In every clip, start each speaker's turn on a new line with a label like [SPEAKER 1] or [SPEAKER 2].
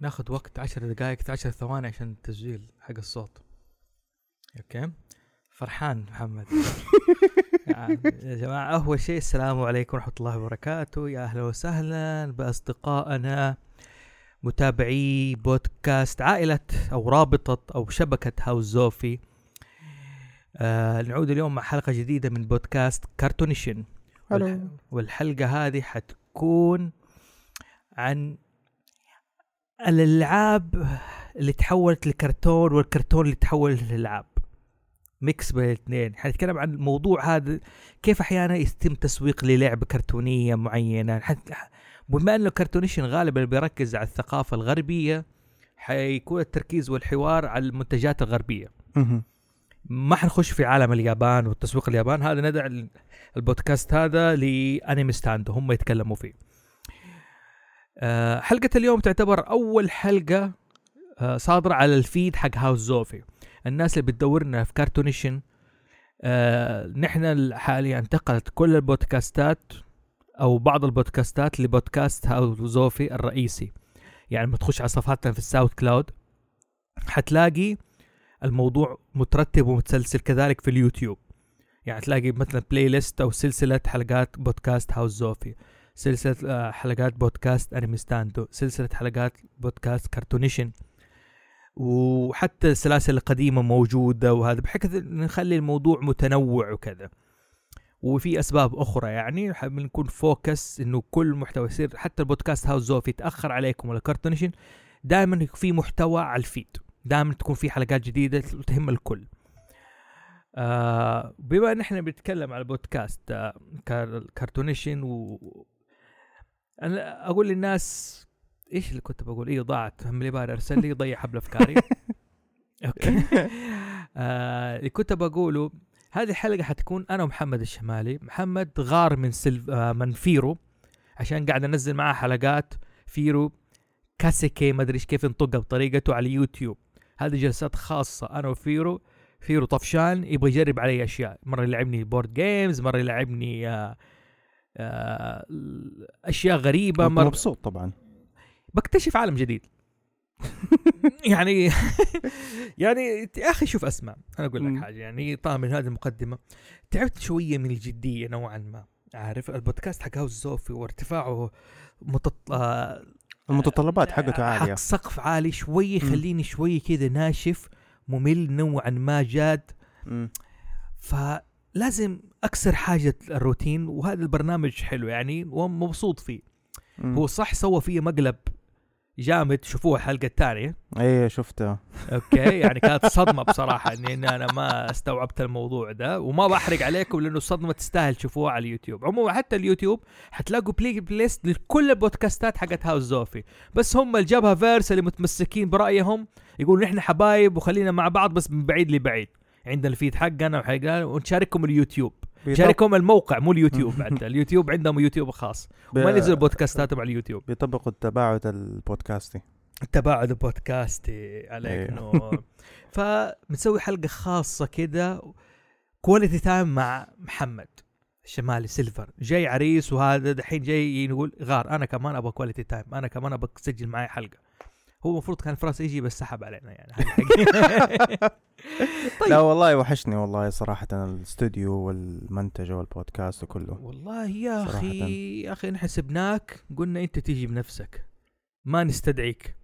[SPEAKER 1] ناخذ وقت عشر دقائق عشر ثواني عشان التسجيل حق الصوت اوكي فرحان محمد يعني يا جماعة أول شيء السلام عليكم ورحمة الله وبركاته يا أهلا وسهلا بأصدقائنا متابعي بودكاست عائلة أو رابطة أو شبكة هاوس زوفي آه نعود اليوم مع حلقة جديدة من بودكاست كارتونيشن
[SPEAKER 2] الو
[SPEAKER 1] والحلقة هذه حتكون عن الألعاب اللي تحولت لكرتون والكرتون اللي تحول للألعاب ميكس بين الاثنين حنتكلم عن الموضوع هذا كيف أحيانا يتم تسويق للعبة كرتونية معينة حت... بما أنه كرتونيشن غالبا بيركز على الثقافة الغربية حيكون التركيز والحوار على المنتجات الغربية
[SPEAKER 2] مهم.
[SPEAKER 1] ما حنخش في عالم اليابان والتسويق اليابان هذا ندع ال- البودكاست هذا لانمي ستاند هم يتكلموا فيه آه، حلقة اليوم تعتبر أول حلقة آه، صادرة على الفيد حق هاوس زوفي الناس اللي بتدورنا في كارتونيشن آه، نحن ال- حاليا انتقلت كل البودكاستات أو بعض البودكاستات لبودكاست هاوس زوفي الرئيسي يعني لما تخش على صفحاتنا في الساوند كلاود حتلاقي الموضوع مترتب ومتسلسل كذلك في اليوتيوب يعني تلاقي مثلا بلاي ليست او سلسله حلقات بودكاست هاوس زوفي سلسله آه، حلقات بودكاست انمي ستاندو سلسله حلقات بودكاست كرتونيشن وحتى السلاسل القديمه موجوده وهذا بحيث نخلي الموضوع متنوع وكذا وفي اسباب اخرى يعني حاب نكون فوكس انه كل محتوى يصير حتى البودكاست هاوس زوفي تاخر عليكم ولا كرتونيشن دائما في محتوى على الفيد دائما تكون في حلقات جديده تهم الكل آه بما ان احنا بنتكلم على بودكاست آه كار- كارتونيشن و انا اقول للناس ايش اللي كنت بقول؟ ايه ضاعت هم لي بار ارسل لي ضيع حبل افكاري اوكي آه اللي كنت بقوله هذه الحلقه حتكون انا ومحمد الشمالي محمد غار من سلف آه من فيرو عشان قاعد انزل معاه حلقات فيرو كاسيكي ما ادري ايش كيف ينطقها بطريقته على اليوتيوب هذه جلسات خاصه انا وفيرو فيرو طفشان يبغى يجرب علي اشياء مره يلعبني بورد جيمز مره يلعبني آه، آه، اشياء غريبه
[SPEAKER 2] أنت
[SPEAKER 1] مره
[SPEAKER 2] مبسوط طبعا
[SPEAKER 1] بكتشف عالم جديد يعني يعني يا اخي شوف اسمع انا اقول
[SPEAKER 2] مم.
[SPEAKER 1] لك حاجه يعني طالما من هذه المقدمه تعبت شويه من الجديه نوعا ما عارف البودكاست حق هاوس زوفي وارتفاعه متط... آه،
[SPEAKER 2] المتطلبات حقته عاليه
[SPEAKER 1] حق سقف عالي شوي يخليني شوي كذا ناشف ممل نوعا ما جاد
[SPEAKER 2] مم.
[SPEAKER 1] فلازم اكسر حاجه الروتين وهذا البرنامج حلو يعني ومبسوط فيه
[SPEAKER 2] مم.
[SPEAKER 1] هو صح سوى فيه مقلب جامد شوفوه الحلقه الثانيه
[SPEAKER 2] ايه شفته
[SPEAKER 1] اوكي يعني كانت صدمه بصراحه اني إن انا ما استوعبت الموضوع ده وما بحرق عليكم لانه الصدمه تستاهل تشوفوها على اليوتيوب عموما حتى اليوتيوب حتلاقوا بلاي ليست لكل البودكاستات حقت هاوس زوفي بس هم الجبهه فيرس اللي متمسكين برايهم يقولوا نحن حبايب وخلينا مع بعض بس من بعيد لبعيد عندنا الفيد حقنا وحقنا ونشارككم اليوتيوب
[SPEAKER 2] بيطبق-
[SPEAKER 1] شاركهم الموقع مو اليوتيوب بعد اليوتيوب عندهم يوتيوب خاص
[SPEAKER 2] بي-
[SPEAKER 1] وما ينزلوا بودكاستاتهم على اليوتيوب
[SPEAKER 2] بيطبقوا التباعد البودكاستي
[SPEAKER 1] تباعد بودكاستي إيه، عليك
[SPEAKER 2] أيوه.
[SPEAKER 1] نور فبنسوي حلقه خاصه كده كواليتي تايم مع محمد الشمالي سيلفر جاي عريس وهذا دحين جاي يقول غار انا كمان ابغى كواليتي تايم انا كمان ابغى تسجل معي حلقه هو المفروض كان فراس يجي بس سحب علينا يعني هذا حقيقي. طيب.
[SPEAKER 2] لا والله وحشني والله صراحه الاستوديو والمنتج والبودكاست وكله
[SPEAKER 1] والله يا
[SPEAKER 2] صراحة.
[SPEAKER 1] اخي يا اخي نحن سبناك قلنا انت تيجي بنفسك ما نستدعيك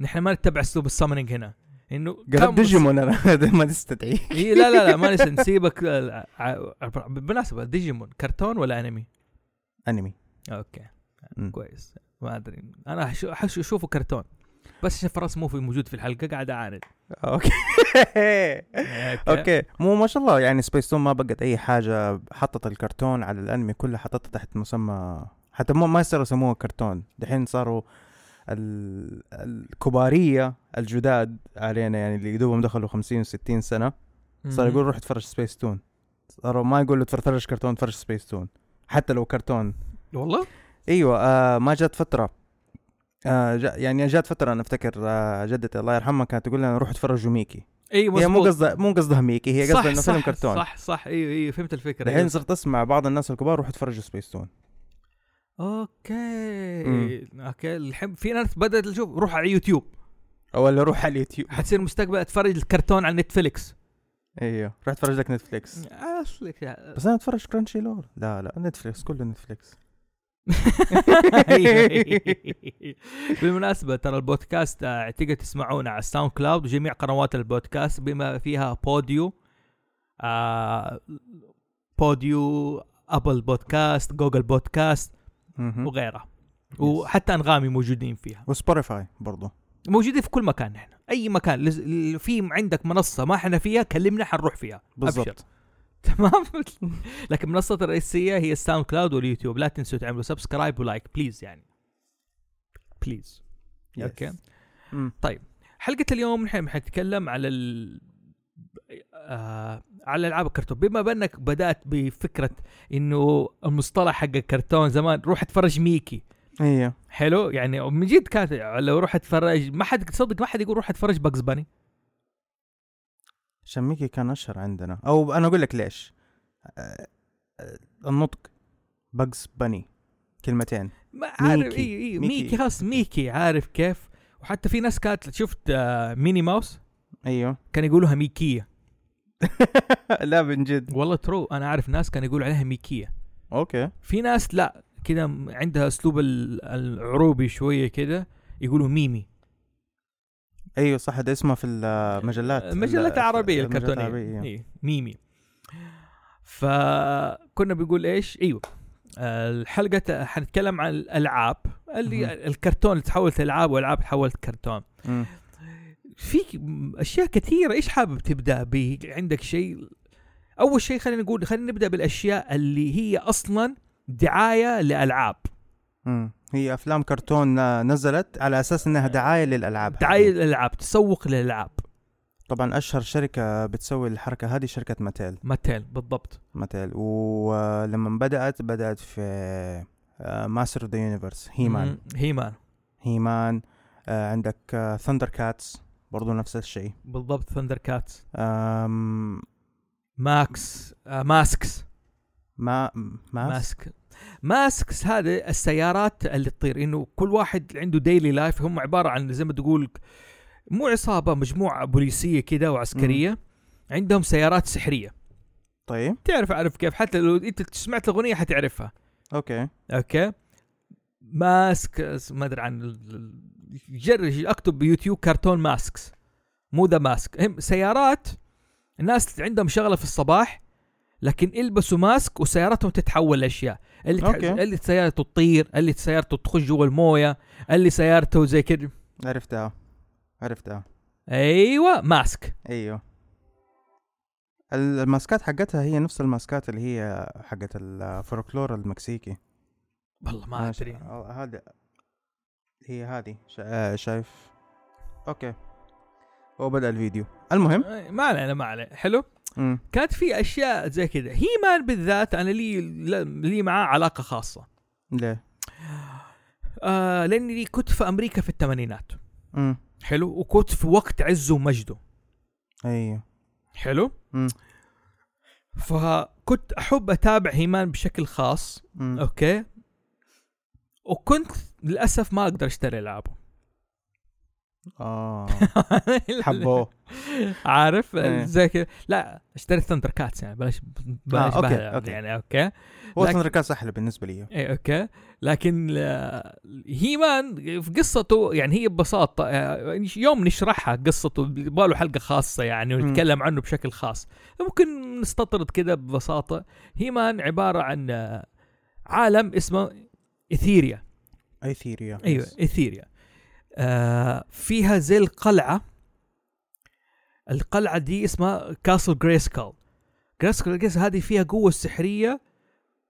[SPEAKER 1] نحن ما نتبع اسلوب السامنينج هنا انه
[SPEAKER 2] قلب
[SPEAKER 1] كم-
[SPEAKER 2] ديجيمون انا ما تستدعي
[SPEAKER 1] إيه لا لا لا ما نس- نسيبك آه، ع- ع- بالمناسبة ديجيمون كرتون ولا انمي؟
[SPEAKER 2] انمي
[SPEAKER 1] اوكي
[SPEAKER 2] مم.
[SPEAKER 1] كويس ما ادري انا أحش- احس اشوفه كرتون بس عشان فراس مو في موجود في الحلقة قاعد اعاند آه،
[SPEAKER 2] اوكي
[SPEAKER 1] إيه.
[SPEAKER 2] اوكي مو ما شاء الله يعني سبيس تون ما بقت اي حاجه حطت الكرتون على الانمي كله حطته تحت مسمى حتى مو ما صاروا يسموه كرتون دحين صاروا ال... الكباريه الجداد علينا يعني اللي دوبهم دخلوا 50 و60 سنه صار يقول روح اتفرج سبيس تون صاروا ما يقولوا تفر- تفرج كرتون تفرج سبيس تون حتى لو كرتون
[SPEAKER 1] والله؟
[SPEAKER 2] ايوه آه ما جت فتره آه جا يعني جات فتره انا افتكر آه جدتي الله يرحمها كانت تقول لنا روح اتفرجوا ميكي
[SPEAKER 1] اي
[SPEAKER 2] هي مو
[SPEAKER 1] مظبوط.
[SPEAKER 2] قصدها مو قصدها ميكي هي
[SPEAKER 1] صح،
[SPEAKER 2] قصدها انه فيلم
[SPEAKER 1] صح،
[SPEAKER 2] كرتون
[SPEAKER 1] صح صح ايوه ايوه فهمت الفكرة
[SPEAKER 2] الحين صرت اسمع بعض الناس الكبار روحوا اتفرجوا سبيس تون
[SPEAKER 1] اوكي
[SPEAKER 2] مم.
[SPEAKER 1] اوكي الحين في ناس بدات تشوف روح على يوتيوب
[SPEAKER 2] ولا روح على اليوتيوب
[SPEAKER 1] حتصير مستقبل اتفرج الكرتون على نتفليكس
[SPEAKER 2] ايوه روح اتفرج لك نتفليكس
[SPEAKER 1] اصلك
[SPEAKER 2] بس انا اتفرج كرانشي لور لا لا نتفليكس كله نتفليكس
[SPEAKER 1] بالمناسبة ترى البودكاست آه، تقدر تسمعونا على الساوند كلاود وجميع قنوات البودكاست بما فيها بوديو آه بوديو ابل بودكاست جوجل بودكاست
[SPEAKER 2] مهم.
[SPEAKER 1] وغيرها وحتى انغامي موجودين فيها
[SPEAKER 2] وسبوتيفاي برضو
[SPEAKER 1] موجودين في كل مكان نحن اي مكان لز- ال- في عندك منصه ما احنا فيها كلمنا حنروح فيها أبشر.
[SPEAKER 2] بالضبط
[SPEAKER 1] تمام لكن منصتي الرئيسيه هي الساوند كلاود واليوتيوب لا تنسوا تعملوا سبسكرايب ولايك بليز يعني بليز
[SPEAKER 2] Yes.
[SPEAKER 1] اوكي
[SPEAKER 2] مم.
[SPEAKER 1] حلقه طيب. اليوم نحن حنتكلم على ال آه على العاب الكرتون بما بانك بدات بفكره انه المصطلح حق الكرتون زمان روح اتفرج ميكي
[SPEAKER 2] ايوه
[SPEAKER 1] حلو يعني من جد كانت لو روح اتفرج ما حد تصدق ما حد يقول روح اتفرج باجز باني
[SPEAKER 2] شميكي كان اشهر عندنا او انا اقول لك ليش آه، آه، النطق بجز بني كلمتين
[SPEAKER 1] ما عارف
[SPEAKER 2] ميكي.
[SPEAKER 1] اي اي
[SPEAKER 2] ميكي.
[SPEAKER 1] ميكي خلاص ميكي عارف كيف وحتى في ناس كانت شفت آه ميني ماوس
[SPEAKER 2] ايوه
[SPEAKER 1] كان يقولوها ميكيه
[SPEAKER 2] لا من جد
[SPEAKER 1] والله ترو انا اعرف ناس كانوا يقولوا عليها ميكيه
[SPEAKER 2] اوكي
[SPEAKER 1] في ناس لا كده م- عندها اسلوب ال- العروبي شويه كده يقولوا ميمي
[SPEAKER 2] ايوه صح ده اسمه في آه، المجلات
[SPEAKER 1] مجلات عربيه
[SPEAKER 2] المجلات
[SPEAKER 1] الكرتونيه
[SPEAKER 2] العربية.
[SPEAKER 1] إيه. ميمي فكنا بنقول ايش ايوه آه، الحلقه ت- حنتكلم عن الالعاب
[SPEAKER 2] مهم.
[SPEAKER 1] اللي الكرتون اللي تحولت العاب والالعاب تحولت كرتون
[SPEAKER 2] مم.
[SPEAKER 1] في اشياء كثيره ايش حابب تبدا به عندك شيء اول شيء خلينا نقول خلينا نبدا بالاشياء اللي هي اصلا دعايه لالعاب
[SPEAKER 2] مم. هي افلام كرتون آه، نزلت على اساس انها دعايه للالعاب
[SPEAKER 1] دعايه للالعاب تسوق للالعاب
[SPEAKER 2] طبعا اشهر شركه بتسوي الحركه هذه شركه ماتيل
[SPEAKER 1] ماتيل بالضبط
[SPEAKER 2] ماتيل آه، ولما بدات بدات في آه، ماستر ذا يونيفرس هيمان
[SPEAKER 1] مم، هيمان
[SPEAKER 2] هيمان آه عندك ثندر كاتس برضو نفس الشيء
[SPEAKER 1] بالضبط ثندر كات
[SPEAKER 2] آم،
[SPEAKER 1] ماكس آه ماسكس
[SPEAKER 2] ما ماس
[SPEAKER 1] ماسك ماسكس هذه السيارات اللي تطير انه كل واحد عنده ديلي لايف هم عباره عن زي ما تقول مو عصابه مجموعه بوليسيه كده وعسكريه عندهم سيارات سحريه
[SPEAKER 2] طيب
[SPEAKER 1] تعرف اعرف كيف حتى لو انت سمعت الاغنيه حتعرفها
[SPEAKER 2] اوكي
[SPEAKER 1] اوكي ماسك ما ادري عن ال- ال- جرب اكتب بيوتيوب كرتون ماسكس مو ذا ماسك هم سيارات الناس عندهم شغله في الصباح لكن البسوا ماسك وسيارتهم تتحول لاشياء اللي تح...
[SPEAKER 2] أوكي.
[SPEAKER 1] اللي سيارته تطير اللي سيارته تخش جوا المويه اللي سيارته زي كده
[SPEAKER 2] عرفتها عرفتها
[SPEAKER 1] ايوه ماسك
[SPEAKER 2] ايوه الماسكات حقتها هي نفس الماسكات اللي هي حقت الفولكلور المكسيكي
[SPEAKER 1] والله ما
[SPEAKER 2] أنا ش-
[SPEAKER 1] ادري
[SPEAKER 2] آه، هذا هي هذه شا- آه، شايف اوكي وبدا الفيديو المهم
[SPEAKER 1] آه، ما علينا ما علينا حلو
[SPEAKER 2] مم.
[SPEAKER 1] كانت في اشياء زي كذا هي مان بالذات انا لي لي معاه علاقه خاصه
[SPEAKER 2] ليه
[SPEAKER 1] آه لاني كنت في امريكا في الثمانينات
[SPEAKER 2] مم.
[SPEAKER 1] حلو وكنت في وقت عزه ومجده
[SPEAKER 2] ايوه
[SPEAKER 1] حلو
[SPEAKER 2] مم.
[SPEAKER 1] فكنت احب اتابع هيمان بشكل خاص
[SPEAKER 2] مم.
[SPEAKER 1] اوكي وكنت للاسف ما اقدر اشتري العابه
[SPEAKER 2] اه حبوه
[SPEAKER 1] عارف
[SPEAKER 2] إيه.
[SPEAKER 1] زي كذا لا اشتريت ثندر كاتس يعني بلاش بلاش
[SPEAKER 2] آه، أوكي،
[SPEAKER 1] بهذا
[SPEAKER 2] أوكي.
[SPEAKER 1] يعني اوكي
[SPEAKER 2] هو
[SPEAKER 1] لكن-
[SPEAKER 2] ثندر كاتس احلى بالنسبه لي
[SPEAKER 1] ايه اوكي لكن آه، هيمان في قصته يعني هي ببساطه آه، يوم نشرحها قصته باله حلقه خاصه يعني ونتكلم عنه بشكل خاص ممكن نستطرد كده ببساطه هيمان عباره عن آه، عالم اسمه اثيريا
[SPEAKER 2] ايثيريا
[SPEAKER 1] ايوه اثيريا آه فيها زي القلعه القلعه دي اسمها كاسل جريسكال جريسكال جريس هذه فيها قوه سحريه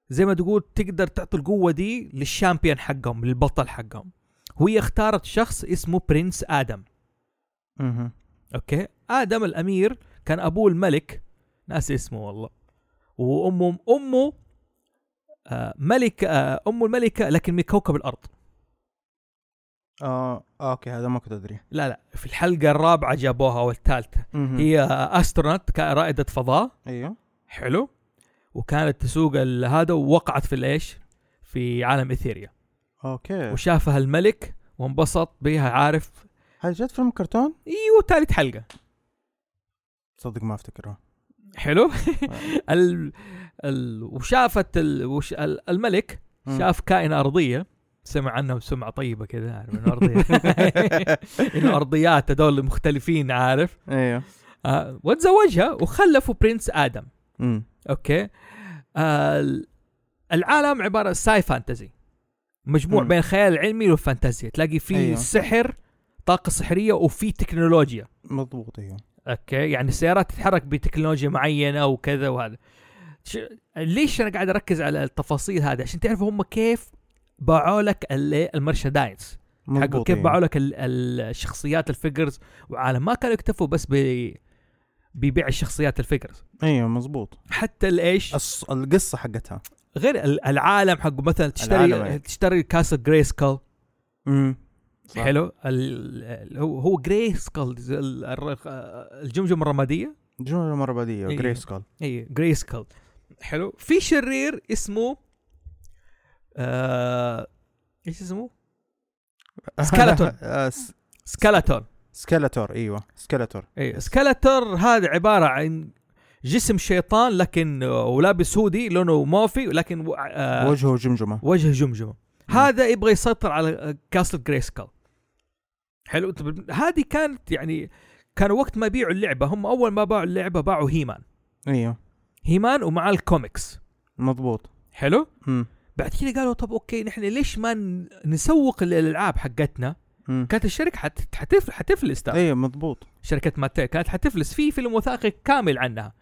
[SPEAKER 1] زي ما تقول تقدر تعطي القوه دي للشامبيون حقهم للبطل حقهم وهي اختارت شخص اسمه برنس ادم
[SPEAKER 2] اها
[SPEAKER 1] اوكي ادم الامير كان ابوه الملك ناسي اسمه والله وامه امه آه ملك آه امه الملكه لكن من كوكب الارض
[SPEAKER 2] اه اوكي هذا ما كنت ادري
[SPEAKER 1] لا لا في الحلقه الرابعه جابوها والثالثه
[SPEAKER 2] مهم.
[SPEAKER 1] هي استرونت كا- رائده فضاء
[SPEAKER 2] ايوه
[SPEAKER 1] حلو وكانت تسوق ال- هذا ووقعت في الايش في عالم اثيريا
[SPEAKER 2] اوكي
[SPEAKER 1] وشافها الملك وانبسط بها عارف
[SPEAKER 2] هل جت فيلم كرتون؟
[SPEAKER 1] ايوه ثالث حلقه
[SPEAKER 2] صدق ما افتكره
[SPEAKER 1] حلو ال... ال... وشافت ال... وش... ال... الملك
[SPEAKER 2] مم.
[SPEAKER 1] شاف كائن ارضيه سمع عنها بسمعه طيبه كذا عارف انه ارضيه انه ارضيات هذول مختلفين عارف
[SPEAKER 2] ايوه
[SPEAKER 1] آه وتزوجها وخلفوا برنس ادم
[SPEAKER 2] امم
[SPEAKER 1] اوكي آه ال- العالم عباره ساي فانتزي مجموع
[SPEAKER 2] مم.
[SPEAKER 1] بين الخيال العلمي والفانتازيا تلاقي فيه
[SPEAKER 2] أيوه.
[SPEAKER 1] سحر طاقه سحريه وفي تكنولوجيا
[SPEAKER 2] مضبوط ايوه
[SPEAKER 1] اوكي يعني السيارات تتحرك بتكنولوجيا معينه وكذا وهذا ش... ليش انا قاعد اركز على التفاصيل هذه عشان تعرفوا هم كيف باعوا لك ال- المرشدايز حقه
[SPEAKER 2] مضبوط
[SPEAKER 1] كيف
[SPEAKER 2] أيوه.
[SPEAKER 1] باعوا لك ال- الشخصيات الفيجرز وعالم ما كانوا يكتفوا بس ب ببيع الشخصيات الفيجرز
[SPEAKER 2] ايوه مضبوط
[SPEAKER 1] حتى الايش
[SPEAKER 2] الص- القصه حقتها
[SPEAKER 1] غير ال- العالم حقه مثلا
[SPEAKER 2] العالم،
[SPEAKER 1] تشتري
[SPEAKER 2] أيوة.
[SPEAKER 1] تشتري كاسل جري سكال
[SPEAKER 2] امم صح.
[SPEAKER 1] حلو ال- ال- هو هو جري سكال الجمجمه الرماديه
[SPEAKER 2] جون مره بديه
[SPEAKER 1] أيوه.
[SPEAKER 2] جري سكول
[SPEAKER 1] اي جري سكال حلو في شرير اسمه آه... ايش اسمه؟ سكالتون.
[SPEAKER 2] آه، س-
[SPEAKER 1] سكالاتور
[SPEAKER 2] سكالتور ايوه سكالتور
[SPEAKER 1] اي سكالاتور إيه، هذا عباره عن جسم شيطان لكن آه، ولابس هودي لونه موفي لكن و- آه،
[SPEAKER 2] وجهه جمجمه
[SPEAKER 1] وجه جمجمه
[SPEAKER 2] مم.
[SPEAKER 1] هذا يبغى يسيطر على كاسل جري سكال حلو طب هذه كانت يعني كان وقت ما بيعوا اللعبه هم اول ما باعوا اللعبه باعوا هيمان
[SPEAKER 2] ايوه
[SPEAKER 1] هيمان ومع الكوميكس
[SPEAKER 2] مضبوط
[SPEAKER 1] حلو
[SPEAKER 2] امم
[SPEAKER 1] بعد كذا قالوا طب اوكي نحن ليش ما ن- نسوق الالعاب حقتنا؟
[SPEAKER 2] أمم.
[SPEAKER 1] كانت الشركه حت- حتف... حتفلس ترى
[SPEAKER 2] ايوه مضبوط
[SPEAKER 1] شركه ماتيل كانت حتفلس في فيلم وثائقي كامل عنها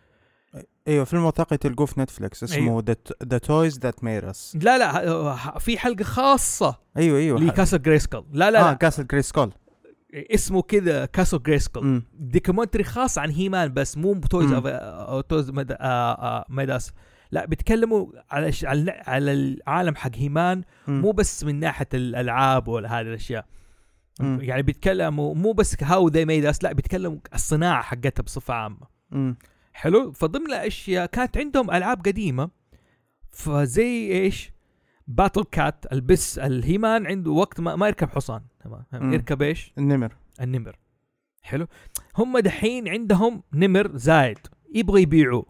[SPEAKER 2] ايوه فيلم وثائقي تلقوه في نتفلكس
[SPEAKER 1] إيوه.
[SPEAKER 2] اسمه ذا تويز ذات ميد اس
[SPEAKER 1] لا لا ه- ه- في حلقه خاصه
[SPEAKER 2] ايوه ايوه ح-
[SPEAKER 1] لكاسل جريسكل لا لا,
[SPEAKER 2] اه
[SPEAKER 1] لا.
[SPEAKER 2] كاسل جري سكول
[SPEAKER 1] اسمه كذا كاسل جريسكل دوكيومنتري خاص عن هيمان بس مو بتويز
[SPEAKER 2] مم.
[SPEAKER 1] أف... أو تويز مد... آه آه ميداس لا بيتكلموا على ش... على على العالم حق هيمان مو بس من ناحيه الالعاب ولا هذه الاشياء يعني بيتكلموا مو بس هاو ذي ميد اس لا بيتكلموا الصناعه حقتها بصفه عامه حلو فضمن الاشياء كانت عندهم العاب قديمه فزي ايش باتل كات البس الهيمان عنده وقت ما, ما يركب حصان تمام
[SPEAKER 2] مم.
[SPEAKER 1] يركب ايش
[SPEAKER 2] النمر
[SPEAKER 1] النمر حلو هم دحين عندهم نمر زايد يبغوا يبيعوه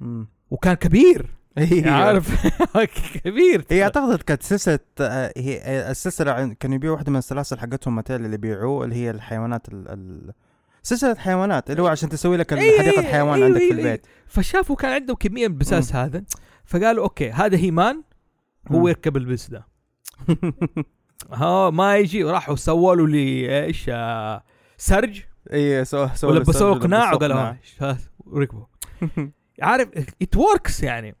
[SPEAKER 2] مم.
[SPEAKER 1] وكان كبير
[SPEAKER 2] ايوه
[SPEAKER 1] عارف كبير
[SPEAKER 2] هي اعتقد كانت سلسله آه، هي آه، السلسله عن- كانوا يبيعوا واحده من السلاسل حقتهم ماتيل اللي بيبيعوه اللي هي الحيوانات ال... ال... سلسله حيوانات اللي هو عشان تسوي لك
[SPEAKER 1] أيوة،
[SPEAKER 2] حديقه
[SPEAKER 1] أيوة،
[SPEAKER 2] حيوان
[SPEAKER 1] أيوة،
[SPEAKER 2] عندك في
[SPEAKER 1] أيوة،
[SPEAKER 2] البيت
[SPEAKER 1] فشافوا كان عندهم كميه من البساس هذا فقالوا اوكي هذا هيمان هو
[SPEAKER 2] مم.
[SPEAKER 1] يركب البس ده ها ما يجي راحوا سووا له لي ايش آه، سرج
[SPEAKER 2] ايوه سو سو
[SPEAKER 1] ولبسوه قناع وقالوا ها، إيش هذا؟ وركبوا عارف ات وركس يعني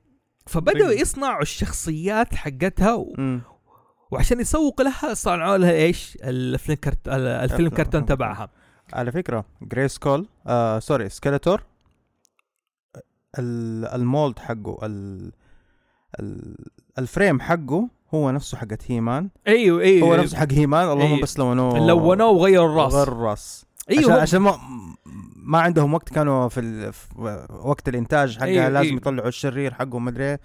[SPEAKER 1] فبداوا
[SPEAKER 2] طيب.
[SPEAKER 1] يصنعوا الشخصيات حقتها و- وعشان يسوقوا لها صنعوا لها ايش الفيلم كرت... ال- الفيلم
[SPEAKER 2] أفلام.
[SPEAKER 1] كرتون تبعها
[SPEAKER 2] على فكره جري سكول آه سوري سكيلتور ال- المولد حقه ال... ال... الفريم حقه هو نفسه حقت هيمان
[SPEAKER 1] ايوه ايوه
[SPEAKER 2] هو نفسه حق هيمان اللهم
[SPEAKER 1] أيوة.
[SPEAKER 2] بس لونوه
[SPEAKER 1] لونوه وغيروا
[SPEAKER 2] غير
[SPEAKER 1] الراس
[SPEAKER 2] الراس ايوه عشان,
[SPEAKER 1] ايوه
[SPEAKER 2] عشان ما ما عندهم وقت كانوا في, ال... في وقت الانتاج حقها
[SPEAKER 1] أيوة،
[SPEAKER 2] أيوه لازم
[SPEAKER 1] أيوة.
[SPEAKER 2] يطلعوا الشرير حقهم مدري إيه.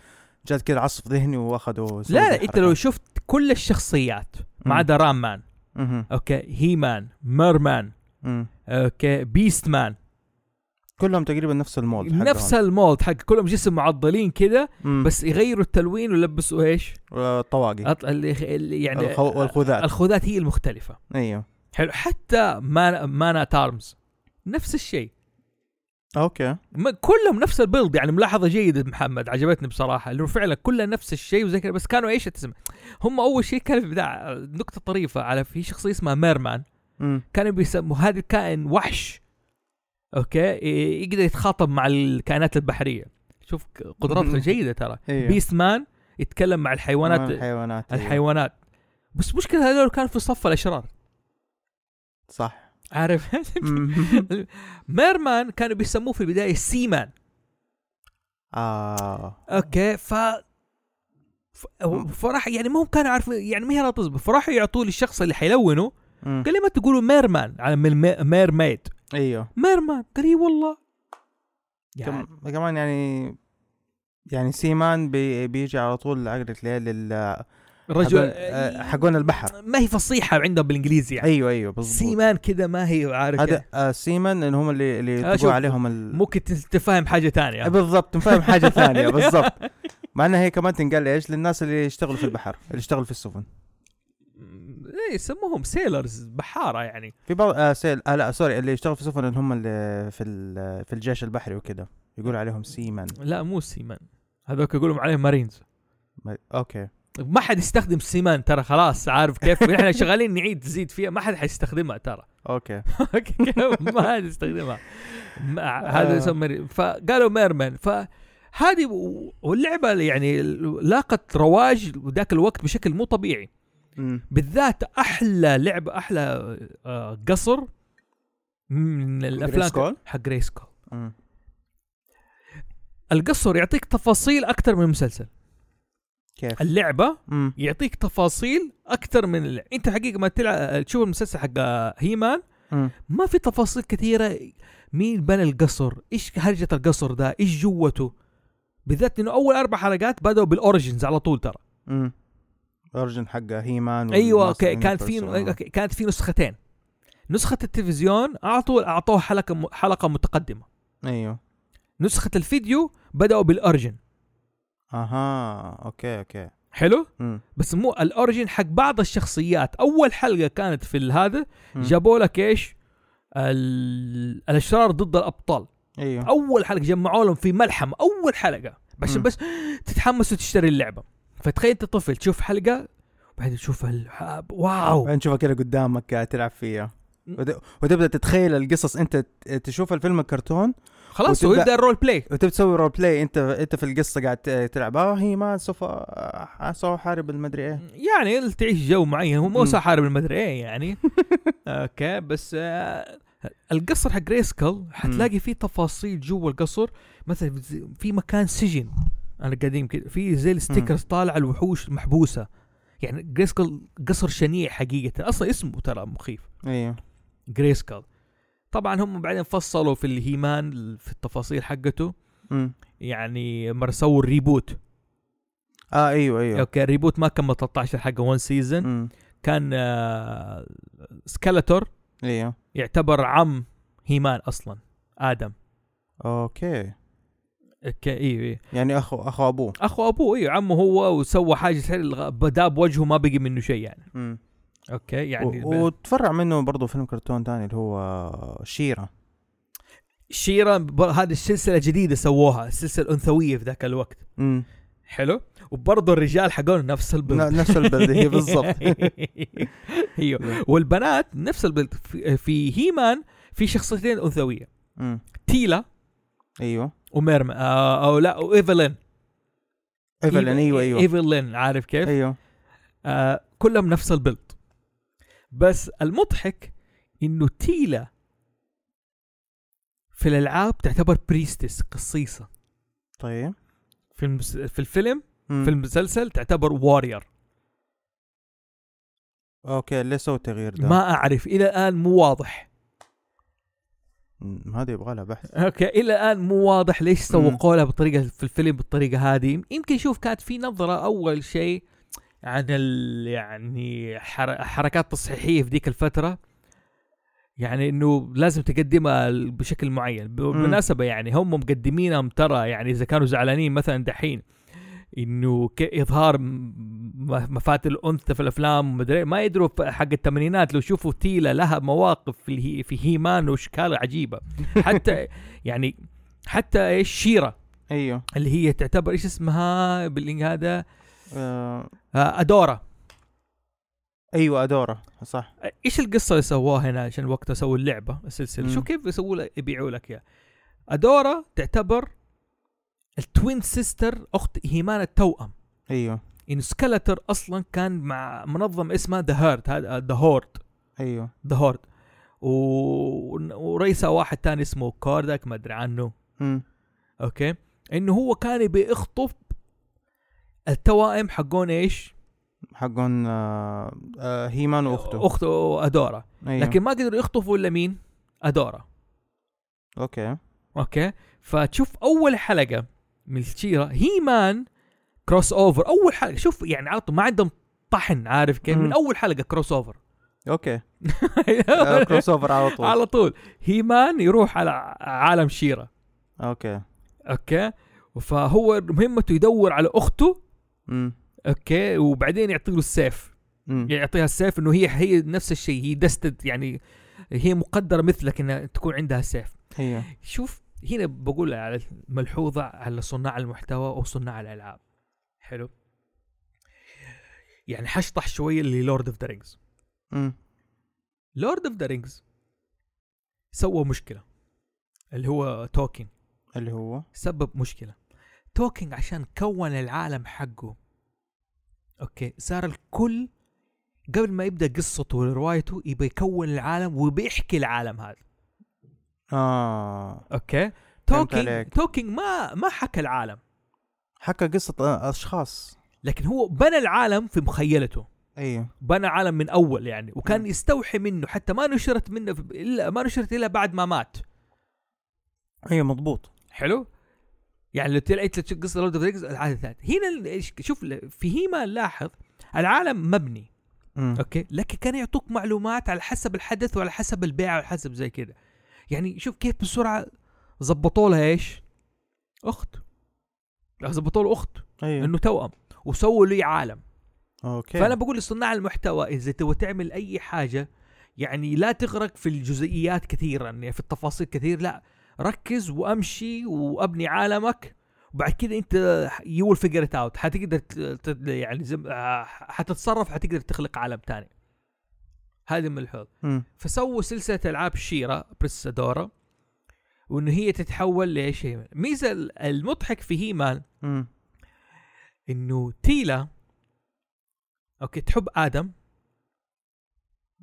[SPEAKER 2] جات كذا عصف ذهني واخذوا
[SPEAKER 1] لا لا انت لو شفت كل الشخصيات ما
[SPEAKER 2] مم.
[SPEAKER 1] عدا رام مان
[SPEAKER 2] مهم.
[SPEAKER 1] اوكي هي مان ميرمان
[SPEAKER 2] مم.
[SPEAKER 1] اوكي بيست مان
[SPEAKER 2] كلهم تقريبا نفس المولد حقهم
[SPEAKER 1] نفس المولد حق كلهم جسم معضلين كده
[SPEAKER 2] مم.
[SPEAKER 1] بس يغيروا التلوين ويلبسوا ايش؟
[SPEAKER 2] الطواقي
[SPEAKER 1] أط... اللي... اللي يعني
[SPEAKER 2] الخو... والخوذات
[SPEAKER 1] الخوذات هي المختلفه
[SPEAKER 2] ايوه
[SPEAKER 1] حلو حتى مان مانا تارمز نفس الشيء
[SPEAKER 2] اوكي
[SPEAKER 1] ما- كلهم نفس البيلد يعني ملاحظه جيده محمد عجبتني بصراحه لانه فعلا كلها نفس الشيء وزي كذا بس كانوا ايش تسمع هم اول شيء كان في البداية نقطه طريفه على في شخصيه اسمها ميرمان
[SPEAKER 2] مم.
[SPEAKER 1] كانوا بيسموا هذا الكائن وحش اوكي ي- يقدر يتخاطب مع الكائنات البحريه شوف ك- قدراته جيده ترى
[SPEAKER 2] ايوه
[SPEAKER 1] بيست مان يتكلم إيه. مع
[SPEAKER 2] آه،
[SPEAKER 1] الحيوانات
[SPEAKER 2] الحيوانات أيوة.
[SPEAKER 1] الحيوانات بس مشكله هذول كانوا في صف الاشرار
[SPEAKER 2] صح
[SPEAKER 1] عارف
[SPEAKER 2] مم.
[SPEAKER 1] ميرمان كانوا بيسموه في البدايه سيمان
[SPEAKER 2] اه
[SPEAKER 1] اوكي ف ف- فراح يعني ما هم كانوا عارفين يعني ما هي لا تصبر فراحوا يعطوه للشخص اللي حيلونه
[SPEAKER 2] مم.
[SPEAKER 1] قال لي ما تقولوا ميرمان على من المي- ميرميد
[SPEAKER 2] ايوه
[SPEAKER 1] ميرمان قال اي والله يعني
[SPEAKER 2] كم... كمان يعني يعني سيمان بي بيجي على طول عقلت ليه لل
[SPEAKER 1] رجل
[SPEAKER 2] حقون- آه، حقون البحر
[SPEAKER 1] ما هي فصيحه عندهم بالانجليزي يعني
[SPEAKER 2] ايوه ايوه بالضبط
[SPEAKER 1] سيمان كذا ما هي عارف
[SPEAKER 2] هذا
[SPEAKER 1] يعني.
[SPEAKER 2] آه، سيمان اللي هم اللي اللي
[SPEAKER 1] آه، شوف. يعني.
[SPEAKER 2] تقول عليهم ال...
[SPEAKER 1] ممكن تن- تفهم حاجه ثانيه
[SPEAKER 2] بالضبط فاهم حاجه ثانيه بالضبط مع انها هي كمان تنقال ايش للناس اللي يشتغلوا في البحر اللي يشتغلوا في السفن
[SPEAKER 1] ايه يسموهم سيلرز بحاره يعني
[SPEAKER 2] في بعض آه سيل آه لا سوري اللي يشتغلوا في السفن اللي هم اللي في ال- في الجيش البحري وكذا يقول عليهم سيمان
[SPEAKER 1] لا مو سيمان هذوك يقولوا عليهم مارينز
[SPEAKER 2] ما- اوكي
[SPEAKER 1] ما حد يستخدم سيمان ترى خلاص عارف كيف احنا شغالين نعيد زيد فيها ما حد حيستخدمها ترى
[SPEAKER 2] اوكي
[SPEAKER 1] ما حد يستخدمها ما- هذا
[SPEAKER 2] آه.
[SPEAKER 1] يسمى فقالوا ميرمان فهذه و- واللعبه يعني لاقت رواج ذاك الوقت بشكل مو طبيعي
[SPEAKER 2] مم.
[SPEAKER 1] بالذات احلى لعبه احلى آه، قصر من الافلام
[SPEAKER 2] سكول؟
[SPEAKER 1] حق ريسكو
[SPEAKER 2] مم.
[SPEAKER 1] القصر يعطيك تفاصيل اكثر من المسلسل
[SPEAKER 2] كيف؟
[SPEAKER 1] اللعبه
[SPEAKER 2] مم.
[SPEAKER 1] يعطيك تفاصيل اكثر من اللعبة. انت حقيقه ما تلعب تشوف المسلسل حق هيمان
[SPEAKER 2] مم.
[SPEAKER 1] ما في تفاصيل كثيره مين بنى القصر ايش هرجه القصر ده ايش جوته بالذات انه اول اربع حلقات بدأوا بالاوريجنز على طول ترى
[SPEAKER 2] مم. اورجن حق هيمان وال-
[SPEAKER 1] ايوه
[SPEAKER 2] ماستر
[SPEAKER 1] ك- كان
[SPEAKER 2] يونيفرس
[SPEAKER 1] في
[SPEAKER 2] و-
[SPEAKER 1] أوكي، كانت في نسختين نسخه التلفزيون اعطوا اعطوه حلقه م- حلقه متقدمه
[SPEAKER 2] ايوه
[SPEAKER 1] نسخه الفيديو بدأوا بالاوريجن
[SPEAKER 2] اها اوكي اوكي
[SPEAKER 1] حلو
[SPEAKER 2] مم.
[SPEAKER 1] بس مو الاوريجن حق بعض الشخصيات اول حلقه كانت في هذا
[SPEAKER 2] مم.
[SPEAKER 1] جابوا لك ايش ال- الاشرار ضد الابطال
[SPEAKER 2] ايوه
[SPEAKER 1] اول حلقه جمعوا لهم في ملحمه اول حلقه بس
[SPEAKER 2] مم.
[SPEAKER 1] بس تتحمس وتشتري اللعبه فتخيل انت طفل تشوف حلقه بعدين تشوف ال- واو
[SPEAKER 2] بعدين تشوفها كده قدامك قاعد تلعب فيها وت- وتبدا تتخيل القصص انت ت- تشوف الفيلم الكرتون
[SPEAKER 1] خلاص
[SPEAKER 2] وتبدأ-
[SPEAKER 1] ويبدا الرول بلاي
[SPEAKER 2] وتبدا تسوي رول بلاي انت انت في القصه قاعد ت- تلعب اه هي ما سوف آه، سوف احارب المدري ايه
[SPEAKER 1] يعني تعيش جو معين هو مو
[SPEAKER 2] مم.
[SPEAKER 1] سحارب المدري ايه يعني اوكي بس آه القصر حق ريسكل حتلاقي فيه تفاصيل جوا القصر مثلا زي- في مكان سجن انا قديم كده في زي الستيكرز طالع الوحوش محبوسه يعني جريسكل قصر شنيع حقيقه اصلا اسمه ترى مخيف
[SPEAKER 2] ايوه
[SPEAKER 1] جريسكل طبعا هم بعدين فصلوا في الهيمان في التفاصيل حقته
[SPEAKER 2] مم.
[SPEAKER 1] يعني مرة سووا الريبوت
[SPEAKER 2] اه ايوه ايوه
[SPEAKER 1] اوكي الريبوت ما كمل 13 حلقه 1 سيزون
[SPEAKER 2] مم.
[SPEAKER 1] كان سكالتور
[SPEAKER 2] ايوه
[SPEAKER 1] يعتبر عم هيمان اصلا ادم
[SPEAKER 2] اوكي
[SPEAKER 1] اوكي ايوه ايوه
[SPEAKER 2] يعني اخو اخو ابوه
[SPEAKER 1] اخو ابوه ايوه عمه هو وسوى حاجه سحر بدا بوجهه ما بقي منه شيء يعني
[SPEAKER 2] مم.
[SPEAKER 1] اوكي يعني
[SPEAKER 2] و- وتفرع منه برضه فيلم كرتون ثاني اللي هو شيرا
[SPEAKER 1] شيرا ب- هذه السلسله جديده سووها السلسله الانثويه في ذاك الوقت
[SPEAKER 2] مم.
[SPEAKER 1] حلو وبرضه الرجال حقون نفس البنت
[SPEAKER 2] ن- نفس البلد نعم، هي
[SPEAKER 1] أيوة.
[SPEAKER 2] بالضبط
[SPEAKER 1] ايوه والبنات نفس البنت في- في هيمان في شخصيتين انثويه
[SPEAKER 2] مم.
[SPEAKER 1] تيلا
[SPEAKER 2] ايوه
[SPEAKER 1] وميرما آه او لا وايفلين
[SPEAKER 2] ايفلين ايوه ايوه
[SPEAKER 1] ايفلين عارف كيف؟
[SPEAKER 2] ايوه
[SPEAKER 1] آه كلهم نفس البلد بس المضحك انه تيلا في الالعاب تعتبر بريستس قصيصه
[SPEAKER 2] طيب
[SPEAKER 1] في المس... في الفيلم
[SPEAKER 2] مم.
[SPEAKER 1] في المسلسل تعتبر وارير
[SPEAKER 2] اوكي ليه سووا التغيير ده؟
[SPEAKER 1] ما اعرف الى الان مو واضح
[SPEAKER 2] مم، هذا يبغى لها بحث
[SPEAKER 1] اوكي الى الان مو واضح ليش
[SPEAKER 2] مم.
[SPEAKER 1] سوقوا لها بطريقه في الفيلم بالطريقه هذه يمكن شوف كانت في نظره اول شيء عن ال يعني حر حركات تصحيحيه في ذيك الفتره يعني انه لازم تقدمها ال- بشكل معين ب- بالمناسبه يعني هم مقدمينهم ترى يعني اذا كانوا زعلانين مثلا دحين انه ك- اظهار م- م- مفات الانثى في الافلام ومدري إيه، ما يدروا ف- حق الثمانينات لو شوفوا تيلا لها مواقف في الهي في هيمان واشكال عجيبه حتى يعني حتى ايش شيرا
[SPEAKER 2] ايوه
[SPEAKER 1] اللي هي تعتبر ايش اسمها بالإنج- هذا
[SPEAKER 2] آه،
[SPEAKER 1] آه، ادورا
[SPEAKER 2] ايوه ادوره صح
[SPEAKER 1] آه، ايش القصه اللي سووها هنا عشان وقتها سووا اللعبه السلسله
[SPEAKER 2] مم.
[SPEAKER 1] شو كيف يسووا لك يبيعوا لك اياها ادورا تعتبر التوين سيستر اخت هيمان التوأم
[SPEAKER 2] ايوه
[SPEAKER 1] ان سكالتر اصلا يعني كان مع منظمه اسمها ذا هارت هذا ذا هورد
[SPEAKER 2] ايوه
[SPEAKER 1] ذا هورد ورئيسها واحد ثاني اسمه كوردك ما ادري عنه
[SPEAKER 2] مم.
[SPEAKER 1] اوكي انه هو كان بيخطف التوائم حقون ايش؟
[SPEAKER 2] حقون آه، آه، هيمان واخته
[SPEAKER 1] اخته ادورا
[SPEAKER 2] ايوه
[SPEAKER 1] لكن ما قدروا يخطفوا الا مين؟ ادورا
[SPEAKER 2] اوكي
[SPEAKER 1] اوكي فتشوف اول حلقه من الشيرة هي مان كروس اوفر اول حلقه شوف يعني على طول ما عندهم طحن عارف كيف من
[SPEAKER 2] مم.
[SPEAKER 1] اول حلقه كروس اوفر
[SPEAKER 2] اوكي آه، كروس اوفر على طول
[SPEAKER 1] على طول هي مان يروح على عالم شيرة
[SPEAKER 2] اوكي
[SPEAKER 1] اوكي فهو مهمته يدور على اخته
[SPEAKER 2] امم
[SPEAKER 1] اوكي وبعدين يعطي له السيف يعني
[SPEAKER 2] أمم.
[SPEAKER 1] يعطيها السيف انه هي هي نفس الشيء هي دستد يعني هي مقدره مثلك انها تكون عندها سيف
[SPEAKER 2] هي
[SPEAKER 1] شوف هنا بقول على ملحوظه على صناع المحتوى او صناع الالعاب حلو يعني حشطح شويه للورد اوف ذا رينجز
[SPEAKER 2] امم
[SPEAKER 1] لورد اوف ذا رينجز سوى مشكله اللي هو توكن
[SPEAKER 2] اللي هو
[SPEAKER 1] سبب مشكله توكينج عشان كون العالم حقه اوكي صار الكل قبل ما يبدا قصته وروايته يبي يكون العالم وبيحكي العالم هذا
[SPEAKER 2] اه
[SPEAKER 1] اوكي
[SPEAKER 2] فهمت
[SPEAKER 1] توكينج
[SPEAKER 2] عليك.
[SPEAKER 1] توكينج ما ما حكى العالم
[SPEAKER 2] حكى قصه آه، اشخاص
[SPEAKER 1] لكن هو بنى العالم في مخيلته
[SPEAKER 2] ايوه
[SPEAKER 1] بنى عالم من اول يعني وكان
[SPEAKER 2] مم.
[SPEAKER 1] يستوحي منه حتى ما نشرت منه في- الا ما نشرت الا بعد ما مات
[SPEAKER 2] ايوه مضبوط
[SPEAKER 1] حلو يعني لو تلاقي قصه لورد اوف رينجز العالم ذات هنا ال- شوف في هيما نلاحظ العالم مبني
[SPEAKER 2] امم
[SPEAKER 1] اوكي لكن كان يعطوك معلومات على حسب الحدث وعلى حسب البيع وعلى حسب زي كده يعني شوف كيف بسرعه زبطوا لها ايش اخت زبطوا له اخت
[SPEAKER 2] ايوه
[SPEAKER 1] انه توأم وسووا لي عالم
[SPEAKER 2] اوكي
[SPEAKER 1] فانا بقول لصناع المحتوى اذا تبغى تعمل اي حاجه يعني لا تغرق في الجزئيات كثيرا يعني في التفاصيل كثير لا ركز وامشي وابني عالمك وبعد كده انت يو ويل فيجر ات اوت حتقدر ت- ت- يعني زم... آه، حتتصرف حتقدر تخلق عالم تاني هذه من الحوض
[SPEAKER 2] امم
[SPEAKER 1] فسووا سلسله العاب شيرا بريس دورا وانه هي تتحول لايش هي ميزه المضحك في هيمان
[SPEAKER 2] امم
[SPEAKER 1] انه تيلا اوكي تحب ادم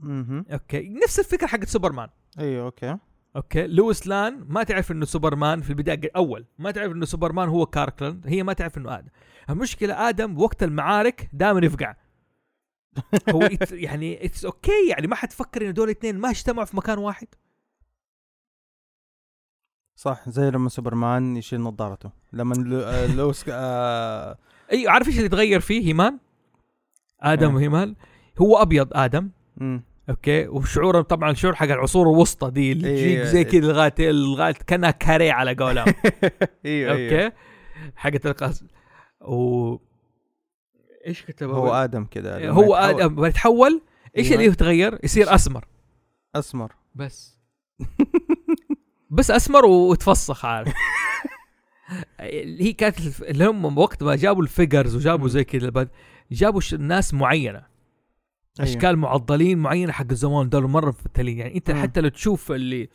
[SPEAKER 2] أمم.
[SPEAKER 1] اوكي نفس الفكره حقت سوبرمان
[SPEAKER 2] ايوه اوكي
[SPEAKER 1] اوكي لويس لان ما تعرف انه سوبرمان في البدايه الاول ما تعرف انه سوبرمان هو كاركلاند هي ما تعرف انه ادم المشكله ادم وقت المعارك دائما يفقع هو يت- يعني اتس اوكي يعني ما حتفكر انه دول اثنين ما اجتمعوا في مكان واحد
[SPEAKER 2] صح زي لما سوبرمان يشيل نظارته لما لو- آه، لوس آه،
[SPEAKER 1] اي عارف ايش اللي تغير فيه هيمان ادم
[SPEAKER 2] إيه.
[SPEAKER 1] وهيمان هو ابيض ادم
[SPEAKER 2] امم
[SPEAKER 1] اوكي وشعوره طبعا الشعور حق العصور الوسطى دي اللي
[SPEAKER 2] إيه.
[SPEAKER 1] تجيك زي كذا لغايه لغايه كانها كاري على قولهم إيه،
[SPEAKER 2] ايوه ايوه
[SPEAKER 1] اوكي حقت القص و ايش كنت بقول؟
[SPEAKER 2] هو ادم كده لما
[SPEAKER 1] إيه، هو
[SPEAKER 2] يتحول
[SPEAKER 1] ادم بيتحول ايش
[SPEAKER 2] أيوة.
[SPEAKER 1] اللي يتغير؟ يصير اسمر
[SPEAKER 2] اسمر
[SPEAKER 1] بس بس اسمر وتفسخ عارف هي كانت الف- اللي هم وقت ما جابوا الفيجرز وجابوا
[SPEAKER 2] مم.
[SPEAKER 1] زي كذا البد- جابوا ش- ناس معينه
[SPEAKER 2] أيوة.
[SPEAKER 1] اشكال معضلين معينه حق الزمان دول مره مفتلين يعني انت
[SPEAKER 2] مم.
[SPEAKER 1] حتى لو تشوف اللي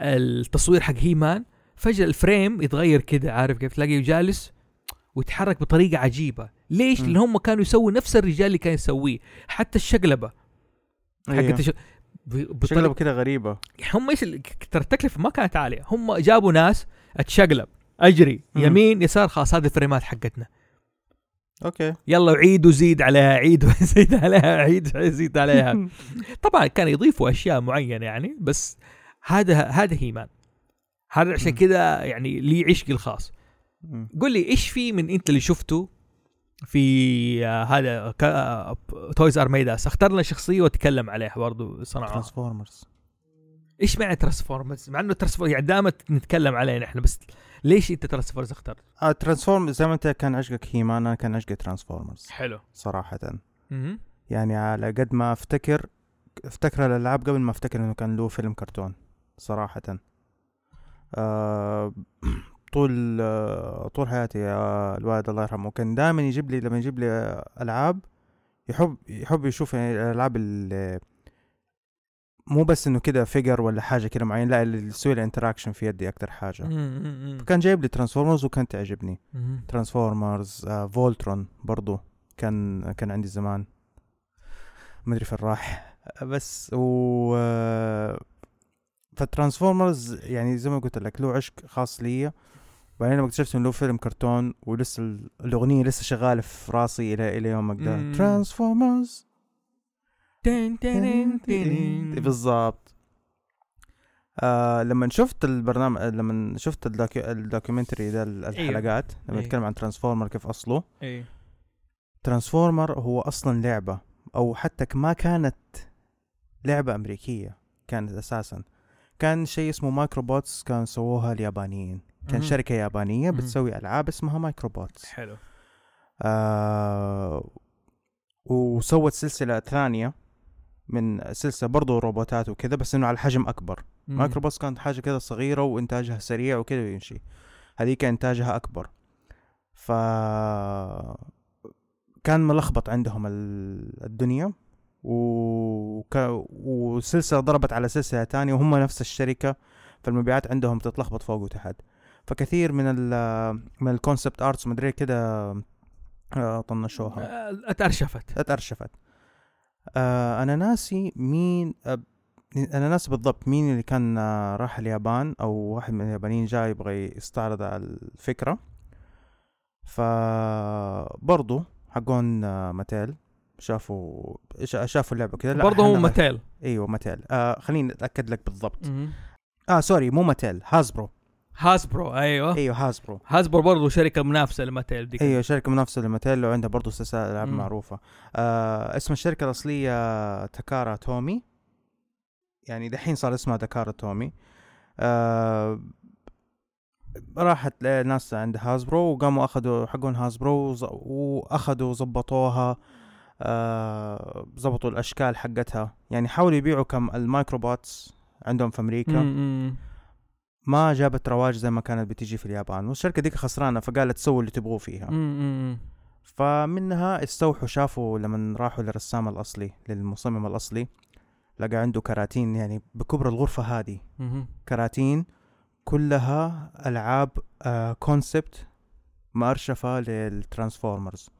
[SPEAKER 1] التصوير حق هيمان فجاه الفريم يتغير كده عارف كيف تلاقيه جالس ويتحرك بطريقه عجيبه ليش؟
[SPEAKER 2] مم.
[SPEAKER 1] لان هم كانوا يسووا نفس الرجال اللي كان يسويه حتى الشقلبه
[SPEAKER 2] أيوة.
[SPEAKER 1] حقت الش... ب-
[SPEAKER 2] شكله
[SPEAKER 1] بطريقه
[SPEAKER 2] كده غريبه
[SPEAKER 1] هم ايش ال- ترى التكلفه ما كانت عاليه هم جابوا ناس اتشقلب اجري
[SPEAKER 2] مم.
[SPEAKER 1] يمين يسار خلاص هذه الفريمات حقتنا
[SPEAKER 2] اوكي
[SPEAKER 1] يلا عيد وزيد عليها عيد وزيد عليها عيد وزيد عليها طبعا كان يضيفوا اشياء معينه يعني بس هذا هذا هيمان هذا عشان
[SPEAKER 2] مم.
[SPEAKER 1] كذا يعني لي عشقي الخاص
[SPEAKER 2] أمم.
[SPEAKER 1] قل لي ايش في من انت اللي شفته في آه، هذا تويز ار ميد اس اختار لنا شخصيه وتكلم عليها برضو صنعها
[SPEAKER 2] ترانسفورمرز
[SPEAKER 1] ايش معنى ترانسفورمرز مع انه ترانسفورمرز يعني دائما نتكلم عليه نحن بس ليش انت ترانسفورمرز اخترت
[SPEAKER 2] آه ترانسفورم زي ما انت كان عشقك هيما انا كان عشقي ترانسفورمرز
[SPEAKER 1] حلو
[SPEAKER 2] صراحه يعني على قد ما افتكر افتكر الالعاب قبل ما افتكر انه كان له فيلم كرتون صراحه آه طول آه طول حياتي آه الوالد الله يرحمه كان دائما يجيب لي لما يجيب لي آه، العاب يحب يحب يشوف يعني الالعاب اللي مو بس انه كده فيجر ولا حاجه كده معين لا اللي يسوي لي انتراكشن في يدي اكتر حاجه كان جايب لي ترانسفورمرز وكانت تعجبني ترانسفورمرز آه، فولترون برضو كان كان عندي زمان ما ادري فين راح آه، بس و آه، فالترانسفورمرز يعني زي ما قلت لك له عشق خاص لي بعدين لما اكتشفت انه له فيلم كرتون ولسه ال- الاغنيه لسه شغاله في راسي الى الى يومك
[SPEAKER 1] مم.
[SPEAKER 2] ده ترانسفورمرز طيب، بالضبط آه لما شفت البرنامج لما شفت الدوكيو... الدوكيومنتري ده ال-
[SPEAKER 1] أيوه.
[SPEAKER 2] الحلقات لما
[SPEAKER 1] أيوه.
[SPEAKER 2] يتكلم عن ترانسفورمر كيف اصله
[SPEAKER 1] اي
[SPEAKER 2] ترانسفورمر هو اصلا لعبه او حتى ما كانت لعبه امريكيه كانت اساسا كان شيء اسمه مايكروبوتس كان سووها اليابانيين كان
[SPEAKER 1] مهم.
[SPEAKER 2] شركه يابانيه
[SPEAKER 1] مهم.
[SPEAKER 2] بتسوي العاب اسمها مايكروبوتس
[SPEAKER 1] حلو
[SPEAKER 2] آه وسوت سلسله ثانيه من سلسله برضه روبوتات وكذا بس انه على حجم اكبر مايكروباص كانت حاجه كده صغيره وانتاجها سريع وكده ويمشي هذيك انتاجها اكبر ف كان ملخبط عندهم ال- الدنيا وك... وسلسله ضربت على سلسله تانية وهم نفس الشركه فالمبيعات عندهم تتلخبط فوق وتحت فكثير من ال من الكونسبت ارتس مدري كده آه، طنشوها
[SPEAKER 1] آه، اتأرشفت
[SPEAKER 2] اتأرشفت آه انا ناسي مين آه انا ناسي بالضبط مين اللي كان آه راح اليابان او واحد من اليابانيين جاي يبغى يستعرض على الفكره ف برضو حقون آه ماتيل شافوا شا- شافوا اللعبه كذا
[SPEAKER 1] برضه هو ماتيل
[SPEAKER 2] ايوه ماتيل آه خليني اتاكد لك بالضبط اه سوري مو ماتيل هازبرو
[SPEAKER 1] هاسبرو ايوه
[SPEAKER 2] ايوه هازبرو
[SPEAKER 1] هاسبرو برضه شركه منافسه لماتيل ديك
[SPEAKER 2] ايوه شركه منافسه لماتيل وعندها برضه سلسله العاب
[SPEAKER 1] مم.
[SPEAKER 2] معروفه آه اسم الشركه الاصليه تكارا تومي يعني دحين صار اسمها تكارا تومي آه راحت ناس عند هازبرو وقاموا اخذوا حقون هازبرو وز- واخذوا وظبطوها آه ظبطوا الاشكال حقتها يعني حاولوا يبيعوا كم المايكروبوتس عندهم في امريكا
[SPEAKER 1] مم.
[SPEAKER 2] ما جابت رواج زي ما كانت بتيجي في اليابان والشركه ديك خسرانه فقالت سووا اللي تبغوه فيها
[SPEAKER 1] مم.
[SPEAKER 2] فمنها استوحوا شافوا لما راحوا للرسام الاصلي للمصمم الاصلي لقى عنده كراتين يعني بكبر الغرفه هذه
[SPEAKER 1] مم.
[SPEAKER 2] كراتين كلها العاب آه، كونسبت مارشفه للترانسفورمرز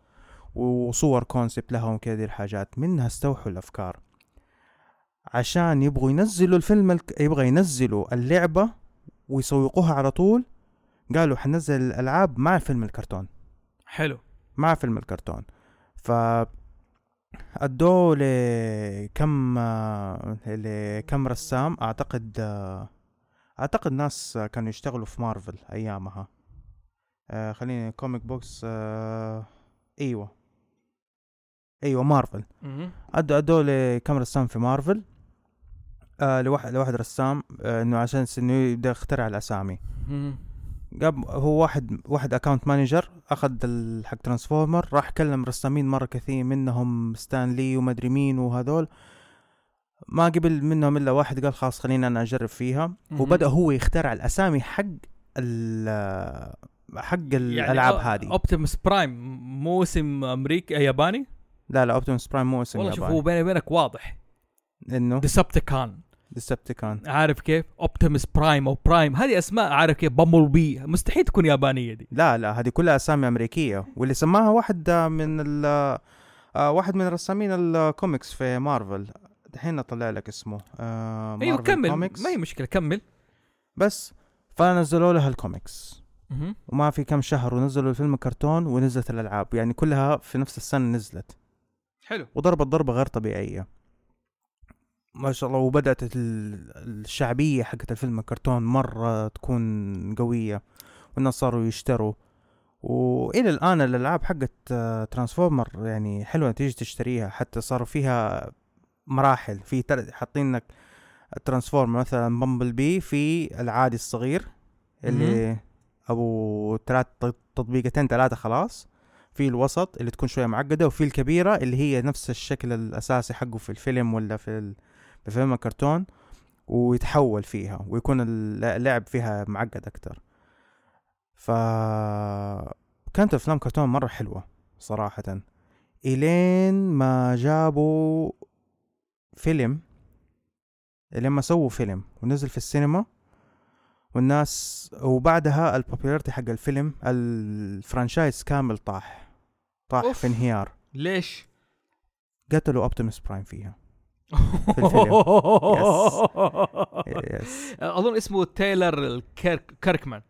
[SPEAKER 2] وصور كونسبت لها وكذا دي الحاجات منها استوحوا الافكار عشان يبغوا ينزلوا الفيلم الك... يبغى ينزلوا اللعبه ويسوقوها على طول قالوا حننزل الالعاب مع فيلم الكرتون
[SPEAKER 1] حلو
[SPEAKER 2] مع فيلم الكرتون ف ادوه لكم لكم رسام اعتقد اعتقد ناس كانوا يشتغلوا في مارفل ايامها آه، خليني كوميك بوكس آه، ايوه ايوه مارفل
[SPEAKER 1] مم.
[SPEAKER 2] ادوا ادوا لكم رسام في مارفل آه لواحد لواحد رسام آه انه عشان س- انه يبدا يخترع الاسامي
[SPEAKER 1] مم.
[SPEAKER 2] قام هو واحد واحد اكونت مانجر اخذ ال- حق ترانسفورمر راح كلم رسامين مره كثير منهم ستانلي ومدري مين وهذول ما قبل منهم الا واحد قال خلاص خلينا انا اجرب فيها
[SPEAKER 1] مهم.
[SPEAKER 2] وبدا هو يخترع الاسامي حق ال حق
[SPEAKER 1] يعني
[SPEAKER 2] الالعاب
[SPEAKER 1] أو-
[SPEAKER 2] هذه
[SPEAKER 1] اوبتيمس برايم مو اسم امريكي آه، ياباني
[SPEAKER 2] لا لا اوبتيموس برايم مو اسم
[SPEAKER 1] والله شوف
[SPEAKER 2] ياباني
[SPEAKER 1] هو بيني وبينك واضح
[SPEAKER 2] انه
[SPEAKER 1] ديسبتيكان
[SPEAKER 2] ديسبتيكان
[SPEAKER 1] عارف كيف اوبتيمس برايم او برايم هذه اسماء عارف كيف بامبل بي مستحيل تكون يابانيه دي
[SPEAKER 2] لا لا هذه كلها اسامي امريكيه واللي سماها واحد من ال آه، واحد من رسامين الكوميكس في مارفل دحين اطلع لك اسمه آه
[SPEAKER 1] ايوه
[SPEAKER 2] مارفل
[SPEAKER 1] كمل
[SPEAKER 2] كوميكس
[SPEAKER 1] ما هي مشكله كمل
[SPEAKER 2] بس فنزلوا لها الكوميكس
[SPEAKER 1] مهم.
[SPEAKER 2] وما في كم شهر ونزلوا الفيلم كرتون ونزلت الالعاب يعني كلها في نفس السنه نزلت
[SPEAKER 1] حلو
[SPEAKER 2] وضربت ضربه غير طبيعيه ما شاء الله وبدات ال- الشعبيه حقت الفيلم الكرتون مره تكون قويه والناس صاروا يشتروا والى الان الالعاب حقت آه، ترانسفورمر يعني حلوه تيجي تشتريها حتى صاروا فيها مراحل في تر- حاطين لك ترانسفورمر مثلا بامبل بي في العادي الصغير اللي ابو ثلاث تطبيقتين ثلاثه خلاص في الوسط اللي تكون شويه معقده وفي الكبيره اللي هي نفس الشكل الاساسي حقه في الفيلم ولا في ال... في فيلم الكرتون ويتحول فيها ويكون ال- اللعب فيها معقد اكثر ف كانت افلام كرتون مره حلوه صراحه الين ما جابوا فيلم لما سووا فيلم ونزل في السينما والناس وبعدها البوبيلاريتي حق الفيلم الفرانشايز كامل طاح طاح
[SPEAKER 1] أوف.
[SPEAKER 2] في انهيار
[SPEAKER 1] ليش؟
[SPEAKER 2] قتلوا اوبتيموس برايم فيها يس
[SPEAKER 1] اظن اسمه تايلر الكيرك كيركمان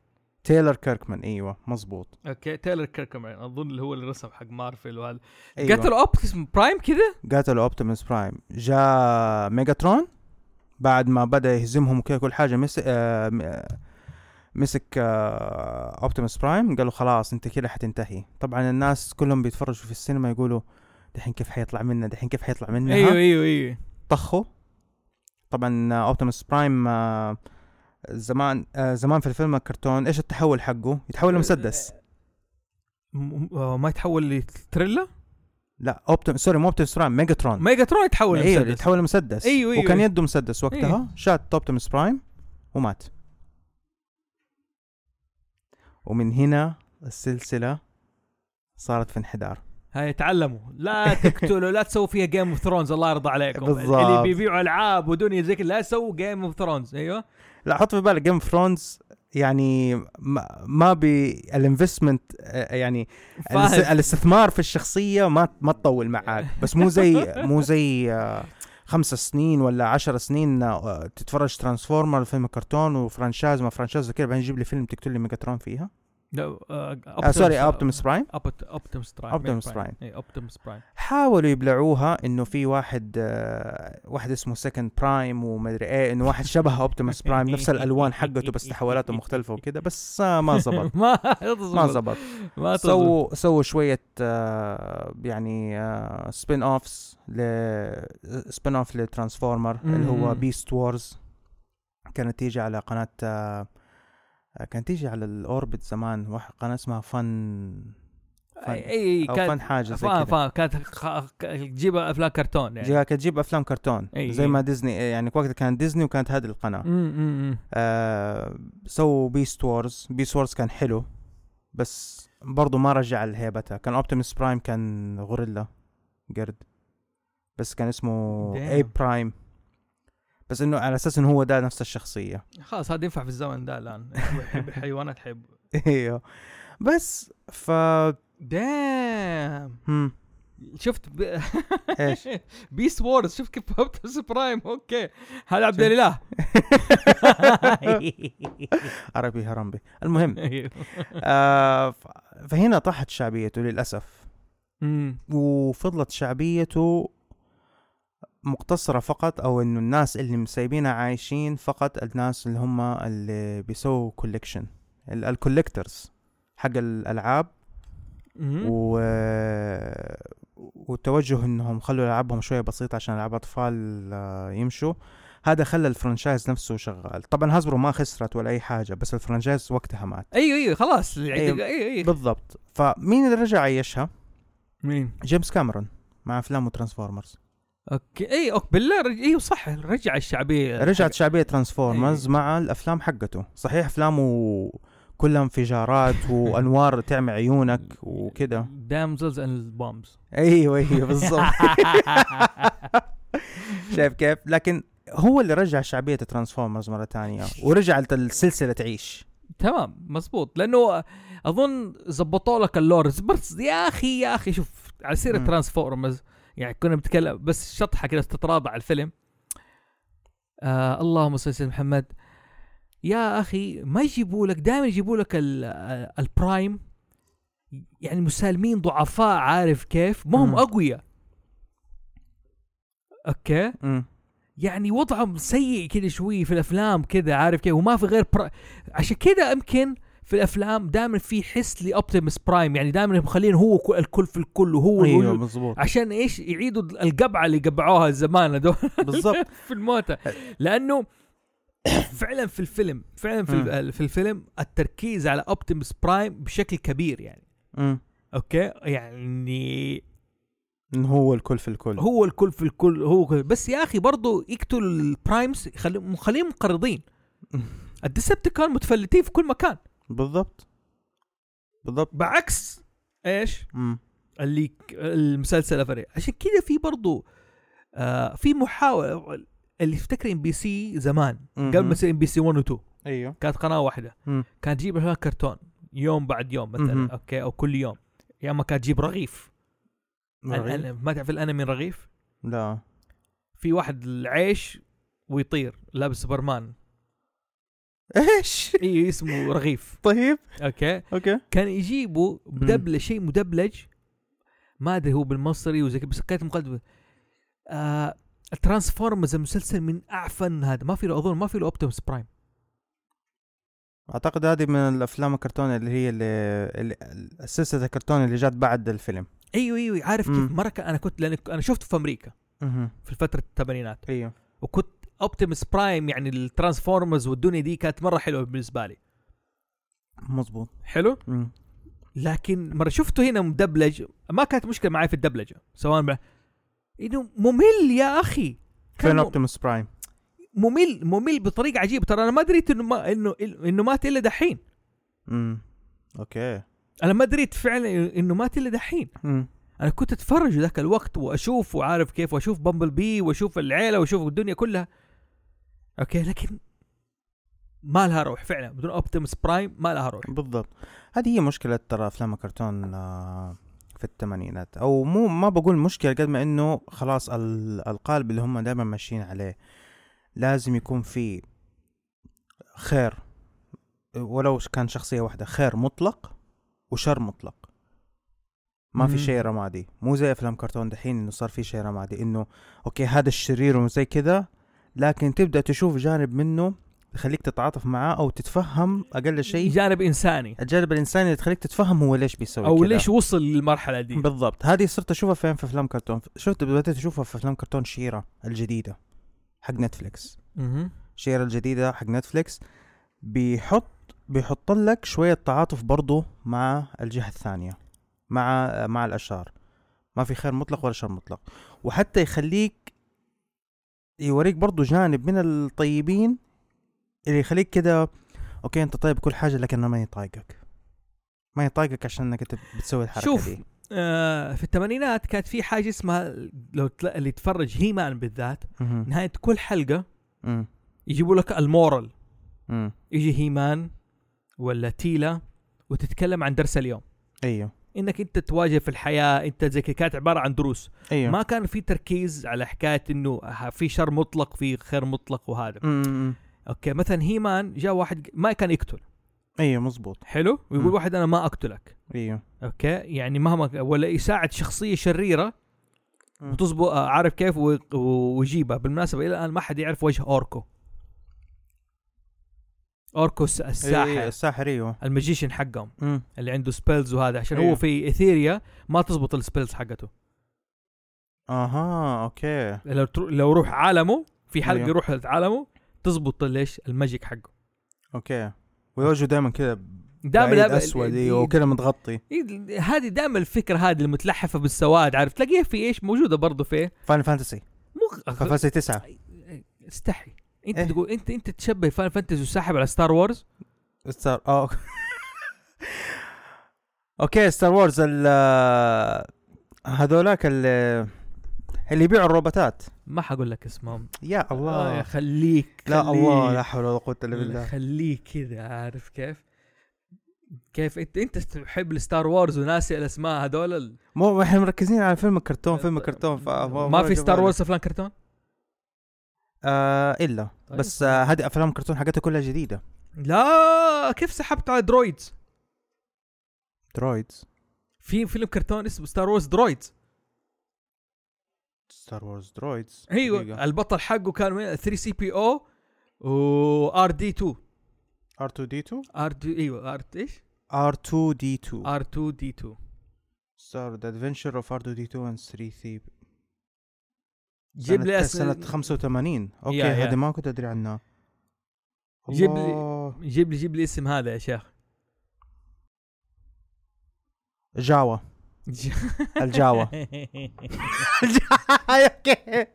[SPEAKER 2] تايلر كيركمان ايوه مزبوط
[SPEAKER 1] اوكي تايلر كيركمان اظن اللي هو اللي رسم حق مارفل وهذا
[SPEAKER 2] أيوة.
[SPEAKER 1] قتل اوبتيس برايم كذا
[SPEAKER 2] قتلوا اوبتيموس برايم جاء ميجاترون بعد ما بدا يهزمهم كده كل حاجه مسك آه م- آه، مسك آه اوبتيموس برايم قالوا خلاص انت كده حتنتهي طبعا الناس كلهم بيتفرجوا في السينما يقولوا دحين كيف حيطلع منا دحين كيف حيطلع منا
[SPEAKER 1] ايوه ايوه ايوه
[SPEAKER 2] طخوا طبعا اوبتيموس برايم آه، زمان آه، زمان في الفيلم الكرتون ايش التحول حقه؟ يتحول لمسدس
[SPEAKER 3] م- آه، ما يتحول لتريلا
[SPEAKER 2] لا اوبتيموس سوري مو اوبتيموس برايم ميجاترون
[SPEAKER 3] ميجاترون يتحول
[SPEAKER 2] ايوه
[SPEAKER 3] لمسدس
[SPEAKER 2] يتحول لمسدس
[SPEAKER 3] أيوه، أيوه،
[SPEAKER 2] وكان
[SPEAKER 3] أيوه.
[SPEAKER 2] يده مسدس وقتها
[SPEAKER 3] أيوه.
[SPEAKER 2] شات اوبتيموس برايم ومات ومن هنا السلسله صارت في انحدار
[SPEAKER 1] هاي تعلموا لا تقتلوا لا تسووا فيها جيم اوف ثرونز الله يرضى عليكم
[SPEAKER 2] بالضبط.
[SPEAKER 1] اللي بيبيعوا العاب ودنيا زي كذا لا تسووا جيم اوف ثرونز ايوه
[SPEAKER 2] لا حط في بالك جيم فرونز يعني ما, ما بي الانفستمنت يعني الاس-
[SPEAKER 1] فاهم.
[SPEAKER 2] الاستثمار في الشخصيه ما ما تطول معاك بس مو زي مو زي آه، خمس سنين ولا عشر سنين آه، تتفرج ترانسفورمر فيلم كرتون وفرانشايز ما فرانشايز كذا بعدين يجيب لي فيلم تقتل لي ميجاترون فيها
[SPEAKER 1] لا، آه،
[SPEAKER 2] آه سوري
[SPEAKER 1] Optimus- إيه،
[SPEAKER 2] اوبتيموس برايم
[SPEAKER 1] أبت- اوبتيموس برايم
[SPEAKER 2] Optimus Prime.
[SPEAKER 1] اي اوبتيموس برايم
[SPEAKER 2] حاولوا يبلعوها انه في واحد آه، واحد اسمه سكند برايم ومدري ايه انه واحد شبه اوبتيموس برايم نفس الالوان حقته بس تحولاته مختلفه وكذا بس آه، ما زبط
[SPEAKER 1] ما
[SPEAKER 2] ما
[SPEAKER 1] تزبط
[SPEAKER 2] زبط
[SPEAKER 1] ما تزبط
[SPEAKER 2] سووا سووا شويه آه، يعني سبين اوفس ل سبين اوف لترانسفورمر
[SPEAKER 1] مم.
[SPEAKER 2] اللي هو بيست وورز كانت تيجي على قناه آه، كانت تيجي على الاوربت زمان واحد قناه اسمها فن
[SPEAKER 1] اي اي
[SPEAKER 2] او
[SPEAKER 1] كانت
[SPEAKER 2] فن حاجه زي
[SPEAKER 1] فاهم
[SPEAKER 2] كذا
[SPEAKER 1] فاهم كانت خ- ك- تجيب افلام كرتون يعني
[SPEAKER 2] جا- كانت تجيب افلام كرتون
[SPEAKER 1] أي.
[SPEAKER 2] زي ما ديزني يعني وقتها كانت ديزني وكانت هذه القناه
[SPEAKER 1] مم، مم، مم.
[SPEAKER 2] آه سووا بيست وورز بيست وورز كان حلو بس برضو ما رجع لهيبتها كان اوبتيموس برايم كان غوريلا قرد بس كان اسمه
[SPEAKER 1] Damn.
[SPEAKER 2] اي برايم بس انه على اساس انه هو ده نفس الشخصيه
[SPEAKER 1] خلاص هذا ينفع في الزمن ده الان يحب الحيوانات حب
[SPEAKER 2] ايوه بس ف
[SPEAKER 1] دام
[SPEAKER 2] هم
[SPEAKER 1] شفت ب...
[SPEAKER 2] ايش
[SPEAKER 1] بيس وورز شوف كيف فهمت برايم اوكي هذا عبد الاله
[SPEAKER 2] عربي هرمبي المهم آه ف- فهنا طاحت شعبيته للاسف
[SPEAKER 1] أمم.
[SPEAKER 2] وفضلت شعبيته مقتصرة فقط أو إنه الناس اللي مسايبينها عايشين فقط الناس اللي هم اللي بيسووا كوليكشن الكوليكترز حق الألعاب
[SPEAKER 1] أمم.
[SPEAKER 2] و... والتوجه إنهم خلوا ألعابهم شوية بسيطة عشان ألعاب أطفال آه، يمشوا هذا خلى الفرنشايز نفسه شغال طبعا هازبرو ما خسرت ولا أي حاجة بس الفرنشايز وقتها مات
[SPEAKER 1] ايوه ايوه خلاص
[SPEAKER 2] أيوه.
[SPEAKER 1] ايوه ايوه
[SPEAKER 2] بالضبط فمين اللي رجع عيشها
[SPEAKER 1] مين؟
[SPEAKER 2] جيمس كاميرون مع أفلامه ترانسفورمرز
[SPEAKER 1] اوكي اي اوكي بالله رج... ايوه صح رجع الشعبيه
[SPEAKER 2] رجعت شعبيه ترانسفورمرز مع الافلام حقته صحيح افلامه كلها انفجارات وانوار تعمي عيونك وكده
[SPEAKER 1] دامزلز اند بومبز
[SPEAKER 2] ايوه ايوه بالضبط شايف كيف لكن هو اللي رجع شعبيه ترانسفورمرز مره ثانيه ورجعت السلسله تعيش
[SPEAKER 1] تمام مزبوط لانه اظن زبطوا لك اللورز بس يا اخي يا اخي شوف على سيره
[SPEAKER 2] مم.
[SPEAKER 1] ترانسفورمرز يعني كنا بنتكلم بس شطحه كذا تتراضى على الفيلم آه اللهم صل على سيدنا محمد يا اخي ما يجيبوا لك دائما يجيبوا لك ال- آه، البرايم يعني مسالمين ضعفاء عارف كيف ما هم
[SPEAKER 2] مم.
[SPEAKER 1] اقوياء اوكي
[SPEAKER 2] امم
[SPEAKER 1] يعني وضعهم سيء كذا شوي في الافلام كذا عارف كيف وما في غير برا... عشان كذا يمكن في الافلام دائما في حس لاوبتيمس برايم يعني دائما مخلين هو كل- الكل في الكل وهو
[SPEAKER 2] ايوه
[SPEAKER 1] أيوه.
[SPEAKER 2] مظبوط
[SPEAKER 1] عشان ايش يعيدوا القبعه اللي قبعوها زمان هذول
[SPEAKER 2] بالضبط
[SPEAKER 1] في الموتى لانه فعلا في الفيلم فعلا في,
[SPEAKER 2] مم.
[SPEAKER 1] ال- في الفيلم التركيز على اوبتيمس برايم بشكل كبير يعني
[SPEAKER 2] امم
[SPEAKER 1] اوكي يعني
[SPEAKER 2] إنه هو الكل في الكل
[SPEAKER 1] هو الكل في الكل هو كل بس يا اخي برضو يقتلوا البرايمز يخليهم مخليهم مقرضين الديسبتيكون متفلتين في كل مكان
[SPEAKER 2] بالضبط بالضبط
[SPEAKER 1] بعكس ايش
[SPEAKER 2] امم
[SPEAKER 1] اللي ك- المسلسل الافري عشان كذا في برضو آه في محاوله اللي يفتكر ام بي سي زمان قبل ما يصير ام بي سي 1 و 2
[SPEAKER 2] ايوه
[SPEAKER 1] كانت قناه واحده
[SPEAKER 2] مم.
[SPEAKER 1] كانت تجيب لها كرتون يوم بعد يوم
[SPEAKER 2] مهم.
[SPEAKER 1] مثلا اوكي او كل يوم يا اما كانت تجيب رغيف الأن- ما تعرف الانمي رغيف
[SPEAKER 2] لا
[SPEAKER 1] في واحد العيش ويطير لابس سوبرمان
[SPEAKER 2] ايش
[SPEAKER 1] اي إيه، اسمه رغيف
[SPEAKER 2] طيب
[SPEAKER 1] اوكي
[SPEAKER 2] اوكي
[SPEAKER 1] كان يجيبوا مدبلج شيء مدبلج ما ادري هو بالمصري وزي كذا بس كانت مقدمه آه الترانسفورمرز المسلسل من اعفن هذا ما في له اظن ما في له اوبتيمس برايم
[SPEAKER 2] اعتقد هذه من الافلام الكرتون اللي هي اللي, اللي السلسله الكرتون اللي جات بعد الفيلم
[SPEAKER 1] ايوه ايوه عارف كيف
[SPEAKER 2] مم.
[SPEAKER 1] مره كان- انا كنت لان انا شفته في امريكا
[SPEAKER 2] اها
[SPEAKER 1] في فتره الثمانينات
[SPEAKER 2] ايوه
[SPEAKER 1] وكنت اوبتيمس برايم يعني الترانسفورمرز والدنيا دي كانت مره حلوه بالنسبه لي
[SPEAKER 2] مظبوط
[SPEAKER 1] حلو
[SPEAKER 2] مم.
[SPEAKER 1] لكن مره شفته هنا مدبلج ما كانت مشكله معي في الدبلجه سواء ب... انه ممل يا اخي
[SPEAKER 2] فين
[SPEAKER 1] كان م-
[SPEAKER 2] اوبتيموس برايم
[SPEAKER 1] ممل ممل بطريقه عجيبه ترى انا ما دريت انه ما انه انه مات الا دحين
[SPEAKER 2] مم. اوكي
[SPEAKER 1] انا ما دريت فعلا انه مات الا دحين
[SPEAKER 2] مم.
[SPEAKER 1] انا كنت اتفرج ذاك الوقت واشوف وعارف كيف واشوف بامبل بي واشوف العيله واشوف الدنيا كلها اوكي لكن ما لها روح فعلا بدون اوبتيمس برايم ما لها روح
[SPEAKER 2] بالضبط هذه هي مشكله ترى افلام الكرتون آه، في الثمانينات او مو ما بقول مشكله قد ما انه خلاص ال- القالب اللي هم دائما ماشيين عليه لازم يكون في خير ولو كان شخصيه واحده خير مطلق وشر مطلق ما
[SPEAKER 1] مم.
[SPEAKER 2] في شيء رمادي مو زي افلام كرتون دحين انه صار في شيء رمادي انه اوكي هذا الشرير وزي كذا لكن تبدا تشوف جانب منه يخليك تتعاطف معاه او تتفهم اقل شيء
[SPEAKER 1] جانب انساني
[SPEAKER 2] الجانب الانساني اللي تخليك تتفهم هو ليش بيسوي
[SPEAKER 1] او
[SPEAKER 2] كده.
[SPEAKER 1] ليش وصل للمرحله دي
[SPEAKER 2] بالضبط هذه صرت اشوفها فين في افلام كرتون شفت بدات اشوفها في افلام كرتون شيرة الجديده حق نتفليكس
[SPEAKER 1] مهم.
[SPEAKER 2] شيرة الجديده حق نتفليكس بيحط بيحط لك شويه تعاطف برضه مع الجهه الثانيه مع مع الاشرار ما في خير مطلق ولا شر مطلق وحتى يخليك يوريك برضه جانب من الطيبين اللي يخليك كده اوكي انت طيب كل حاجه لكن أنا ما يطايقك ما يطايقك عشان انك انت بتسوي الحركه
[SPEAKER 1] شوف،
[SPEAKER 2] دي
[SPEAKER 1] آه في الثمانينات كانت في حاجه اسمها لو تلا- اللي يتفرج هي مان بالذات
[SPEAKER 2] مهم.
[SPEAKER 1] نهايه كل حلقه
[SPEAKER 2] مم.
[SPEAKER 1] يجيبوا لك المورال
[SPEAKER 2] مم.
[SPEAKER 1] يجي هيمان ولا تيلا وتتكلم عن درس اليوم
[SPEAKER 2] ايوه
[SPEAKER 1] انك انت تواجه في الحياه انت زي كده، كانت عباره عن دروس
[SPEAKER 2] ايوه
[SPEAKER 1] ما كان في تركيز على حكايه انه ها- في شر مطلق في خير مطلق وهذا
[SPEAKER 2] مم، مم.
[SPEAKER 1] اوكي مثلا هيمان جاء واحد ما كان يقتل
[SPEAKER 2] ايوه مزبوط
[SPEAKER 1] حلو ويقول
[SPEAKER 2] مم.
[SPEAKER 1] واحد انا ما اقتلك
[SPEAKER 2] ايوه
[SPEAKER 1] اوكي يعني مهما ولا يساعد شخصيه شريره
[SPEAKER 2] مم.
[SPEAKER 1] وتصبو آه، عارف كيف و- و- ويجيبها بالمناسبه الى الان ما حد يعرف وجه اوركو اوركو الس-
[SPEAKER 2] إيه،
[SPEAKER 1] الساحر
[SPEAKER 2] الساحر ايوه
[SPEAKER 1] الماجيشن حقهم
[SPEAKER 2] مم.
[SPEAKER 1] اللي عنده سبيلز وهذا عشان هو
[SPEAKER 2] أيوه.
[SPEAKER 1] في اثيريا ما تزبط السبيلز حقته
[SPEAKER 2] اها اوكي
[SPEAKER 1] لو تر- لو روح عالمه في حلقه
[SPEAKER 2] أيوه.
[SPEAKER 1] يروح لعالمه تزبط ليش الماجيك حقه
[SPEAKER 2] اوكي ويوجهه دائما كذا
[SPEAKER 1] دائما
[SPEAKER 2] بعيد
[SPEAKER 1] دائما-
[SPEAKER 2] اسود
[SPEAKER 1] ال-
[SPEAKER 2] ايوه
[SPEAKER 1] ال-
[SPEAKER 2] وكذا متغطي
[SPEAKER 1] ال- هذه دائما الفكره هذه المتلحفه بالسواد عارف تلاقيها في ايش موجوده برضه في
[SPEAKER 2] فاينل فانتسي فاينل
[SPEAKER 1] مو
[SPEAKER 2] فانتسي 9
[SPEAKER 1] استحي انت
[SPEAKER 2] إيه.
[SPEAKER 1] تقول انت انت تشبه فان فانتسي وساحب على ستار وورز
[SPEAKER 2] ستار اه اوكي ستار وورز ال هذولاك اللي اللي يبيعوا الروبوتات
[SPEAKER 1] ما حقول لك اسمهم
[SPEAKER 2] يا
[SPEAKER 1] آه،
[SPEAKER 2] الله
[SPEAKER 1] خليك
[SPEAKER 2] لا
[SPEAKER 1] خليك.
[SPEAKER 2] الله لا حول ولا قوه الا
[SPEAKER 1] لا،
[SPEAKER 2] بالله
[SPEAKER 1] خليك كذا عارف كيف كيف انت انت تحب الستار وورز وناسي الاسماء هذول ال-
[SPEAKER 2] مو احنا مركزين على فيلم الكرتون فيلم الكرتون فما-
[SPEAKER 1] آه، ما في ستار
[SPEAKER 2] جبالي.
[SPEAKER 1] وورز افلام كرتون
[SPEAKER 2] آه الا
[SPEAKER 1] طيب.
[SPEAKER 2] بس آه، هذه افلام كرتون حقتها كلها جديده
[SPEAKER 1] لا كيف سحبت على درويدز
[SPEAKER 2] درويدز
[SPEAKER 1] في فيلم كرتون اسمه ستار وورز درويدز
[SPEAKER 2] ستار وورز درويدز
[SPEAKER 1] ايوه البطل حقه كان وين 3 سي بي او وار دي 2
[SPEAKER 2] ار 2 دي 2
[SPEAKER 1] ار دي ايوه ار ايش
[SPEAKER 2] ار 2 دي 2
[SPEAKER 1] ار 2 دي 2
[SPEAKER 2] ستار ذا ادفنشر اوف ار 2 دي 2 اند 3 ثيب
[SPEAKER 1] جيب لي
[SPEAKER 2] سنه
[SPEAKER 1] اسم
[SPEAKER 2] 85 اوكي
[SPEAKER 1] يا- يا.
[SPEAKER 2] هذه ما كنت ادري عنها
[SPEAKER 1] جيب لي-
[SPEAKER 2] الله.
[SPEAKER 1] جيب لي جيب لي اسم هذا يا شيخ
[SPEAKER 2] جاوا الجاوا اوكي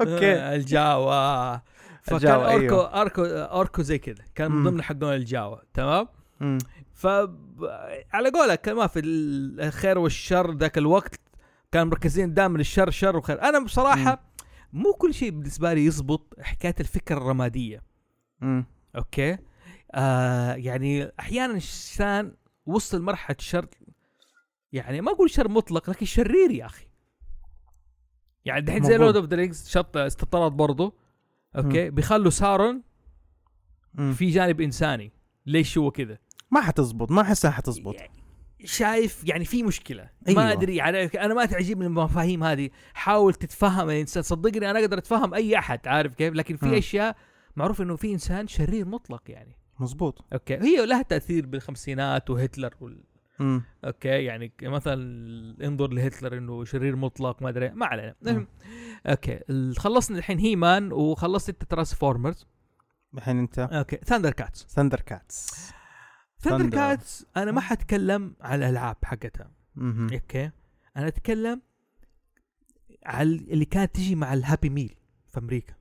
[SPEAKER 2] اوكي
[SPEAKER 1] آه، الجاوا فكان
[SPEAKER 2] الجاوا،
[SPEAKER 1] اوركو
[SPEAKER 2] أيوه.
[SPEAKER 1] اوركو اوركو زي كذا كان من
[SPEAKER 2] مم.
[SPEAKER 1] ضمن حقون الجاوا تمام
[SPEAKER 2] أمم.
[SPEAKER 1] ف على قولك كان ما في الخير والشر ذاك الوقت كانوا مركزين دائما الشر شر وخير انا بصراحه مو كل شيء بالنسبه لي يزبط حكايه الفكره الرماديه
[SPEAKER 2] أمم.
[SPEAKER 1] اوكي آه يعني احيانا الانسان وصل لمرحله شر يعني ما اقول شر مطلق لكن شرير يا اخي يعني دحين زي
[SPEAKER 2] مظبوط.
[SPEAKER 1] لورد اوف ذا رينجز شط استطراد برضه اوكي بيخلوا سارون
[SPEAKER 2] أمم.
[SPEAKER 1] في جانب انساني ليش هو كذا
[SPEAKER 2] ما حتزبط ما احسها حتزبط
[SPEAKER 1] شايف يعني في مشكله أيوة.
[SPEAKER 2] أيوة.
[SPEAKER 1] ما ادري على انا ما تعجبني المفاهيم هذه حاول تتفهم الانسان صدقني انا اقدر اتفهم اي احد عارف كيف لكن
[SPEAKER 2] مم.
[SPEAKER 1] في اشياء معروف انه في انسان شرير مطلق يعني
[SPEAKER 2] مزبوط
[SPEAKER 1] اوكي هي لها تاثير بالخمسينات وهتلر وال...
[SPEAKER 2] امم
[SPEAKER 1] اوكي يعني ك- مثلا انظر لهتلر انه شرير مطلق ما ادري ما علينا
[SPEAKER 2] مم.
[SPEAKER 1] المهم اوكي ال- خلصنا الحين هي مان وخلصت انت ترانسفورمرز
[SPEAKER 2] الحين انت
[SPEAKER 1] اوكي ثاندر كاتس
[SPEAKER 2] ثندر كاتس
[SPEAKER 1] ثاندر
[SPEAKER 2] Thunder.
[SPEAKER 1] كاتس انا ما حتكلم على الالعاب حقتها
[SPEAKER 2] مهم.
[SPEAKER 1] اوكي انا اتكلم على اللي كانت تجي مع الهابي ميل في امريكا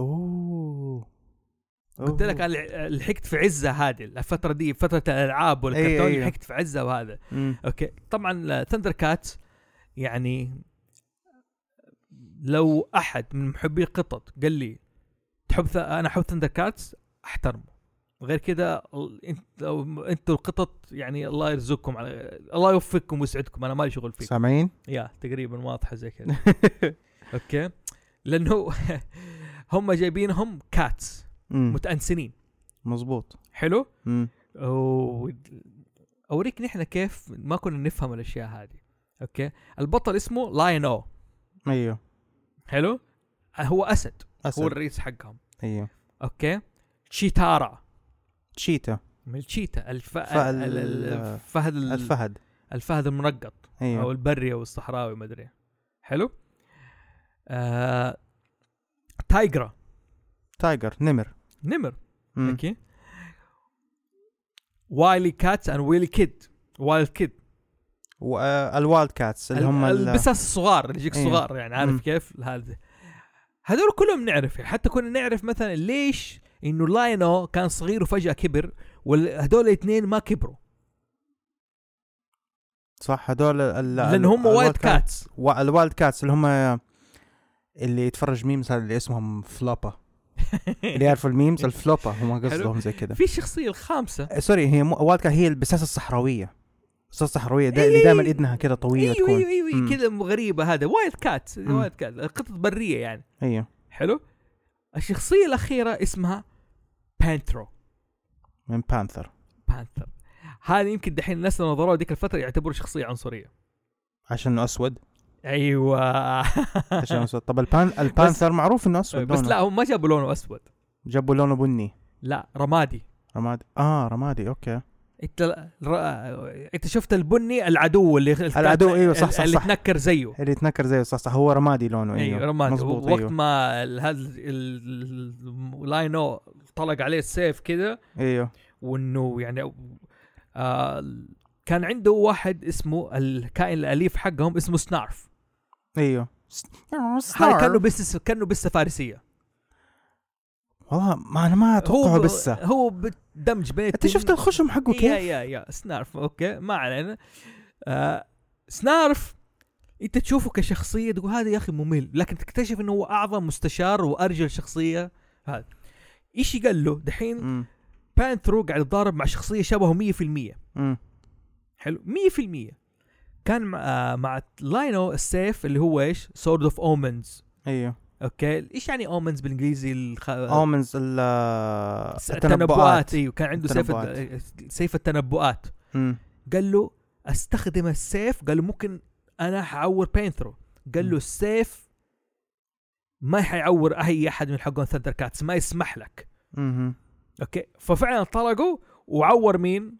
[SPEAKER 2] اوه
[SPEAKER 1] قلت لك
[SPEAKER 2] أوه.
[SPEAKER 1] انا لحقت في عزه هذه الفتره دي فتره الالعاب
[SPEAKER 2] أيوة،
[SPEAKER 1] والكرتون
[SPEAKER 2] أيوة.
[SPEAKER 1] لحقت في عزه وهذا
[SPEAKER 2] مم.
[SPEAKER 1] اوكي طبعا ثندر كات يعني لو احد من محبي القطط قال لي تحب ث... انا احب ثندر كات احترمه غير كذا ال- انت لو انتوا القطط يعني الله يرزقكم على الله يوفقكم ويسعدكم انا مالي شغل فيكم
[SPEAKER 2] سامعين؟
[SPEAKER 1] يا تقريبا واضحه زي كذا اوكي لانه هم جايبينهم كاتس
[SPEAKER 2] مم.
[SPEAKER 1] متانسنين
[SPEAKER 2] مزبوط
[SPEAKER 1] حلو
[SPEAKER 2] مم.
[SPEAKER 1] و- اوريك نحن كيف ما كنا نفهم الاشياء هذه اوكي البطل اسمه لاين او
[SPEAKER 2] ايوه
[SPEAKER 1] حلو هو اسد, هو
[SPEAKER 2] اسد
[SPEAKER 1] الرئيس حقهم
[SPEAKER 2] ايوه
[SPEAKER 1] اوكي تشيتارا
[SPEAKER 2] تشيتا
[SPEAKER 1] من الشيتا الف...
[SPEAKER 2] فأل-
[SPEAKER 1] ال- ال- الفهد ال-
[SPEAKER 2] الفهد
[SPEAKER 1] الفهد المنقط او
[SPEAKER 2] ايوه
[SPEAKER 1] البري او الصحراوي ما ادري حلو آه... تايجرا
[SPEAKER 2] تايجر نمر
[SPEAKER 1] نمر
[SPEAKER 2] مم.
[SPEAKER 1] اوكي وايلي كات اند ويلي كيد وايلد كيد
[SPEAKER 2] والوالد آه، كاتس اللي
[SPEAKER 1] ال-
[SPEAKER 2] هم ال-
[SPEAKER 1] البساس الصغار اللي يجيك
[SPEAKER 2] أيوه.
[SPEAKER 1] صغار يعني عارف
[SPEAKER 2] مم.
[SPEAKER 1] كيف هذا هذول كلهم نعرف يعني حتى كنا نعرف مثلا ليش انه لاينو كان صغير وفجاه كبر وهذول الاثنين ما كبروا
[SPEAKER 2] صح هذول ال- ال-
[SPEAKER 1] لان هم
[SPEAKER 2] الوالد
[SPEAKER 1] وايلد كاتس
[SPEAKER 2] والوالد كاتس اللي هم اللي يتفرج ميمز هذا اللي اسمهم فلوبا اللي يعرفوا الميمز الفلوبا هم قصدهم زي كذا
[SPEAKER 1] في الشخصيه الخامسه
[SPEAKER 2] آه، سوري هي مو والد كات هي البساسه الصحراويه البساسه الصحراويه دا اللي دائما
[SPEAKER 1] إيه.
[SPEAKER 2] اذنها كذا طويله
[SPEAKER 1] ايوه
[SPEAKER 2] تكون
[SPEAKER 1] ايوه ايوه
[SPEAKER 2] مم.
[SPEAKER 1] أيوه كذا غريبه هذا وايلد كات
[SPEAKER 2] مم.
[SPEAKER 1] وايلد كات قطط بريه يعني
[SPEAKER 2] ايوه
[SPEAKER 1] حلو الشخصيه الاخيره اسمها بانثرو
[SPEAKER 2] من بانثر
[SPEAKER 1] بانثر هذه يمكن دحين الناس لو نظروا ديك الفتره يعتبروا شخصيه عنصريه
[SPEAKER 2] عشان انه اسود
[SPEAKER 1] ايوه
[SPEAKER 2] عشان اسود طب البان البانثر معروف انه اسود
[SPEAKER 1] بس
[SPEAKER 2] لونه.
[SPEAKER 1] لا هم ما جابوا لونه اسود
[SPEAKER 2] جابوا لونه بني
[SPEAKER 1] لا رمادي
[SPEAKER 2] رمادي اه رمادي اوكي
[SPEAKER 1] انت ر... انت شفت البني العدو اللي
[SPEAKER 2] العدو، أيوه، صح، صح، أيوة،
[SPEAKER 1] اللي
[SPEAKER 2] صح.
[SPEAKER 1] تنكر زيه
[SPEAKER 2] اللي يتنكر زيه صح صح هو رمادي لونه ايوه,
[SPEAKER 1] ايوه رمادي
[SPEAKER 2] مزبوط
[SPEAKER 1] وقت
[SPEAKER 2] ايوه
[SPEAKER 1] ما ال- هذا ال- ال- لاينو طلق عليه السيف كذا
[SPEAKER 2] ايوه
[SPEAKER 1] وانه يعني آه كان عنده واحد اسمه الكائن الاليف حقهم اسمه سنارف
[SPEAKER 2] ايوه س-
[SPEAKER 1] هذا كانه بس كانه بس فارسيه
[SPEAKER 2] والله ما انا ما اتوقعه
[SPEAKER 1] ب- إيه،
[SPEAKER 2] بسه
[SPEAKER 1] هو بدمج بين
[SPEAKER 2] انت شفت الخشم حقه
[SPEAKER 1] يا
[SPEAKER 2] كيف؟
[SPEAKER 1] يا يا سنارف اوكي ما علينا آه سنارف انت تشوفه كشخصيه تقول هذا يا اخي ممل لكن تكتشف انه هو اعظم مستشار وارجل شخصيه هذا ايش قال له دحين
[SPEAKER 2] مم.
[SPEAKER 1] بانثرو قاعد يتضارب مع شخصيه شبهه 100%
[SPEAKER 2] مم.
[SPEAKER 1] حلو 100% كان مع, آه مع لاينو السيف اللي هو ايش سورد اوف اومنز
[SPEAKER 2] ايوه
[SPEAKER 1] اوكي ايش يعني اومنز بالانجليزي الخ...
[SPEAKER 2] اومنز ال- آه، التنبؤات
[SPEAKER 1] ايوه كان عنده سيف
[SPEAKER 2] التنبؤات.
[SPEAKER 1] الت- سيف التنبؤات
[SPEAKER 2] مم.
[SPEAKER 1] قال له استخدم السيف قال له ممكن انا حعور بينثرو قال له السيف ما حيعور اي احد من حقون ثندر كاتس ما يسمح لك
[SPEAKER 2] مهم.
[SPEAKER 1] اوكي ففعلا طلقوا وعور مين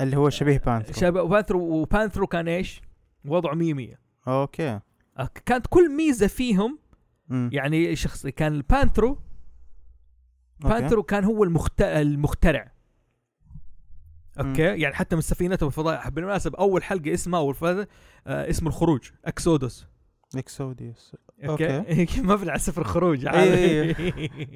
[SPEAKER 2] اللي هو شبيه بانثر
[SPEAKER 1] شاب بانثرو وبانثرو كان ايش وضعه 100 100
[SPEAKER 2] اوكي
[SPEAKER 1] أوكي، كانت كل ميزه فيهم
[SPEAKER 2] مم.
[SPEAKER 1] يعني شخص كان البانثرو
[SPEAKER 2] أوكي.
[SPEAKER 1] بانثرو كان هو المخت... المخترع اوكي يعني حتى من سفينته الفضاء بالمناسبه اول حلقه اسمها اول فضاء آه اسم الخروج اكسودوس
[SPEAKER 2] اكسوديوس
[SPEAKER 1] اوكي ما في على سفر خروج
[SPEAKER 2] أي-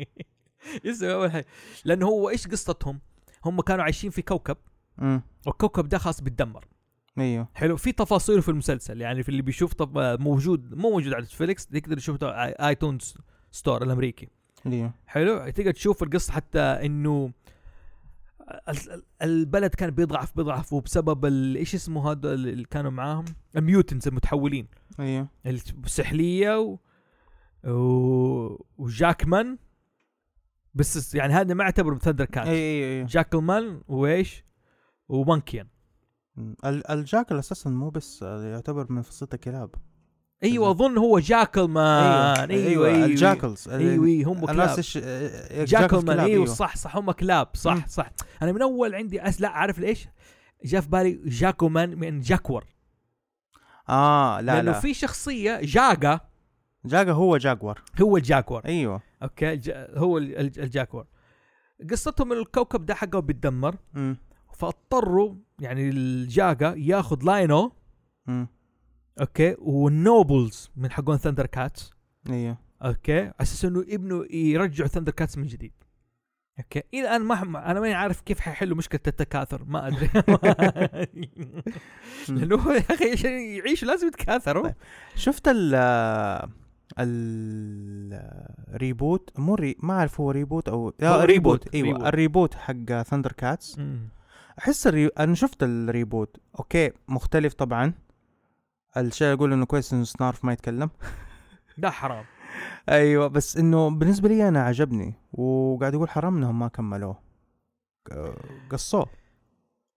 [SPEAKER 1] اسمه اول حاجه لانه هو ايش قصتهم؟ هم كانوا عايشين في كوكب
[SPEAKER 2] مم.
[SPEAKER 1] والكوكب ده خلاص بيتدمر
[SPEAKER 2] ايوه
[SPEAKER 1] حلو في تفاصيله في المسلسل يعني في اللي بيشوف طب موجود مو موجود على نتفليكس يقدر يشوف ايتونز ستور الامريكي
[SPEAKER 2] ايوه
[SPEAKER 1] حلو تقدر تشوف القصه حتى انه ال- ال- البلد كان بيضعف بيضعف وبسبب ال- ايش اسمه هذا اللي كانوا معاهم الميوتنز المتحولين
[SPEAKER 2] ايوه
[SPEAKER 1] السحليه و... و... وجاكمان بس
[SPEAKER 2] أيوة. إيه،
[SPEAKER 1] يعني هذا ما اعتبره ثندر كات
[SPEAKER 2] ايوه ايوه
[SPEAKER 1] جاكلمان وايش ومانكيان
[SPEAKER 2] ال- الجاكل اساسا مو بس آه، يعتبر من فصيله الكلاب إيوه.
[SPEAKER 1] ايوه اظن هو جاكل مان ايوه ايوه
[SPEAKER 2] الجاكلز
[SPEAKER 1] ايوه ايوه هم
[SPEAKER 2] أيوة. الناس
[SPEAKER 1] كلاب
[SPEAKER 2] إيش- إيه،
[SPEAKER 1] جاكل
[SPEAKER 2] جاكلز
[SPEAKER 1] مان
[SPEAKER 2] كلاب،
[SPEAKER 1] ايوه صح صح هم كلاب
[SPEAKER 2] أيوه. مم.
[SPEAKER 1] صح صح انا من اول عندي أس... لا عارف ليش؟ جاء في بالي جاكو مان من جاكور
[SPEAKER 2] اه لا
[SPEAKER 1] لانه
[SPEAKER 2] لا
[SPEAKER 1] في شخصيه جاجا
[SPEAKER 2] جاكا هو جاكور
[SPEAKER 1] هو الجاكور
[SPEAKER 2] ايوه
[SPEAKER 1] اوكي جا... هو ال- ال- الجاكور قصتهم الكوكب ده حقه بيتدمر
[SPEAKER 2] امم
[SPEAKER 1] فاضطروا يعني الجاجا ياخذ لاينو
[SPEAKER 2] امم
[SPEAKER 1] اوكي والنوبلز من حقون ثندر كاتس
[SPEAKER 2] ايوه
[SPEAKER 1] اوكي على اساس انه ابنه يرجع ثندر كاتس من جديد اوكي الى الان ما هم- انا ماني عارف كيف حيحلوا مشكله التكاثر ما ادري لانه هو يا اخي عشان يعيشوا لازم يتكاثروا
[SPEAKER 2] طيب. شفت ال الريبوت مو ري... ما اعرف هو ريبوت او لا
[SPEAKER 1] هو ريبوت،
[SPEAKER 2] ريبوت ايوه
[SPEAKER 1] ريبوت.
[SPEAKER 2] الريبوت حق ثاندر كاتس
[SPEAKER 1] مم.
[SPEAKER 2] احس الري... انا شفت الريبوت اوكي مختلف طبعا الشيء اللي اقول انه كويس انه سنارف ما يتكلم
[SPEAKER 1] ده حرام
[SPEAKER 2] ايوه بس انه بالنسبه لي انا عجبني وقاعد اقول حرام انهم ما كملوه ق- قصوه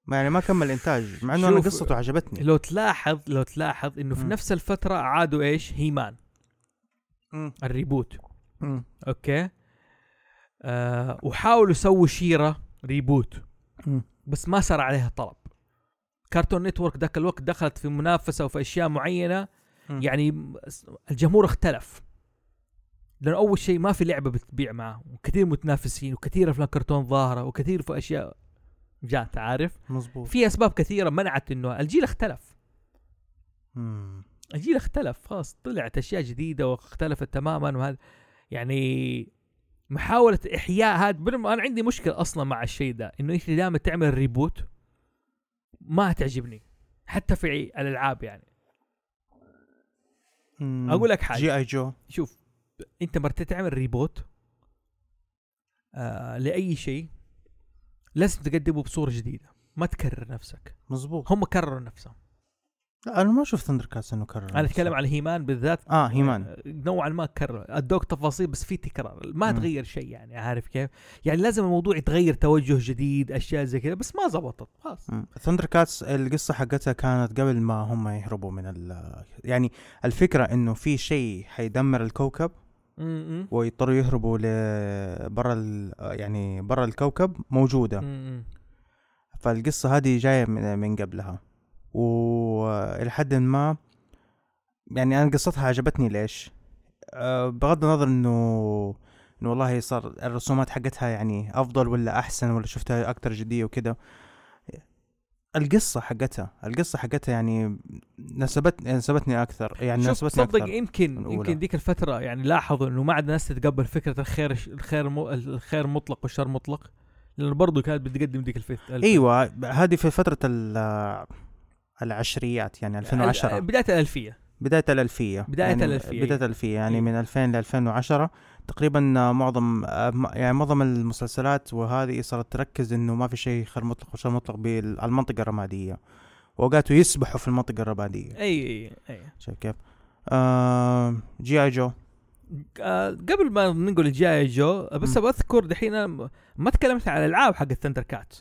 [SPEAKER 2] ما يعني ما كمل انتاج مع انه انا
[SPEAKER 1] شوف،
[SPEAKER 2] قصته عجبتني
[SPEAKER 1] لو تلاحظ لو تلاحظ انه في
[SPEAKER 2] مم.
[SPEAKER 1] نفس الفتره عادوا ايش هيمان
[SPEAKER 2] مم.
[SPEAKER 1] الريبوت
[SPEAKER 2] مم.
[SPEAKER 1] اوكي آه وحاولوا يسووا شيره ريبوت
[SPEAKER 2] مم.
[SPEAKER 1] بس ما صار عليها طلب كارتون نتورك ذاك الوقت دخلت في منافسه وفي اشياء معينه
[SPEAKER 2] مم.
[SPEAKER 1] يعني م- س- الجمهور اختلف لانه اول شيء ما في لعبه بتبيع معه وكثير متنافسين وكثير افلام كرتون ظاهره وكثير في اشياء جات عارف
[SPEAKER 2] مظبوط
[SPEAKER 1] في اسباب كثيره منعت انه الجيل اختلف
[SPEAKER 2] مم.
[SPEAKER 1] الجيل اختلف خلاص طلعت اشياء جديده واختلفت تماما وهذا يعني محاوله احياء هذا بالم- انا عندي مشكله اصلا مع الشيء ده انه انت دائما تعمل ريبوت ما تعجبني حتى في الالعاب يعني
[SPEAKER 2] مم.
[SPEAKER 1] اقول لك حاجه
[SPEAKER 2] جي اي جو
[SPEAKER 1] شوف انت مرتين تعمل ريبوت آه لاي شيء لازم تقدمه بصوره جديده ما تكرر نفسك
[SPEAKER 2] مظبوط
[SPEAKER 1] هم كرروا نفسهم
[SPEAKER 2] لا انا ما اشوف ثندر كاتس انه كرر
[SPEAKER 1] انا اتكلم على هيمان بالذات
[SPEAKER 2] اه
[SPEAKER 1] آه.
[SPEAKER 2] هيمان
[SPEAKER 1] نوعا ما كرر ادوك تفاصيل بس في تكرار ما
[SPEAKER 2] مم.
[SPEAKER 1] تغير شيء يعني عارف كيف يعني لازم الموضوع يتغير توجه جديد اشياء زي كذا بس ما زبطت خلاص
[SPEAKER 2] ثندر كاتس القصه حقتها كانت قبل ما هم يهربوا من ال يعني الفكره انه في شيء حيدمر الكوكب
[SPEAKER 1] مم.
[SPEAKER 2] ويضطروا يهربوا ل برا ال- يعني برا الكوكب موجوده
[SPEAKER 1] مم.
[SPEAKER 2] فالقصه هذه جايه من, من قبلها والى حد ما يعني انا قصتها عجبتني ليش أه بغض النظر انه انه والله صار الرسومات حقتها يعني افضل ولا احسن ولا شفتها اكتر جديه وكده القصه حقتها القصه حقتها يعني نسبت نسبتني اكثر يعني
[SPEAKER 1] شوف إيه؟
[SPEAKER 2] نسبتني
[SPEAKER 1] تصدق
[SPEAKER 2] اكثر
[SPEAKER 1] يمكن
[SPEAKER 2] الأولى.
[SPEAKER 1] يمكن ذيك الفتره يعني لاحظوا انه ما عاد الناس تتقبل فكره الخير الخير م... الخير مطلق والشر مطلق لانه برضه كانت بتقدم ذيك الفتره
[SPEAKER 2] ايوه هذه في فتره ال- العشريات يعني 2010
[SPEAKER 1] بدايه الالفيه
[SPEAKER 2] بداية الألفية
[SPEAKER 1] بداية
[SPEAKER 2] يعني
[SPEAKER 1] الألفية،
[SPEAKER 2] بداية
[SPEAKER 1] أيوة.
[SPEAKER 2] الألفية يعني
[SPEAKER 1] أيوة.
[SPEAKER 2] من 2000 ل 2010 تقريبا آه، معظم آه، م- يعني معظم المسلسلات وهذه صارت تركز انه ما في شيء خير مطلق وشر مطلق بالمنطقة الرمادية وأوقاته يسبحوا في المنطقة الرمادية
[SPEAKER 1] اي اي, أي.
[SPEAKER 2] شايف كيف؟ آه جي اي جو
[SPEAKER 1] آه قبل ما ننقل الجاي جو بس
[SPEAKER 2] مم.
[SPEAKER 1] ابغى اذكر دحين أنا م- ما تكلمت عن الالعاب حق الثندر كات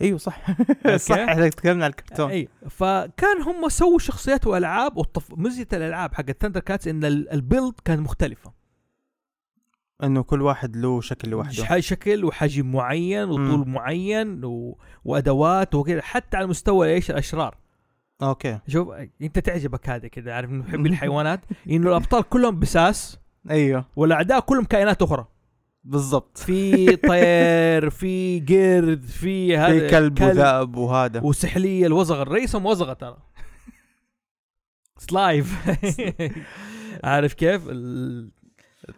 [SPEAKER 2] ايوه صح
[SPEAKER 1] أوكي. أيوة.
[SPEAKER 2] صح احنا تكلمنا عن الكرتون
[SPEAKER 1] اي إيه، فكان هم سووا شخصيات والعاب والطف... ميزه الالعاب حق الثندر كاتس ان ال- البيلد كان مختلفه
[SPEAKER 2] انه كل واحد له شكل لوحده
[SPEAKER 1] ش- شكل وحجم معين وطول معين و... وادوات وكذا حتى على مستوى ايش الاشرار
[SPEAKER 2] اوكي
[SPEAKER 1] شوف انت تعجبك هذا كذا عارف انه محبي الحيوانات انه الابطال كلهم بساس
[SPEAKER 2] ايوه
[SPEAKER 1] والاعداء كلهم كائنات اخرى
[SPEAKER 2] بالضبط
[SPEAKER 1] في طير في قرد في هذا
[SPEAKER 2] في كلب وذئب وهذا
[SPEAKER 1] وسحليه الوزغه رئيسهم وزغه ترى سلايف عارف كيف ال...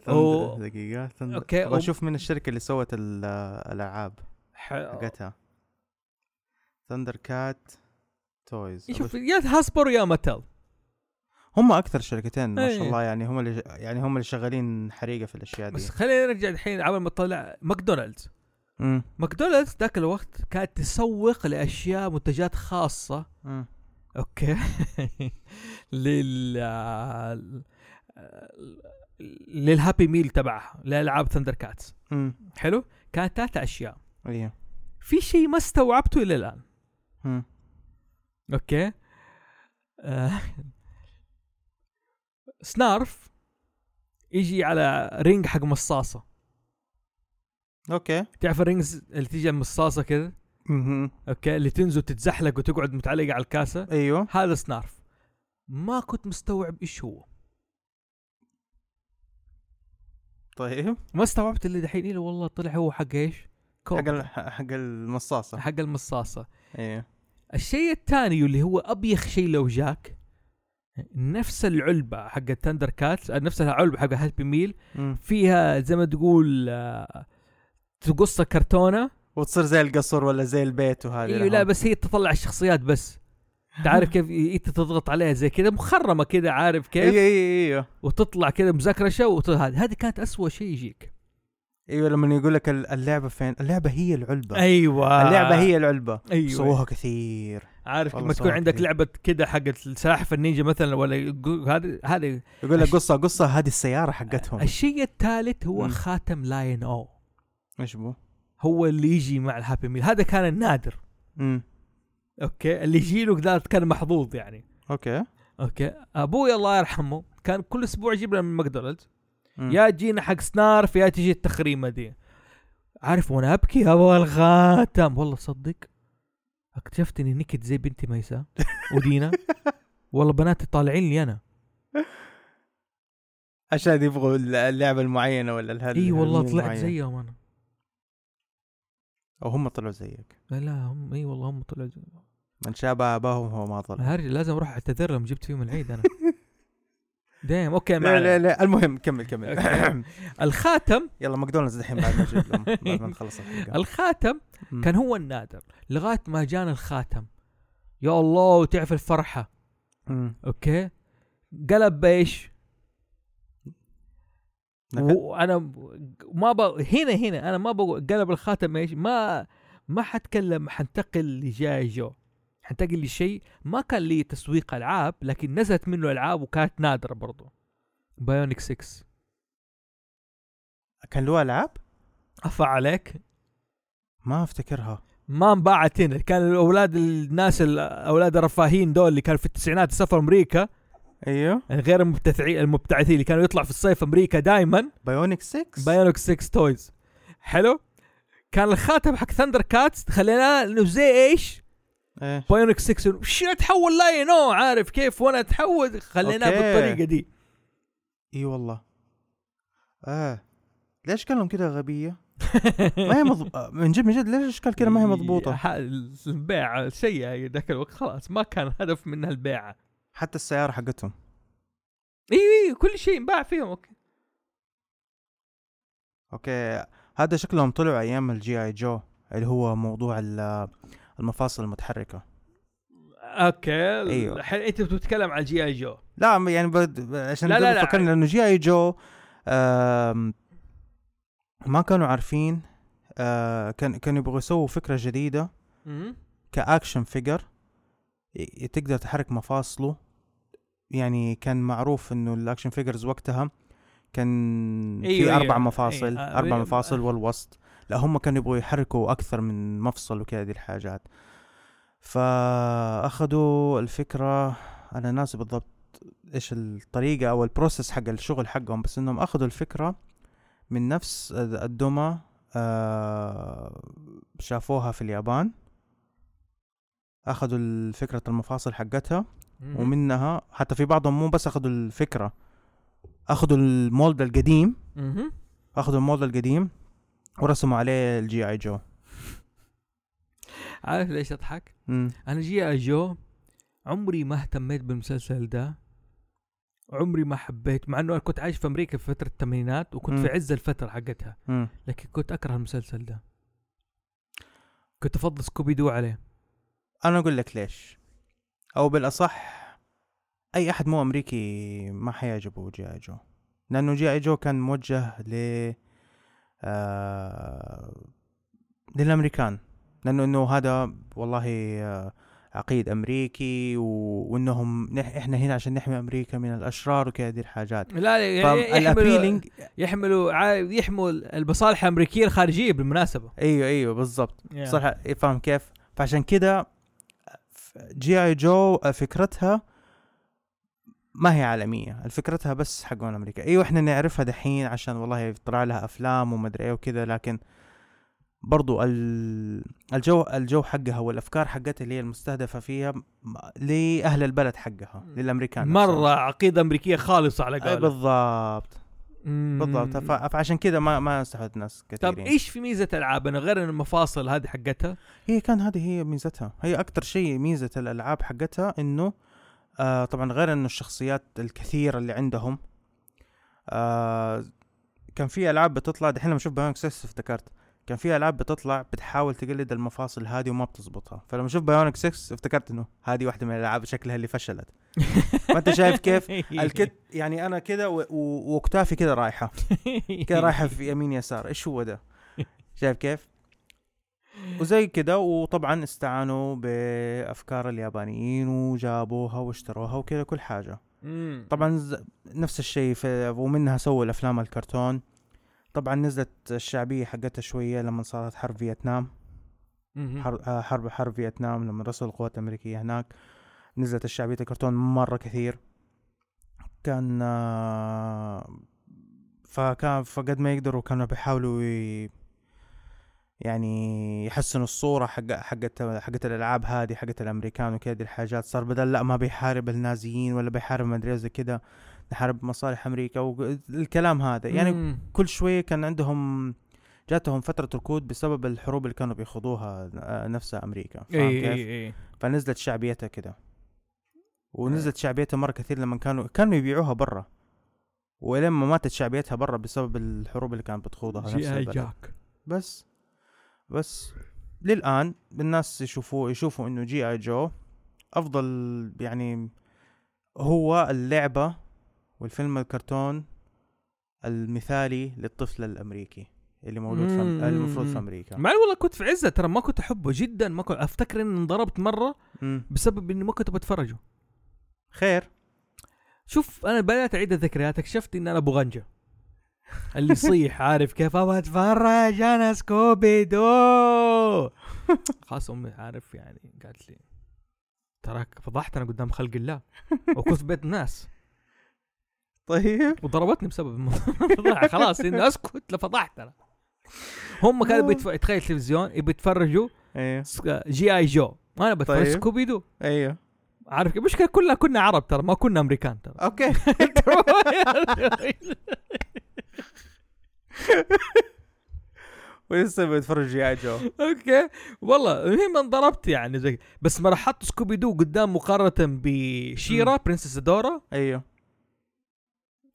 [SPEAKER 1] و-
[SPEAKER 2] دقيقة
[SPEAKER 1] أوكي،
[SPEAKER 2] اوكي
[SPEAKER 1] و-
[SPEAKER 2] بشوف من الشركة اللي سوت ال- الألعاب
[SPEAKER 1] ح...
[SPEAKER 2] حقتها ثندر كات تويز
[SPEAKER 1] شوف يا هاسبر يا ماتل
[SPEAKER 2] هم اكثر شركتين ما
[SPEAKER 1] إيه.
[SPEAKER 2] شاء الله يعني هم اللي يعني هم اللي شغالين حريقه في الاشياء دي
[SPEAKER 1] بس خلينا نرجع الحين عبال ما طلع ماكدونالدز
[SPEAKER 2] مم.
[SPEAKER 1] ماكدونالدز ذاك الوقت كانت تسوق لاشياء منتجات خاصه
[SPEAKER 2] مم.
[SPEAKER 1] اوكي لل للهابي ميل تبعها لالعاب ثندر كاتس
[SPEAKER 2] مم.
[SPEAKER 1] حلو كانت ثلاث اشياء
[SPEAKER 2] ايوه
[SPEAKER 1] في شيء ما استوعبته الى الان
[SPEAKER 2] مم.
[SPEAKER 1] اوكي آه. سنارف يجي على رينج حق مصاصه
[SPEAKER 2] اوكي
[SPEAKER 1] تعرف الرينجز اللي تيجي على المصاصه كذا
[SPEAKER 2] مهم.
[SPEAKER 1] اوكي اللي تنزل تتزحلق وتقعد متعلقه على الكاسه
[SPEAKER 2] ايوه
[SPEAKER 1] هذا سنارف ما كنت مستوعب ايش هو
[SPEAKER 2] طيب
[SPEAKER 1] ما استوعبت اللي دحين الا والله طلع هو حق ايش؟ كوب.
[SPEAKER 2] حق ال- حق المصاصه
[SPEAKER 1] حق المصاصه
[SPEAKER 2] ايوه
[SPEAKER 1] الشيء الثاني اللي هو ابيخ شيء لو جاك نفس العلبه حق التندر كات نفس العلبه حق هابي ميل
[SPEAKER 2] مم.
[SPEAKER 1] فيها زي ما تقول آه، تقصها كرتونه
[SPEAKER 2] وتصير زي القصر ولا زي البيت وهذه
[SPEAKER 1] ايوه لا
[SPEAKER 2] الأحوال.
[SPEAKER 1] بس هي تطلع الشخصيات بس تعرف كيف انت تضغط عليها زي كذا مخرمه كذا عارف كيف
[SPEAKER 2] ايوه ايوه ايوه
[SPEAKER 1] وتطلع كذا مزكرشه وت- هذه هذه كانت أسوأ شيء يجيك
[SPEAKER 2] ايوه لما يقول لك ال- اللعبه فين اللعبه هي العلبه
[SPEAKER 1] ايوه
[SPEAKER 2] اللعبه هي العلبه
[SPEAKER 1] ايوه
[SPEAKER 2] سووها كثير
[SPEAKER 1] عارف
[SPEAKER 2] والله
[SPEAKER 1] لما تكون
[SPEAKER 2] صعب
[SPEAKER 1] عندك
[SPEAKER 2] كذا.
[SPEAKER 1] لعبه كذا حق السلاحف النينجا مثلا ولا جو- هذه هذه
[SPEAKER 2] يقول لك
[SPEAKER 1] أش-
[SPEAKER 2] قصه قصه هذه السياره حقتهم
[SPEAKER 1] الشيء الثالث هو
[SPEAKER 2] مم.
[SPEAKER 1] خاتم لاين او
[SPEAKER 2] ايش بو؟
[SPEAKER 1] هو اللي يجي مع الهابي ميل هذا كان النادر
[SPEAKER 2] امم
[SPEAKER 1] اوكي اللي يجي له كذا كان محظوظ يعني
[SPEAKER 2] اوكي
[SPEAKER 1] اوكي ابوي الله يرحمه كان كل اسبوع يجيب لنا من ماكدونالدز
[SPEAKER 2] مم.
[SPEAKER 1] يا تجينا حق سنارف يا تجي التخريمه دي عارف وانا ابكي ابغى الخاتم والله صدق اكتشفت اني نكت زي بنتي ميساء ودينا والله بناتي طالعين لي انا
[SPEAKER 2] عشان يبغوا ال- اللعبه المعينه ولا الهل
[SPEAKER 1] اي والله
[SPEAKER 2] الهرمون
[SPEAKER 1] طلعت
[SPEAKER 2] المعين.
[SPEAKER 1] زيهم انا
[SPEAKER 2] او هم طلعوا زيك
[SPEAKER 1] لا هم اي والله هم طلعوا زي-
[SPEAKER 2] من شابه اباهم هو ما طلع
[SPEAKER 1] هرجع لازم اروح اعتذر لهم جبت فيهم العيد انا دايم اوكي ما
[SPEAKER 2] لا لا
[SPEAKER 1] علينا.
[SPEAKER 2] لا المهم كمل كمل
[SPEAKER 1] الخاتم
[SPEAKER 2] يلا ماكدونالدز الحين بعد ما نجيب لهم بعد ما نخلص الحلقه
[SPEAKER 1] الخاتم
[SPEAKER 2] مم.
[SPEAKER 1] كان هو النادر لغايه ما جانا الخاتم يا الله وتعرف الفرحه
[SPEAKER 2] مم.
[SPEAKER 1] اوكي قلب بايش؟
[SPEAKER 2] نكد.
[SPEAKER 1] وانا ما ب... هنا هنا انا ما بقول قلب الخاتم ايش؟ ما ما حتكلم حنتقل لجايجو حنتقل لشيء ما كان لي تسويق العاب لكن نزلت منه العاب وكانت نادره برضو بايونيك 6
[SPEAKER 2] كان له العاب؟
[SPEAKER 1] افا عليك
[SPEAKER 2] ما افتكرها
[SPEAKER 1] ما انباعت هنا كان الاولاد الناس الاولاد الرفاهين دول اللي كانوا في التسعينات سافروا امريكا
[SPEAKER 2] ايوه
[SPEAKER 1] غير المبتعثين المبتعثين اللي كانوا يطلعوا في الصيف امريكا دائما
[SPEAKER 2] بايونيك 6
[SPEAKER 1] بايونيك 6 تويز حلو كان الخاتم حق ثندر كاتس خليناه انه زي ايش؟
[SPEAKER 2] ايه
[SPEAKER 1] بايونيك 6 شنو اتحول لاين او عارف كيف وانا اتحول خليناه
[SPEAKER 2] أوكي.
[SPEAKER 1] بالطريقه دي
[SPEAKER 2] اي والله اه ليش اشكالهم كده غبيه؟ ما هي مضبوطه من جد من جد ليش اشكال كده ما هي مضبوطه؟
[SPEAKER 1] ح- البيعه سيئه ذاك الوقت خلاص ما كان هدف منها البيعه
[SPEAKER 2] حتى السياره حقتهم
[SPEAKER 1] ايوه ايوه كل شيء انباع فيهم اوكي
[SPEAKER 2] اوكي هذا شكلهم طلعوا ايام الجي اي جو اللي هو موضوع ال- المفاصل المتحركه
[SPEAKER 1] اوكي
[SPEAKER 2] أيوه.
[SPEAKER 1] الحين انت بتتكلم عن جي اي جو
[SPEAKER 2] لا م- يعني بد... عشان
[SPEAKER 1] لا،
[SPEAKER 2] لا
[SPEAKER 1] لا،
[SPEAKER 2] لا
[SPEAKER 1] لا.
[SPEAKER 2] فكرنا انه جي اي جو آم... ما كانوا عارفين آه... كان كانوا يبغوا يسووا فكره جديده كاكشن فيجر تقدر تحرك مفاصله يعني كان معروف انه الاكشن فيجرز وقتها كان في
[SPEAKER 1] أيوه،
[SPEAKER 2] اربع
[SPEAKER 1] أيوه،
[SPEAKER 2] مفاصل
[SPEAKER 1] أيوه، آه،
[SPEAKER 2] اربع
[SPEAKER 1] بال-
[SPEAKER 2] مفاصل والوسط لا هم كانوا يبغوا يحركوا اكثر من مفصل وكذا دي الحاجات فاخذوا الفكره انا ناسي بالضبط ايش الطريقه او البروسيس حق الشغل حقهم بس انهم اخذوا الفكره من نفس الدمى آه، شافوها في اليابان اخذوا فكره المفاصل حقتها ومنها حتى في بعضهم مو بس اخذوا الفكره اخذوا المولد القديم
[SPEAKER 1] مهم.
[SPEAKER 2] اخذوا المولد القديم ورسموا عليه الجي اي جو
[SPEAKER 1] عارف ليش اضحك؟
[SPEAKER 2] مم.
[SPEAKER 1] انا جي اي جو عمري ما اهتميت بالمسلسل ده عمري ما حبيت مع انه انا كنت عايش في امريكا في فتره الثمانينات وكنت في
[SPEAKER 2] مم.
[SPEAKER 1] عز الفتره حقتها
[SPEAKER 2] مم.
[SPEAKER 1] لكن كنت اكره المسلسل ده كنت افضل سكوبي دو عليه
[SPEAKER 2] انا اقول لك ليش او بالاصح اي احد مو امريكي ما حيعجبه جي اي جو لانه جي اي جو كان موجه ل آه... للامريكان لانه انه هذا والله آه، عقيد امريكي و... وانهم نح... احنا هنا عشان نحمي امريكا من الاشرار وكذا دي الحاجات
[SPEAKER 1] لا يعني يحملوا
[SPEAKER 2] فالابيلينج
[SPEAKER 1] يحملوا عا- يحموا المصالح الامريكيه
[SPEAKER 2] أيوة،
[SPEAKER 1] الخارجيه بالمناسبه
[SPEAKER 2] ايوه ايوه بالضبط
[SPEAKER 1] yeah.
[SPEAKER 2] صح فاهم كيف فعشان كده جي اي جو آه، فكرتها ما هي عالميه فكرتها بس حقون امريكا ايوه احنا نعرفها دحين عشان والله طلع لها افلام ومدري ايه وكذا لكن برضو ال- الجو الجو حقها والافكار حقتها اللي هي المستهدفه فيها م- لاهل البلد حقها للامريكان
[SPEAKER 1] مره عقيده امريكيه خالصه على
[SPEAKER 2] أي
[SPEAKER 1] قولك
[SPEAKER 2] بالضبط بالضبط
[SPEAKER 1] مم.
[SPEAKER 2] ف- فعشان كذا ما ما استحوذت ناس كثيرين
[SPEAKER 1] طب ايش في ميزه العاب انا غير إن المفاصل هذه حقتها
[SPEAKER 2] هي كان هذه هي ميزتها هي اكثر شيء ميزه الالعاب حقتها انه آه طبعا غير انه الشخصيات الكثيره اللي عندهم آه كان في العاب بتطلع دحين لما اشوف بايونيك 6 افتكرت كان في العاب بتطلع بتحاول تقلد المفاصل هذه وما بتزبطها فلما اشوف بايونيك 6 افتكرت انه هذه واحده من الالعاب شكلها اللي فشلت ما انت شايف كيف
[SPEAKER 1] إيه،
[SPEAKER 2] الكت يعني انا كده و- و- واكتافي كده رايحه كده
[SPEAKER 1] إيه؟
[SPEAKER 2] رايحه في يمين يسار ايش هو ده شايف كيف وزي كده وطبعا استعانوا بافكار اليابانيين وجابوها واشتروها وكذا كل حاجه
[SPEAKER 1] مم.
[SPEAKER 2] طبعا ز- نفس الشيء في ومنها سووا الافلام الكرتون طبعا نزلت الشعبيه حقتها شويه لما صارت حرب فيتنام
[SPEAKER 1] مم.
[SPEAKER 2] حرب آه، حرب حرب فيتنام لما رسلوا القوات الامريكيه هناك نزلت الشعبيه الكرتون مره كثير كان آه، فكان فقد ما يقدروا كانوا بيحاولوا ي- يعني يحسنوا الصوره حق حقت حقت الالعاب هذه حقت الامريكان وكذا دي الحاجات صار بدل لا ما بيحارب النازيين ولا بيحارب ما ادري زي كذا نحارب مصالح امريكا والكلام هذا يعني
[SPEAKER 1] مم.
[SPEAKER 2] كل شويه كان عندهم جاتهم فترة ركود بسبب الحروب اللي كانوا بيخوضوها آه، نفسها أمريكا فاهم
[SPEAKER 1] اي
[SPEAKER 2] كيف؟
[SPEAKER 1] اي اي
[SPEAKER 2] فنزلت شعبيتها كده ونزلت شعبيتها مرة كثير لما كانوا كانوا يبيعوها برا ولما ماتت شعبيتها برا بسبب الحروب اللي كانت بتخوضها نفس
[SPEAKER 1] جي اي
[SPEAKER 2] البلد
[SPEAKER 1] جاك
[SPEAKER 2] بس بس للآن الناس يشوفوا يشوفوا إنه جي آي جو أفضل يعني هو اللعبة والفيلم الكرتون المثالي للطفل الأمريكي اللي موجود في
[SPEAKER 1] مم.
[SPEAKER 2] المفروض في أمريكا
[SPEAKER 1] مع إن والله كنت في عزه ترى ما كنت احبه جدا ما كنت افتكر اني انضربت مره
[SPEAKER 2] مم.
[SPEAKER 1] بسبب اني ما كنت بتفرجه
[SPEAKER 2] خير
[SPEAKER 1] شوف انا بدات اعيد الذكريات اكتشفت ان انا بغنجه اللي يصيح عارف كيف ابغى اتفرج انا سكوبي دو خلاص امي عارف يعني قالت لي تراك فضحت انا قدام خلق الله وكنت في بيت ناس
[SPEAKER 2] طيب
[SPEAKER 1] وضربتني بسبب الموضوع. خلاص اني اسكت لفضحت انا هم كانوا
[SPEAKER 2] آه.
[SPEAKER 1] بيتف... تخيل التلفزيون يبي يتفرجوا
[SPEAKER 2] ايوه
[SPEAKER 1] س- جي اي جو انا بتفرج
[SPEAKER 2] طيب.
[SPEAKER 1] سكوبي دو
[SPEAKER 2] ايوه
[SPEAKER 1] عارف كيف المشكله كلنا كنا عرب ترى ما كنا امريكان ترى
[SPEAKER 2] اوكي ولسه بيتفرج جي آي جو
[SPEAKER 1] اوكي والله المهم انضربت يعني زي بس ما راح احط سكوبي دو قدام مقارنه بشيرا برنسس دورا
[SPEAKER 2] ايوه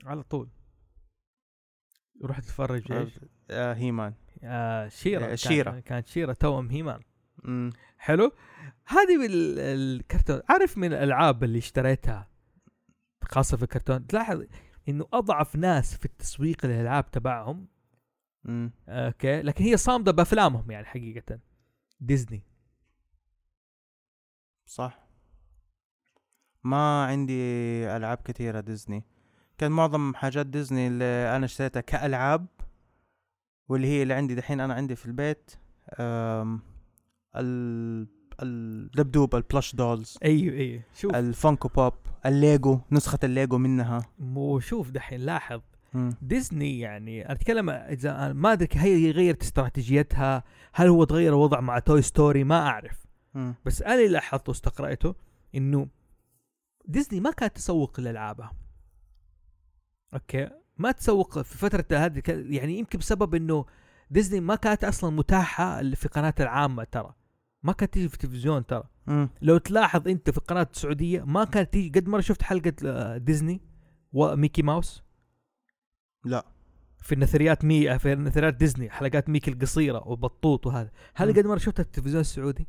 [SPEAKER 1] على طول رحت اتفرج ايش؟
[SPEAKER 2] آه، هيمان
[SPEAKER 1] آه شيرا
[SPEAKER 2] آه،
[SPEAKER 1] كان-
[SPEAKER 2] شيرا.
[SPEAKER 1] كانت شيرا توأم هيمان
[SPEAKER 2] مم.
[SPEAKER 1] حلو هذه ال- الكرتون عارف من الالعاب اللي اشتريتها خاصه في الكرتون تلاحظ انه اضعف ناس في التسويق للالعاب تبعهم
[SPEAKER 2] مم.
[SPEAKER 1] اوكي لكن هي صامده بافلامهم يعني حقيقه ديزني
[SPEAKER 2] صح ما عندي العاب كثيره ديزني كان معظم حاجات ديزني اللي انا اشتريتها كالعاب واللي هي اللي عندي دحين انا عندي في البيت أم، ال الدبدوب البلش دولز
[SPEAKER 1] ايوه ايوه شوف
[SPEAKER 2] الفانكو بوب الليجو نسخة الليجو منها
[SPEAKER 1] مو شوف دحين لاحظ
[SPEAKER 2] مم.
[SPEAKER 1] ديزني يعني أنا اتكلم إذا- ما ادري هي غيرت استراتيجيتها هل هو تغير الوضع مع توي ستوري ما اعرف
[SPEAKER 2] مم.
[SPEAKER 1] بس انا اللي لاحظته استقرأته انه ديزني ما كانت تسوق لالعابها اوكي ما تسوق في فتره هذه ك- يعني يمكن بسبب انه ديزني ما كانت اصلا متاحه اللي في قناه العامه ترى ما كانت تيجي في التلفزيون ترى
[SPEAKER 2] مم.
[SPEAKER 1] لو تلاحظ انت في القناه السعوديه ما كانت تيجي قد مره شفت حلقه آه، ديزني وميكي ماوس
[SPEAKER 2] لا
[SPEAKER 1] في النثريات مي في النثريات ديزني حلقات ميكي القصيره وبطوط وهذا هل
[SPEAKER 2] مم.
[SPEAKER 1] قد مره شفتها في التلفزيون السعودي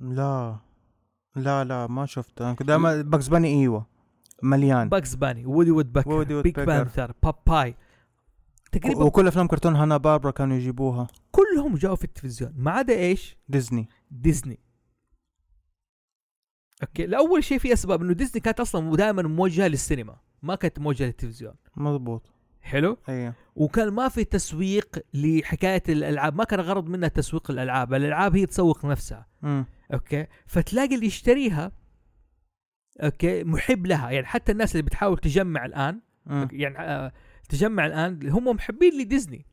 [SPEAKER 2] لا لا لا ما شفت انا كنت دائما باكس باني ايوه مليان
[SPEAKER 1] باكس باني وودي وود
[SPEAKER 2] وودي
[SPEAKER 1] باكر
[SPEAKER 2] وود
[SPEAKER 1] بيج
[SPEAKER 2] باكر.
[SPEAKER 1] بانثر باباي
[SPEAKER 2] ك-
[SPEAKER 1] تقريبا
[SPEAKER 2] وكل افلام كرتون هانا باربرا كانوا يجيبوها
[SPEAKER 1] كلهم جاوا في التلفزيون ما عدا ايش
[SPEAKER 2] ديزني
[SPEAKER 1] ديزني اوكي لاول شيء في اسباب انه ديزني كانت اصلا دائما موجهه للسينما ما كانت موجهه للتلفزيون
[SPEAKER 2] مضبوط
[SPEAKER 1] حلو
[SPEAKER 2] ايوه
[SPEAKER 1] وكان ما في تسويق لحكايه الالعاب ما كان غرض منها تسويق الالعاب الالعاب هي تسوق نفسها
[SPEAKER 2] مم.
[SPEAKER 1] اوكي فتلاقي اللي يشتريها اوكي محب لها يعني حتى الناس اللي بتحاول تجمع الان
[SPEAKER 2] مم.
[SPEAKER 1] يعني آه تجمع الان هم محبين لديزني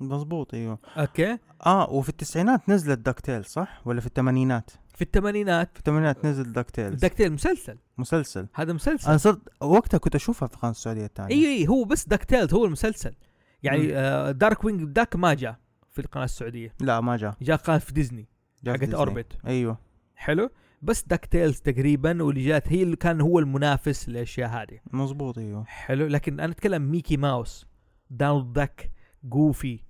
[SPEAKER 2] مظبوط ايوه
[SPEAKER 1] اوكي
[SPEAKER 2] اه وفي التسعينات نزلت داكتيل صح ولا في الثمانينات
[SPEAKER 1] في الثمانينات
[SPEAKER 2] في الثمانينات نزل داكتيل
[SPEAKER 1] دكتيل مسلسل
[SPEAKER 2] مسلسل
[SPEAKER 1] هذا مسلسل
[SPEAKER 2] انا صرت وقتها كنت اشوفها في قناه السعوديه الثانيه
[SPEAKER 1] اي اي هو بس دكتيلز هو المسلسل
[SPEAKER 2] آه. مم.
[SPEAKER 1] يعني آه دارك وينج داك ما جاء في القناه السعوديه
[SPEAKER 2] لا ما جاء
[SPEAKER 1] جاء قناه في ديزني
[SPEAKER 2] جاء في
[SPEAKER 1] حقت
[SPEAKER 2] ديزني.
[SPEAKER 1] اوربت
[SPEAKER 2] ايوه
[SPEAKER 1] حلو بس داكتيلز تقريبا واللي جات هي اللي كان هو المنافس للاشياء هذه
[SPEAKER 2] مظبوط ايوه
[SPEAKER 1] حلو لكن انا اتكلم ميكي ماوس داونالد داك جوفي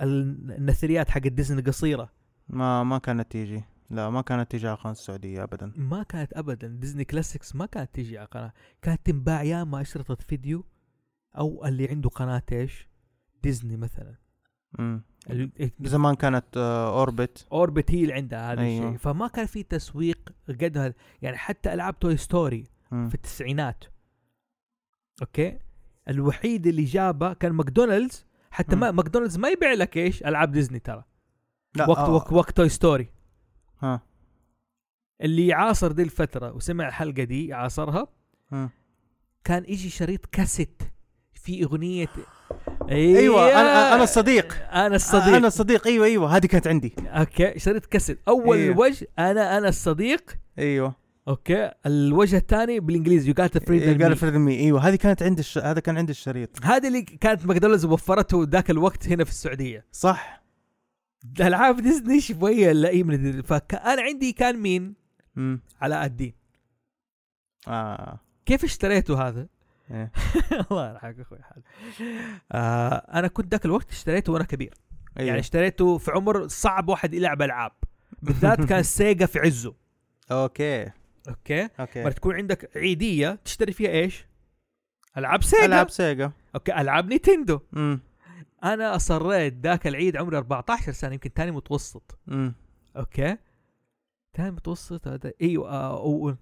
[SPEAKER 1] ال- النثريات حق ديزني قصيره
[SPEAKER 2] ما ما كانت تيجي لا ما كانت تيجي على القناه السعوديه ابدا
[SPEAKER 1] ما كانت ابدا ديزني كلاسيكس ما كانت تيجي على قناه كانت تنباع يا اما اشرطه فيديو او اللي عنده قناه ايش ديزني مثلا
[SPEAKER 2] امم
[SPEAKER 1] ال-
[SPEAKER 2] زمان كانت آه، اوربت
[SPEAKER 1] اوربت هي اللي عندها هذا
[SPEAKER 2] أيوة.
[SPEAKER 1] أيوة. الشيء فما كان في تسويق قد هذا يعني حتى العاب توي ستوري
[SPEAKER 2] مم.
[SPEAKER 1] في التسعينات اوكي الوحيد اللي جابه كان ماكدونالدز حتى ما ماكدونالدز ما يبيع لك ايش العاب ديزني ترى
[SPEAKER 2] لا
[SPEAKER 1] وقت
[SPEAKER 2] آه،
[SPEAKER 1] وقت وقت توي ستوري
[SPEAKER 2] ها
[SPEAKER 1] اللي يعاصر دي الفتره وسمع الحلقه دي عاصرها
[SPEAKER 2] مم.
[SPEAKER 1] كان يجي شريط كاسيت في اغنيه
[SPEAKER 2] ايوه انا انا الصديق
[SPEAKER 1] انا الصديق
[SPEAKER 2] انا الصديق ايوه ايوه هذه كانت عندي
[SPEAKER 1] اوكي شريط كاسيت اول
[SPEAKER 2] إيه.
[SPEAKER 1] وجه انا انا الصديق
[SPEAKER 2] ايوه
[SPEAKER 1] اوكي الوجه الثاني بالانجليزي يو جات
[SPEAKER 2] قال
[SPEAKER 1] فريدم
[SPEAKER 2] فريد مي ايوه هذه كانت عندي الش... هذا كان عندي الشريط
[SPEAKER 1] هذا اللي كانت ماكدونالدز وفرته ذاك الوقت هنا في السعوديه
[SPEAKER 2] صح
[SPEAKER 1] العاب ديزني شويه لئيمه دي- فكان عندي كان مين
[SPEAKER 2] امم
[SPEAKER 1] علاء الدين
[SPEAKER 2] اه
[SPEAKER 1] كيف اشتريته هذا
[SPEAKER 2] إيه.
[SPEAKER 1] الله يرحمك اخوي حال آه انا كنت ذاك الوقت اشتريته وانا كبير
[SPEAKER 2] أيوة.
[SPEAKER 1] يعني اشتريته في عمر صعب واحد يلعب العاب بالذات كان سيجا في عزه
[SPEAKER 2] اوكي
[SPEAKER 1] اوكي
[SPEAKER 2] اوكي
[SPEAKER 1] مرة تكون عندك عيديه تشتري فيها ايش العاب سيجا
[SPEAKER 2] العاب سيجا
[SPEAKER 1] اوكي العاب نينتندو
[SPEAKER 2] امم
[SPEAKER 1] انا اصريت ذاك العيد عمري 14 سنه يمكن تاني متوسط
[SPEAKER 2] امم
[SPEAKER 1] اوكي تاني متوسط هذا ايوه آه، أو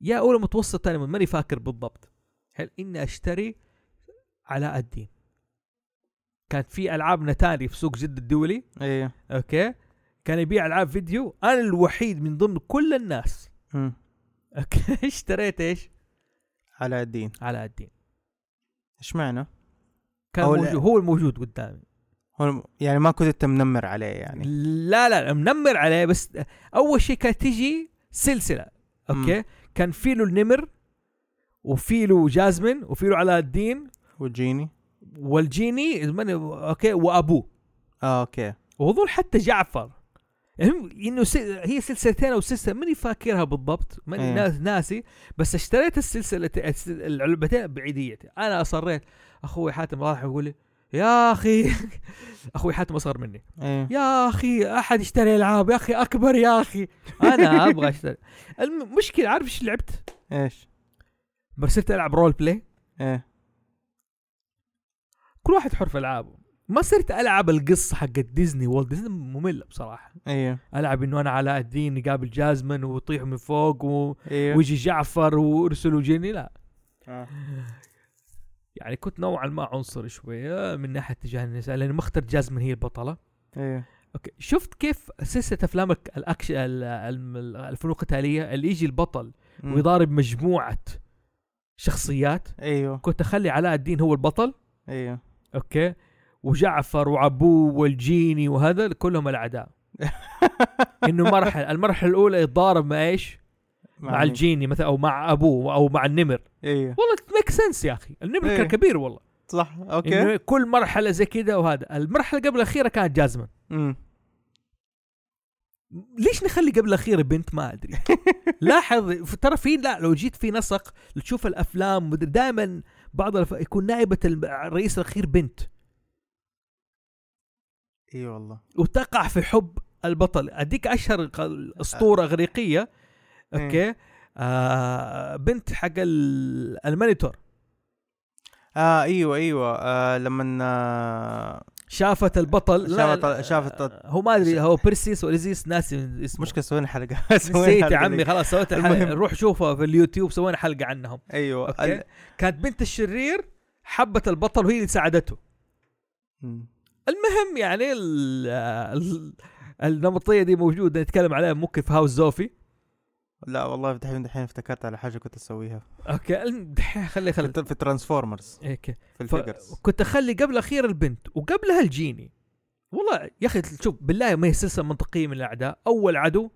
[SPEAKER 1] يا اولى متوسط تاني ماني فاكر بالضبط حلو اني اشتري علاء الدين كانت في العاب نتالي في سوق جده الدولي
[SPEAKER 2] ايوه
[SPEAKER 1] اوكي كان يبيع العاب فيديو انا الوحيد من ضمن كل الناس
[SPEAKER 2] امم
[SPEAKER 1] اوكي اشتريت ايش
[SPEAKER 2] علاء الدين
[SPEAKER 1] علاء الدين
[SPEAKER 2] ايش معنى؟
[SPEAKER 1] كان
[SPEAKER 2] أو لا.
[SPEAKER 1] موجود هو الموجود قدامي
[SPEAKER 2] هو يعني ما كنت منمر عليه يعني
[SPEAKER 1] لا لا منمر عليه بس اول شيء كانت تجي سلسله اوكي
[SPEAKER 2] مم.
[SPEAKER 1] كان في له النمر وفي له جازمين وفي له علاء الدين
[SPEAKER 2] وجيني
[SPEAKER 1] والجيني من اوكي وابوه
[SPEAKER 2] اه اوكي
[SPEAKER 1] وهذول حتى جعفر المهم انه س... هي سلسلتين او سلسله ماني فاكرها بالضبط
[SPEAKER 2] إيه.
[SPEAKER 1] ماني ناس ناسي بس اشتريت السلسله اللعبتين بعيديتي انا اصريت اخوي حاتم راح يقول لي يا اخي اخوي حاتم اصغر مني
[SPEAKER 2] ايه
[SPEAKER 1] يا اخي احد يشتري العاب يا اخي اكبر يا اخي انا ابغى اشتري المشكله عارف ايش لعبت؟
[SPEAKER 2] ايش؟
[SPEAKER 1] بس صرت العب رول بلاي
[SPEAKER 2] ايه
[SPEAKER 1] كل واحد حر في العابه ما صرت العب القصه حقت ديزني والت ديزني ممله بصراحه
[SPEAKER 2] ايوه
[SPEAKER 1] العب انه انا علاء الدين يقابل جازمن ويطيح من فوق و...
[SPEAKER 2] ايوه
[SPEAKER 1] ويجي جعفر وارسلوا جيني لا
[SPEAKER 2] آه.
[SPEAKER 1] يعني كنت نوعا ما عنصري شويه من ناحيه تجاه النساء لاني ما اخترت جازمن هي البطله
[SPEAKER 2] ايوه
[SPEAKER 1] اوكي شفت كيف سلسله افلامك الاكشن ال- ال- الفنون القتاليه اللي يجي البطل
[SPEAKER 2] مم.
[SPEAKER 1] ويضارب مجموعه شخصيات
[SPEAKER 2] ايوه
[SPEAKER 1] كنت اخلي علاء الدين هو البطل
[SPEAKER 2] ايوه
[SPEAKER 1] اوكي وجعفر وعبوه والجيني وهذا كلهم الاعداء انه مرحله المرحله الاولى يتضارب مع ايش؟ مع
[SPEAKER 2] مين؟
[SPEAKER 1] الجيني مثلا او مع ابوه او مع النمر
[SPEAKER 2] ايوه
[SPEAKER 1] والله ميك سنس يا اخي النمر
[SPEAKER 2] إيه.
[SPEAKER 1] كان كبير والله
[SPEAKER 2] صح اوكي
[SPEAKER 1] انه كل مرحله زي كذا وهذا المرحله قبل الاخيره كانت جازمن
[SPEAKER 2] امم
[SPEAKER 1] ليش نخلي قبل الاخيره بنت ما ادري لاحظ ترى في لا لو جيت في نسق تشوف الافلام مدري دائما بعض الف... يكون نائبه الم- الرئيس الاخير بنت
[SPEAKER 2] اي إيه والله
[SPEAKER 1] وتقع في حب البطل اديك اشهر ق- اسطوره اغريقيه اوكي آه بنت حق ال- المانيتور
[SPEAKER 2] اه ايوه ايوه آه لما آه
[SPEAKER 1] شافت البطل لا،
[SPEAKER 2] شافت-
[SPEAKER 1] لا،
[SPEAKER 2] شافت-
[SPEAKER 1] آه، هو ما ادري هو بيرسيس وليزيس ناسي اسمه
[SPEAKER 2] مشكله سوينا حلقه
[SPEAKER 1] نسيت يا عمي
[SPEAKER 2] حلقة.
[SPEAKER 1] خلاص سويت الحلقه
[SPEAKER 2] المهم.
[SPEAKER 1] روح شوفها في اليوتيوب سوينا حلقه عنهم
[SPEAKER 2] ايوه
[SPEAKER 1] أوكي. كانت بنت الشرير حبت البطل وهي اللي ساعدته
[SPEAKER 2] مم.
[SPEAKER 1] المهم يعني ال- ال- النمطيه دي موجوده نتكلم عليها ممكن في هاوس زوفي
[SPEAKER 2] لا والله دحين دحين افتكرت على حاجه كنت اسويها
[SPEAKER 1] اوكي ال- خلي خلي
[SPEAKER 2] في, في ترانسفورمرز
[SPEAKER 1] اوكي
[SPEAKER 2] في
[SPEAKER 1] ف-
[SPEAKER 2] الفيجرز
[SPEAKER 1] كنت اخلي قبل اخير البنت وقبلها الجيني والله يا اخي شوف بالله ما هي سلسله منطقيه من الاعداء اول عدو اوكي,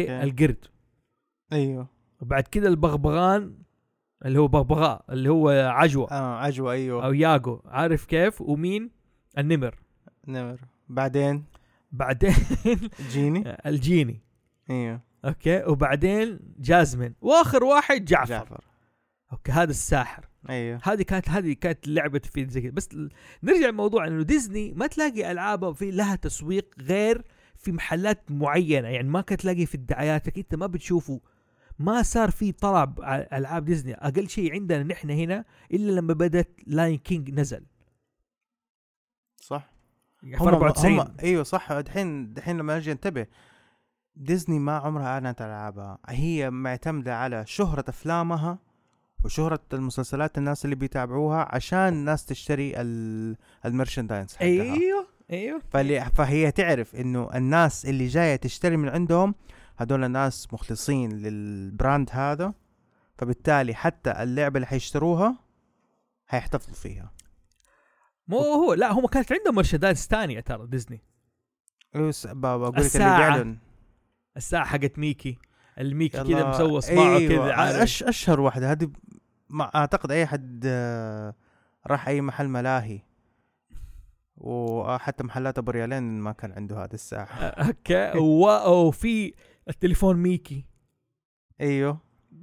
[SPEAKER 2] أوكي.
[SPEAKER 1] أوكي. القرد
[SPEAKER 2] ايوه
[SPEAKER 1] وبعد كذا البغبغان اللي هو بغبغاء اللي هو عجوة
[SPEAKER 2] آه عجوة ايوه
[SPEAKER 1] او ياجو عارف كيف ومين النمر
[SPEAKER 2] نمر بعدين
[SPEAKER 1] بعدين
[SPEAKER 2] جيني
[SPEAKER 1] الجيني
[SPEAKER 2] ايوه
[SPEAKER 1] اوكي وبعدين جازمين واخر واحد جعفر, جعفر.
[SPEAKER 2] جعفر
[SPEAKER 1] اوكي هذا الساحر
[SPEAKER 2] ايوه
[SPEAKER 1] هذه كانت هذه كانت لعبه في زي كذا بس ل- نرجع لموضوع انه ديزني ما تلاقي العابها في لها تسويق غير في محلات معينه يعني ما كنت تلاقي في الدعاياتك انت ما بتشوفه ما صار في طلب على العاب ديزني اقل شيء عندنا نحن هنا الا لما بدات لاين كينج نزل
[SPEAKER 2] صح
[SPEAKER 1] في
[SPEAKER 2] هم-
[SPEAKER 1] 94
[SPEAKER 2] هم- ايوه صح دحين دحين لما اجي انتبه ديزني ما عمرها اعلنت العابها هي معتمده على شهره افلامها وشهرة المسلسلات الناس اللي بيتابعوها عشان الناس تشتري ال- المرشندايز حقها
[SPEAKER 1] ايوه ايوه
[SPEAKER 2] فاللي فهي تعرف انه الناس اللي جايه تشتري من عندهم هذول الناس مخلصين للبراند هذا فبالتالي حتى اللعبه اللي حيشتروها حيحتفظوا فيها
[SPEAKER 1] مو هو لا هم كانت عندهم مرشدات ثانيه ترى ديزني
[SPEAKER 2] بس ب- بقول لك اللي
[SPEAKER 1] الساعة.
[SPEAKER 2] بيعلن
[SPEAKER 1] الساعه حقت ميكي الميكي
[SPEAKER 2] يلا. إيوه، أيوة.
[SPEAKER 1] كذا مسوي اصبعه كذا عارف.
[SPEAKER 2] أش اشهر واحده هذه ما اعتقد اي حد آه، راح اي محل ملاهي وحتى محلات ابو ريالين ما كان عنده هذه
[SPEAKER 1] آه.
[SPEAKER 2] الساعه
[SPEAKER 1] اوكي و- وفي التليفون ميكي
[SPEAKER 2] ايوه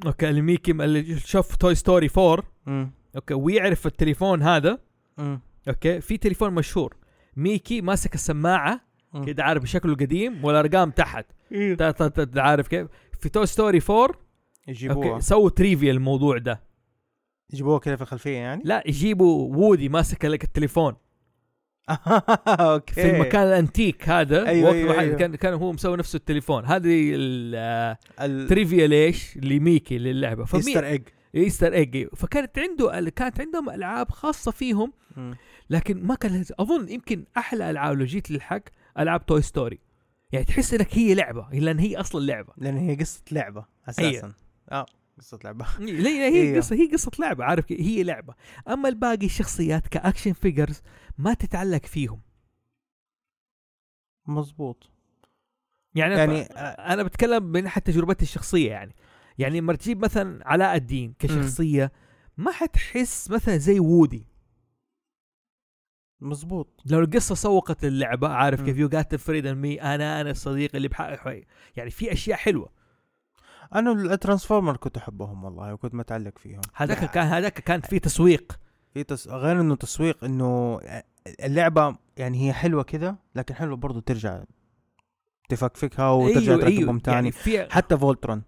[SPEAKER 1] اوكي الميكي اللي شاف توي ستوري 4
[SPEAKER 2] امم
[SPEAKER 1] اوكي ويعرف التليفون هذا
[SPEAKER 2] امم
[SPEAKER 1] اوكي في تليفون مشهور ميكي ماسك السماعه
[SPEAKER 2] مم.
[SPEAKER 1] كده عارف شكله قديم والارقام تحت
[SPEAKER 2] إيه.
[SPEAKER 1] تا- تا- تا- تا- عارف كيف في توي ستوري 4
[SPEAKER 2] يجيبوها
[SPEAKER 1] اوكي سووا تريفيا الموضوع ده
[SPEAKER 2] يجيبوها كذا في الخلفيه يعني
[SPEAKER 1] لا يجيبوا وودي ماسك لك التليفون
[SPEAKER 2] آه، اوكي
[SPEAKER 1] في المكان الانتيك هذا
[SPEAKER 2] إيه. أيوة،
[SPEAKER 1] وقت
[SPEAKER 2] أيوة،
[SPEAKER 1] واحد
[SPEAKER 2] أيوة.
[SPEAKER 1] كان كان هو مسوي نفسه التليفون هذه ال- آه،
[SPEAKER 2] ال-
[SPEAKER 1] تريفيا ليش لميكي للعبه فمي
[SPEAKER 2] ايستر ايج
[SPEAKER 1] ايستر ايج فكانت عنده كانت عندهم العاب خاصه فيهم لكن ما كان لها- اظن يمكن احلى العاب لو جيت للحق العاب توي ستوري يعني تحس انك هي لعبه لان هي اصلا لعبه
[SPEAKER 2] لان هي قصه لعبه اساسا اه قصه لعبه
[SPEAKER 1] هي
[SPEAKER 2] إيه.
[SPEAKER 1] هي قصه هي قصه لعبه عارف كيف؟ هي لعبه اما الباقي الشخصيات كاكشن فيجرز ما تتعلق فيهم
[SPEAKER 2] مزبوط
[SPEAKER 1] يعني,
[SPEAKER 2] يعني-
[SPEAKER 1] يعني انا بتكلم من ناحيه تجربتي الشخصيه يعني يعني لما تجيب مثلا علاء الدين كشخصيه ما حتحس مثلا زي وودي
[SPEAKER 2] مزبوط
[SPEAKER 1] لو القصه سوقت اللعبه عارف
[SPEAKER 2] مم.
[SPEAKER 1] كيف يو جات فريد مي انا انا الصديق اللي بحقق يعني في اشياء حلوه
[SPEAKER 2] انا الترانسفورمر كنت احبهم والله وكنت متعلق فيهم
[SPEAKER 1] هذاك كان هذاك كان في تسويق
[SPEAKER 2] في تس... غير انه تسويق انه اللعبه يعني هي حلوه كذا لكن حلوه برضو ترجع تفكفكها وترجع أيوه تركبهم أيوه تاني
[SPEAKER 1] يعني
[SPEAKER 2] يعني
[SPEAKER 1] في
[SPEAKER 2] حتى فولترون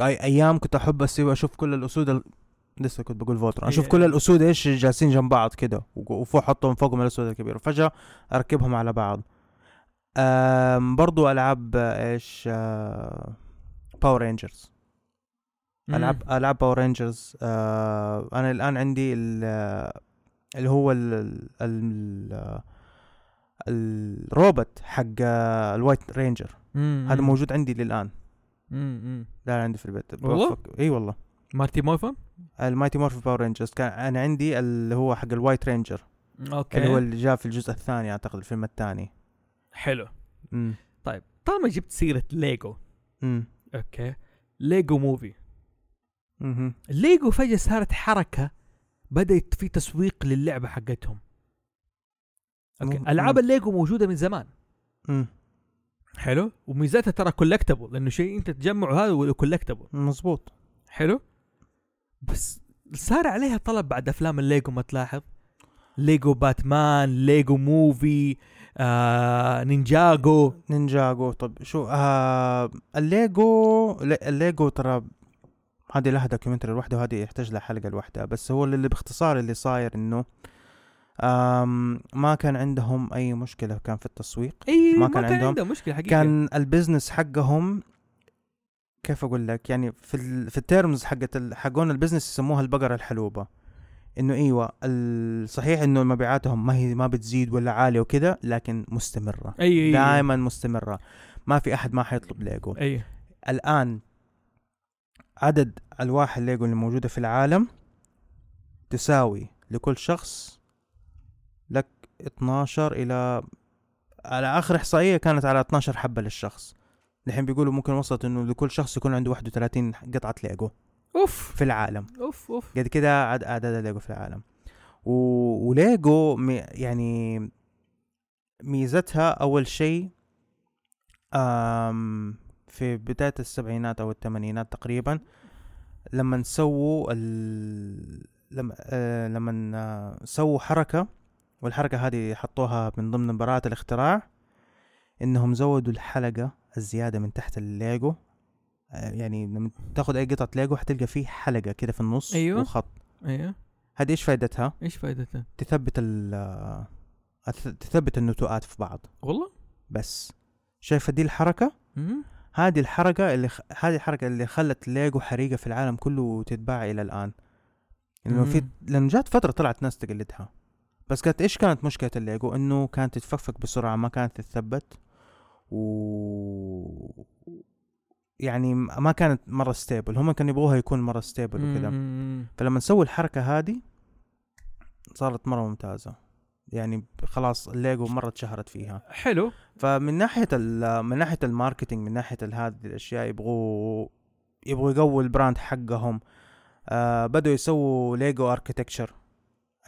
[SPEAKER 2] أي... ايام كنت احب اسوي اشوف كل الاسود ال... لسه كنت بقول فولترون اشوف
[SPEAKER 1] أي-
[SPEAKER 2] كل الاسود ايش جالسين جنب بعض كده وفوق حطهم فوقهم الاسود الكبير فجاه اركبهم على بعض أم برضو آه، العاب ايش باور رينجرز العاب العاب باور رينجرز انا الان آه، عندي ال- اللي هو ال ال ال- الروبوت حق الوايت رينجر
[SPEAKER 1] Mm.
[SPEAKER 2] هذا موجود عندي للان لا عندي في البيت
[SPEAKER 1] والله؟
[SPEAKER 2] بوفق- اي والله
[SPEAKER 1] مارتي موفون
[SPEAKER 2] المايتي مورف باور رينجرز كان انا عندي اللي هو حق الوايت رينجر
[SPEAKER 1] اوكي
[SPEAKER 2] اللي هو اللي جاء في الجزء الثاني اعتقد الفيلم الثاني
[SPEAKER 1] حلو
[SPEAKER 2] امم
[SPEAKER 1] طالما جبت سيره ليجو
[SPEAKER 2] امم
[SPEAKER 1] اوكي ليجو موفي
[SPEAKER 2] مهم.
[SPEAKER 1] ليجو فجاه صارت حركه بدات في تسويق للعبه حقتهم اوكي
[SPEAKER 2] مم.
[SPEAKER 1] العاب الليجو موجوده من زمان
[SPEAKER 2] مم.
[SPEAKER 1] حلو وميزتها ترى كولكتبل لانه شيء انت تجمعه هذا كولكتبل
[SPEAKER 2] مزبوط
[SPEAKER 1] حلو بس صار عليها طلب بعد افلام الليجو ما تلاحظ ليجو باتمان ليجو موفي آه، نينجاغو
[SPEAKER 2] نينجاجو طب شو آه الليجو لا، الليجو ترى هذه لها دوكيومنتري لوحده وهذه يحتاج لها حلقه لوحدها بس هو اللي باختصار اللي صاير انه آم ما كان عندهم اي مشكله كان في التسويق
[SPEAKER 1] اي
[SPEAKER 2] ما
[SPEAKER 1] ما,
[SPEAKER 2] كان
[SPEAKER 1] كان,
[SPEAKER 2] عندهم.
[SPEAKER 1] عندهم مشكله حقيقه
[SPEAKER 2] كان البزنس حقهم كيف اقول لك يعني في ال في التيرمز حقت ال- حقون البزنس يسموها البقره الحلوبه انه ايوه ال- صحيح انه مبيعاتهم ما هي ما بتزيد ولا عاليه وكذا لكن مستمره
[SPEAKER 1] إيه.
[SPEAKER 4] اي
[SPEAKER 2] دائما مستمره ما في احد ما حيطلب ليجو
[SPEAKER 4] اي
[SPEAKER 2] الان عدد الواح الليجو اللي موجوده في العالم تساوي لكل شخص لك 12 الى على اخر احصائيه كانت على 12 حبه للشخص الحين بيقولوا ممكن وصلت انه لكل شخص يكون عنده 31 قطعه ليجو
[SPEAKER 4] اوف
[SPEAKER 2] في العالم
[SPEAKER 4] اوف اوف
[SPEAKER 2] قد كده عد- اعداد الليجو في العالم و... وليجو م... يعني ميزتها اول شيء أم... في بدايه السبعينات او الثمانينات تقريبا لما سووا ال... لما آه لما آه، سووا حركه والحركه هذه حطوها من ضمن براءه الاختراع انهم زودوا الحلقه الزياده من تحت الليجو آه، يعني لما تاخذ اي قطعه ليجو حتلقى فيه حلقه كده في النص
[SPEAKER 4] أيوة.
[SPEAKER 2] وخط
[SPEAKER 1] أيوه.
[SPEAKER 4] ايوه
[SPEAKER 2] هذه ايش فائدتها؟
[SPEAKER 4] ايش فائدتها؟
[SPEAKER 2] تثبت ال آه، أث- تثبت النتوءات في بعض
[SPEAKER 4] والله؟
[SPEAKER 2] بس شايف دي الحركه؟
[SPEAKER 4] مم؟
[SPEAKER 2] هذه الحركه اللي خ... هذه الحركه اللي خلت ليجو حريقه في العالم كله وتتباع الى الان لانه في
[SPEAKER 4] مم.
[SPEAKER 2] لانه جات فتره طلعت ناس تقلدها بس كانت ايش كانت مشكله الليجو؟ انه كانت تتفكفك بسرعه ما كانت تتثبت و يعني ما كانت مره ستيبل هم كانوا يبغوها يكون مره ستيبل وكذا
[SPEAKER 4] مم.
[SPEAKER 2] فلما نسوي الحركه هذه صارت مره ممتازه يعني خلاص الليجو مره اتشهرت فيها
[SPEAKER 1] حلو
[SPEAKER 2] فمن ناحيه ال- من ناحيه الماركتينج من ناحيه ال- هذه الاشياء يبغوا يبغوا يقووا البراند حقهم آه بدوا يسووا ليجو اركتكتشر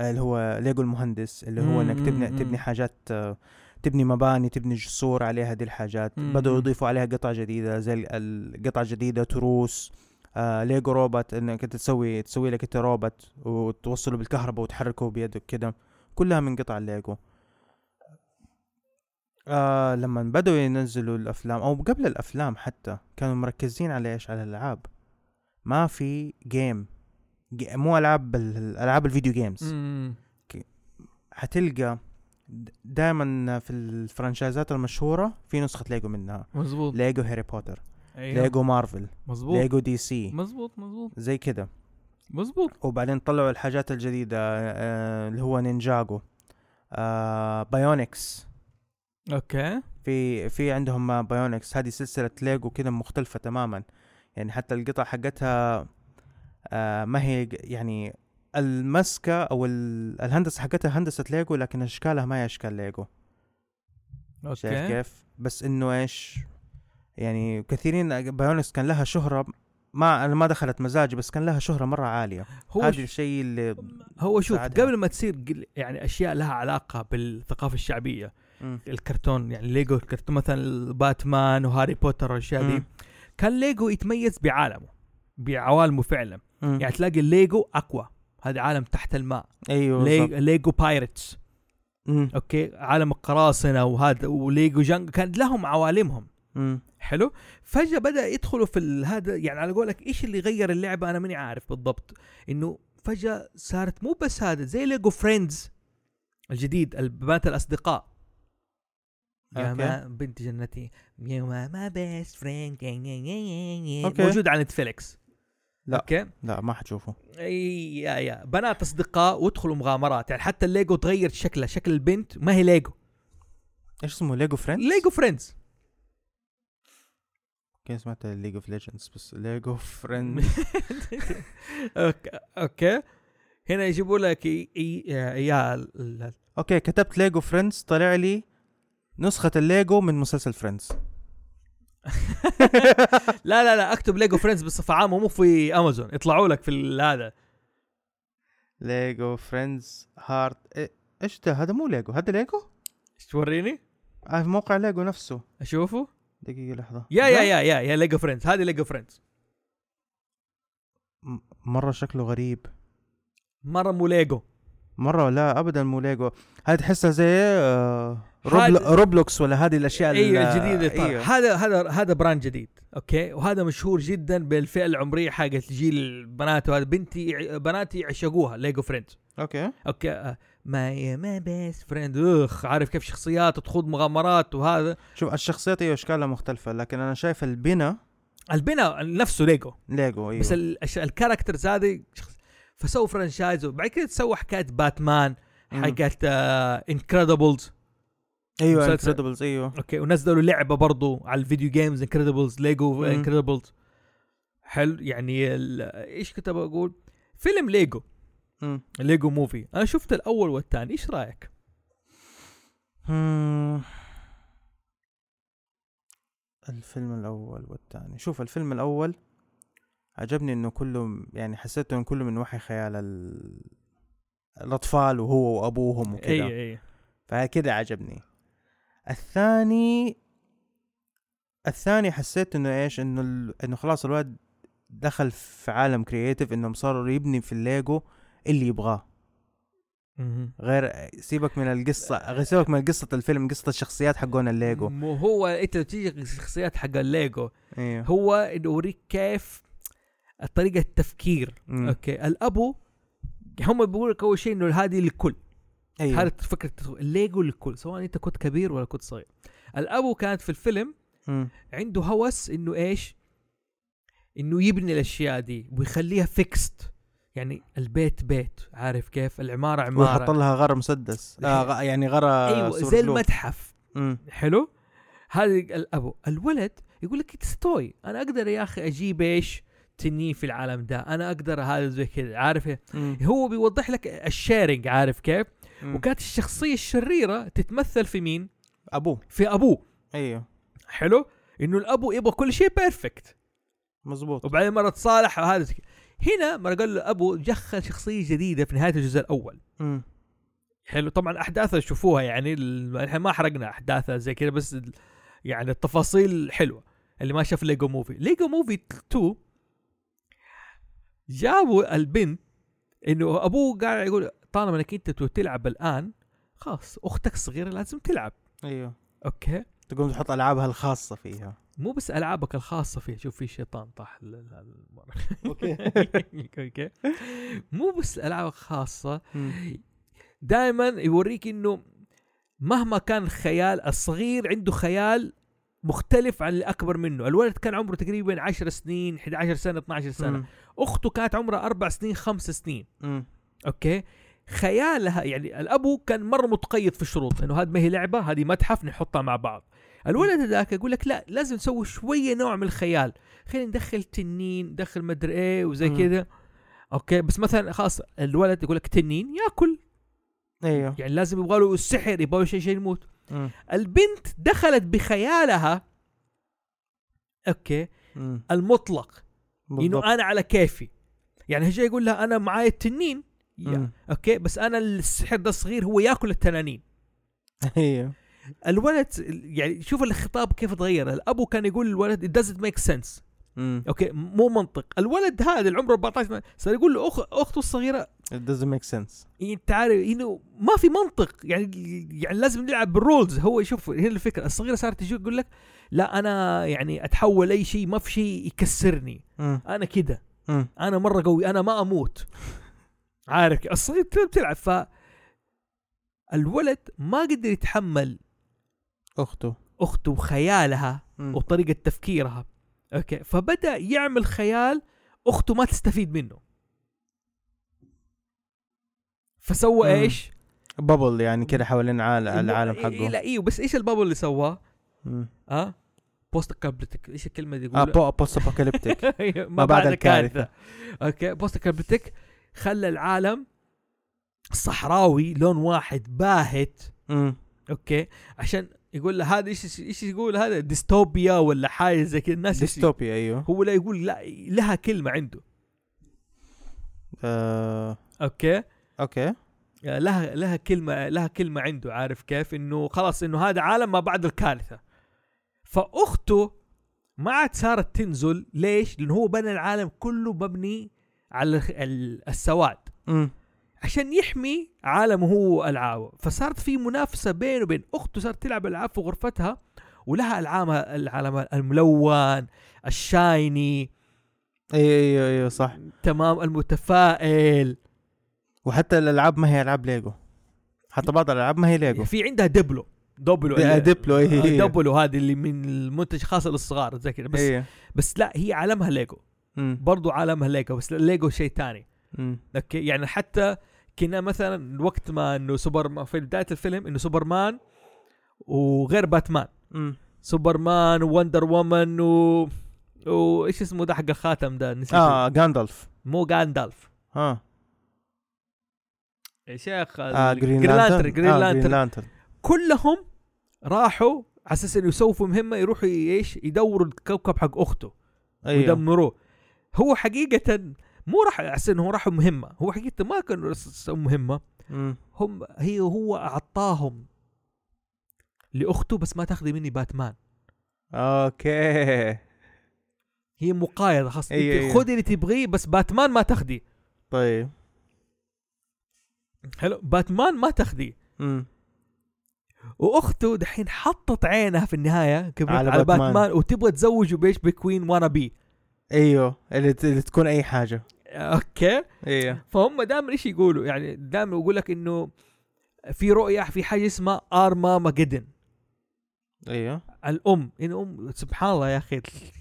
[SPEAKER 2] اللي هو ليجو المهندس اللي هو انك
[SPEAKER 4] مم،
[SPEAKER 2] تبني
[SPEAKER 4] مم،
[SPEAKER 2] تبني
[SPEAKER 4] مم.
[SPEAKER 2] حاجات آه، تبني مباني تبني جسور عليها دي الحاجات
[SPEAKER 4] مم،
[SPEAKER 2] بدوا
[SPEAKER 4] مم.
[SPEAKER 2] يضيفوا عليها قطع جديده زي ال- القطع الجديده تروس آه ليجو روبوت انك أنت تسوي تسوي لك انت روبوت وتوصله بالكهرباء وتحركه بيدك كده كلها من قطع الليجو آه لما بدوا ينزلوا الافلام او قبل الافلام حتى كانوا مركزين على ايش على الالعاب ما في جيم جي- مو العاب ال- العاب الفيديو جيمز
[SPEAKER 4] مم.
[SPEAKER 2] حتلقى دائما في الفرنشايزات المشهوره في نسخه ليجو منها
[SPEAKER 4] مزبوط
[SPEAKER 2] ليجو هاري بوتر
[SPEAKER 1] إيه.
[SPEAKER 4] أيوة.
[SPEAKER 2] ليجو مارفل
[SPEAKER 4] مزبوط
[SPEAKER 2] ليجو دي سي
[SPEAKER 4] مزبوط مزبوط
[SPEAKER 2] زي كده
[SPEAKER 4] مزبوط
[SPEAKER 2] وبعدين طلعوا الحاجات الجديده آه اللي هو نينجاجو آه بايونكس
[SPEAKER 4] اوكي
[SPEAKER 2] في في عندهم آه، بايونكس هذه سلسله ليجو كده مختلفه تماما يعني حتى القطع حقتها آه ما هي ج- يعني المسكه او ال- الهندسه حقتها هندسه ليجو لكن اشكالها ما هي اشكال ليجو شايف
[SPEAKER 4] اوكي
[SPEAKER 2] كيف؟ بس انه ايش؟ يعني كثيرين بايونكس كان لها شهره ما انا ما دخلت مزاجي بس كان لها شهره مره عاليه
[SPEAKER 1] هو
[SPEAKER 2] هذا الشيء اللي
[SPEAKER 1] هو شوف
[SPEAKER 2] ساعدها.
[SPEAKER 1] قبل ما تصير قل- يعني اشياء لها علاقه بالثقافه الشعبيه الكرتون يعني ليجو الكرتون مثلا باتمان وهاري بوتر والاشياء دي
[SPEAKER 2] مم.
[SPEAKER 1] كان ليجو يتميز بعالمه بعوالمه فعلا
[SPEAKER 2] مم.
[SPEAKER 1] يعني تلاقي الليجو اقوى هذا عالم تحت الماء
[SPEAKER 2] ايوه
[SPEAKER 1] لي-
[SPEAKER 2] بالضبط.
[SPEAKER 1] ليجو بايرتس
[SPEAKER 2] مم.
[SPEAKER 1] اوكي عالم القراصنه وهذا وليجو جنج كان لهم عوالمهم
[SPEAKER 2] مم.
[SPEAKER 1] حلو فجاه بدا يدخلوا في ال- هذا يعني على قولك ايش اللي غير اللعبه انا ماني عارف بالضبط انه فجاه صارت مو بس هذا زي ليجو فريندز الجديد البنات الاصدقاء يا
[SPEAKER 2] أوكي.
[SPEAKER 1] ما بنت جنتي يا ما ما بيست فريند
[SPEAKER 2] أوكي.
[SPEAKER 1] موجود على نتفليكس
[SPEAKER 2] لا.
[SPEAKER 1] اوكي
[SPEAKER 2] لا ما حتشوفه
[SPEAKER 1] اي يا يا بنات اصدقاء وادخلوا مغامرات يعني حتى الليجو تغير شكلها شكل البنت ما هي ليجو
[SPEAKER 2] ايش اسمه ليجو فريند؟
[SPEAKER 1] ليجو فريندز
[SPEAKER 2] كان سمعت ليجو اوف ليجندز بس ليجو فريند
[SPEAKER 1] اوكي اوكي هنا يجيبوا لك إي- إي- يا ال- ال-
[SPEAKER 2] اوكي كتبت ليجو فريندز طلع لي نسخة الليجو من مسلسل فريندز
[SPEAKER 1] لا لا لا اكتب ليجو فريندز بصفه عامه مو في امازون يطلعوا لك في ال- هذا
[SPEAKER 2] ليجو فريندز هارت إيه، ايش ده هذا مو ليجو هذا ليجو
[SPEAKER 1] إيش توريني
[SPEAKER 2] آه، في موقع ليجو نفسه
[SPEAKER 1] اشوفه
[SPEAKER 2] دقيقة لحظة
[SPEAKER 1] يا يا
[SPEAKER 2] لا،
[SPEAKER 1] يا يا يا ليجو فريندز هذه ليجو فريندز
[SPEAKER 2] م- مرة شكله غريب
[SPEAKER 1] مره مو ليجو
[SPEAKER 2] مرة لا ابدا مو ليجو هذه تحسها زي آه، روبل...
[SPEAKER 1] هاد-
[SPEAKER 2] روبلوكس ولا هذه الاشياء ال-
[SPEAKER 1] ايوه الجديد اللي طالع.
[SPEAKER 2] أيوة.
[SPEAKER 1] هذا هذا هذا براند جديد اوكي وهذا مشهور جدا بالفئه العمريه حقت جيل البنات وهذا بنتي يع- بناتي يعشقوها ليجو فريندز
[SPEAKER 2] اوكي
[SPEAKER 1] اوكي آه، ما ما بيست فريند اخ عارف كيف شخصيات تخوض مغامرات وهذا
[SPEAKER 2] شوف الشخصيات ايوه اشكالها مختلفة لكن انا شايف البنا
[SPEAKER 1] البناء نفسه ليجو
[SPEAKER 2] ليجو ايوه
[SPEAKER 1] بس الأش- الكاركترز هذه شخص فسووا فرانشايز وبعد كده تسوى حكايه باتمان حقت آه، انكريدبلز
[SPEAKER 2] ايوه
[SPEAKER 1] مسلسل.
[SPEAKER 2] انكريدبلز ايوه
[SPEAKER 1] اوكي ونزلوا لعبه برضو على الفيديو جيمز انكريدبلز ليجو
[SPEAKER 2] مم.
[SPEAKER 1] انكريدبلز حلو يعني ال- ايش كنت بقول فيلم ليجو
[SPEAKER 2] مم.
[SPEAKER 1] ليجو موفي انا شفت الاول والثاني ايش رايك
[SPEAKER 2] مم. الفيلم الاول والثاني شوف الفيلم الاول عجبني انه كله يعني حسيته انه كله من وحي خيال ال... الاطفال وهو وابوهم وكذا
[SPEAKER 1] اي اي
[SPEAKER 2] فكده عجبني الثاني الثاني حسيت انه ايش انه ال... انه خلاص الواد دخل في عالم كرييتيف انهم صاروا يبني في الليجو اللي يبغاه
[SPEAKER 1] مهم.
[SPEAKER 2] غير سيبك من القصه غير سيبك من قصه الفيلم قصه الشخصيات حقون الليجو
[SPEAKER 1] مو هو انت لو تيجي شخصيات حق الليجو
[SPEAKER 2] ايوه
[SPEAKER 1] هو إنه يوريك كيف طريقه التفكير
[SPEAKER 2] مم.
[SPEAKER 1] اوكي الابو هم بيقولوا لك اول شيء انه هذه للكل
[SPEAKER 2] ايوه
[SPEAKER 1] هذه فكره الليجو للكل سواء انت كنت كبير ولا كنت صغير الابو كانت في الفيلم
[SPEAKER 2] مم.
[SPEAKER 1] عنده هوس انه ايش انه يبني الاشياء دي ويخليها فيكست يعني البيت بيت عارف كيف العماره عماره
[SPEAKER 2] ويحط لها غرة مسدس آه غ... يعني غرة
[SPEAKER 1] ايوه
[SPEAKER 2] صورة
[SPEAKER 1] زي
[SPEAKER 2] لوب.
[SPEAKER 1] المتحف
[SPEAKER 2] مم.
[SPEAKER 1] حلو هذا الابو الولد يقول لك اتس توي انا اقدر يا اخي اجيب ايش تنين في العالم ده انا اقدر هذا زي كذا عارف
[SPEAKER 2] مم.
[SPEAKER 1] هو بيوضح لك الشيرنج عارف كيف
[SPEAKER 2] مم.
[SPEAKER 1] وكانت الشخصيه الشريره تتمثل في مين
[SPEAKER 2] ابوه
[SPEAKER 1] في ابوه
[SPEAKER 2] ايوه
[SPEAKER 1] حلو انه الابو يبغى كل شيء بيرفكت
[SPEAKER 2] مزبوط
[SPEAKER 1] وبعدين مره تصالح وهذا زي كده. هنا مره قال له ابو دخل شخصيه جديده في نهايه الجزء الاول
[SPEAKER 2] مم.
[SPEAKER 1] حلو طبعا احداثها شوفوها يعني ال- احنا ما حرقنا احداثها زي كذا بس ال- يعني التفاصيل حلوه اللي ما شاف ليجو موفي ليجو موفي 2 جابوا البنت انه ابوه قاعد يقول طالما انك انت تبغى تلعب الان خلاص اختك الصغيره لازم تلعب
[SPEAKER 2] ايوه
[SPEAKER 1] اوكي
[SPEAKER 2] تقوم تحط العابها الخاصه فيها
[SPEAKER 1] مو بس العابك الخاصه فيها شوف في شيطان طاح ل- ل- ل- المرة.
[SPEAKER 2] اوكي
[SPEAKER 1] اوكي مو بس العاب خاصه دائما يوريك انه مهما كان الخيال الصغير عنده خيال مختلف عن الاكبر منه، الولد كان عمره تقريبا 10 سنين، 11 سنه، 12 سنه،
[SPEAKER 2] مم.
[SPEAKER 1] اخته كانت عمرها اربع سنين، خمس سنين،
[SPEAKER 2] مم.
[SPEAKER 1] اوكي؟ خيالها يعني الابو كان مره متقيد في الشروط انه هذه ما هي لعبه، هذه متحف نحطها مع بعض. الولد هذاك يقول لك لا لازم نسوي شويه نوع من الخيال، خلينا ندخل تنين، ندخل مدري ايه وزي
[SPEAKER 2] مم.
[SPEAKER 1] كذا. اوكي بس مثلا خلاص الولد يقول لك تنين ياكل
[SPEAKER 2] ايوه
[SPEAKER 1] يعني لازم يبغى له السحر يبغى له شيء شيء يموت
[SPEAKER 2] مم.
[SPEAKER 1] البنت دخلت بخيالها اوكي
[SPEAKER 2] مم.
[SPEAKER 1] المطلق
[SPEAKER 2] بالضبط.
[SPEAKER 1] انه انا على كيفي يعني هي جاي يقول لها انا معاي التنين
[SPEAKER 2] مم.
[SPEAKER 1] يا. اوكي بس انا السحر ده صغير هو ياكل التنانين
[SPEAKER 2] ايوه
[SPEAKER 1] الولد يعني شوف الخطاب كيف تغير الابو كان يقول للولد it doesn't make sense
[SPEAKER 2] مم.
[SPEAKER 1] اوكي مو منطق الولد هذا اللي عمره 14 سنة، صار يقول له أخ... اخته الصغيره
[SPEAKER 2] It doesn't make sense
[SPEAKER 1] انت إيه، عارف انه ما في منطق يعني يعني لازم نلعب بالرولز هو شوف هنا الفكره الصغيره صارت تجي تقول لك لا انا يعني اتحول اي شيء ما في شيء يكسرني
[SPEAKER 2] مم.
[SPEAKER 1] انا كده
[SPEAKER 2] مم.
[SPEAKER 1] انا مره قوي انا ما اموت عارف الصغير تلعب- بتلعب ف الولد ما قدر يتحمل
[SPEAKER 2] اخته
[SPEAKER 1] اخته وخيالها
[SPEAKER 2] مم.
[SPEAKER 1] وطريقه تفكيرها اوكي فبدا يعمل خيال اخته ما تستفيد منه فسوى
[SPEAKER 2] مم.
[SPEAKER 1] ايش؟
[SPEAKER 2] بابل يعني كده حوالين عال... العالم
[SPEAKER 1] إيه- إيه
[SPEAKER 2] حقه
[SPEAKER 1] لا ايوه بس ايش البابل اللي سواه؟
[SPEAKER 2] مم.
[SPEAKER 1] ها؟ بوست كابلتك ايش الكلمه دي
[SPEAKER 2] اه
[SPEAKER 1] يقولها؟
[SPEAKER 2] بو... بوست ابوكاليبتيك
[SPEAKER 1] ما بعد الكارثه اوكي بوست كابلتك خلى العالم صحراوي لون واحد باهت
[SPEAKER 2] مم.
[SPEAKER 1] اوكي عشان يقول له هذا ايش ايش يقول هذا ديستوبيا ولا حاجه زي كذا الناس إيش-
[SPEAKER 2] ديستوبيا ايوه
[SPEAKER 1] هو لا يقول لا لها كلمه عنده
[SPEAKER 2] آه...
[SPEAKER 1] اوكي
[SPEAKER 2] اوكي
[SPEAKER 1] لها لها كلمه لها كلمه عنده عارف كيف انه خلاص انه هذا عالم ما بعد الكارثه فاخته ما عاد صارت تنزل ليش؟ لانه هو بنى العالم كله مبني على الخ- ال- السواد
[SPEAKER 2] مم.
[SPEAKER 1] عشان يحمي عالمه هو والعابه فصارت في منافسه بينه وبين اخته صارت تلعب العاب في غرفتها ولها العابها العالم الملون الشايني
[SPEAKER 2] ايوه ايوه ايوه صح
[SPEAKER 1] تمام المتفائل
[SPEAKER 2] وحتى الالعاب ما هي العاب ليجو حتى بعض الالعاب ما هي ليجو
[SPEAKER 1] في عندها دبلو دبلو
[SPEAKER 2] أيوه. دي- ديبلو اي
[SPEAKER 1] دبلوا هذه اللي من المنتج خاص للصغار زي كذا بس
[SPEAKER 2] ايوه
[SPEAKER 1] بس لا هي عالمها ليجو
[SPEAKER 2] مم.
[SPEAKER 1] برضو عالمها ليجو بس ليجو شيء ثاني
[SPEAKER 2] مم.
[SPEAKER 1] اوكي يعني حتى كنا مثلا وقت ما انه سوبر في بدايه الفيلم انه سوبرمان وغير باتمان
[SPEAKER 2] مم.
[SPEAKER 1] سوبرمان ووندر وومن و وايش اسمه ده حق الخاتم ده نسيت
[SPEAKER 2] اه جاندالف
[SPEAKER 1] مو جاندالف
[SPEAKER 2] ها
[SPEAKER 1] يا شيخ
[SPEAKER 2] اه جرين
[SPEAKER 1] لانترن
[SPEAKER 2] لانترن
[SPEAKER 1] جرين
[SPEAKER 2] آه، جرين
[SPEAKER 1] لانترن
[SPEAKER 2] لانترن
[SPEAKER 1] كلهم راحوا على اساس انه يسووا مهمه يروحوا ايش يدوروا الكوكب حق اخته
[SPEAKER 2] ايوه
[SPEAKER 1] ويدمروه هو حقيقه مو راح على اساس انه هو راحوا مهمه هو حقيقه ما كانوا يسووا مهمه
[SPEAKER 2] مم.
[SPEAKER 1] هم هي هو اعطاهم لاخته بس ما تاخذي مني باتمان
[SPEAKER 2] اوكي
[SPEAKER 1] هي مقايضه خلاص
[SPEAKER 2] أيوه،
[SPEAKER 1] أنت
[SPEAKER 2] أيوه.
[SPEAKER 1] خذي اللي تبغيه بس باتمان ما تاخذي
[SPEAKER 2] طيب
[SPEAKER 1] حلو باتمان ما تاخذي
[SPEAKER 2] مم.
[SPEAKER 1] واخته دحين حطت عينها في النهايه كبرت على,
[SPEAKER 2] على
[SPEAKER 1] على باتمان.
[SPEAKER 2] باتمان.
[SPEAKER 1] باتمان وتبغى تزوجه بايش بكوين وانا بي
[SPEAKER 2] ايوه اللي ت- اللي تكون اي حاجه
[SPEAKER 1] اوكي
[SPEAKER 2] ايوه
[SPEAKER 1] فهم دائما ايش يقولوا يعني دائما يقول لك انه في رؤيه في حاجه اسمها ارما ماجدن
[SPEAKER 2] ايوه
[SPEAKER 1] الام ان ام سبحان الله يا اخي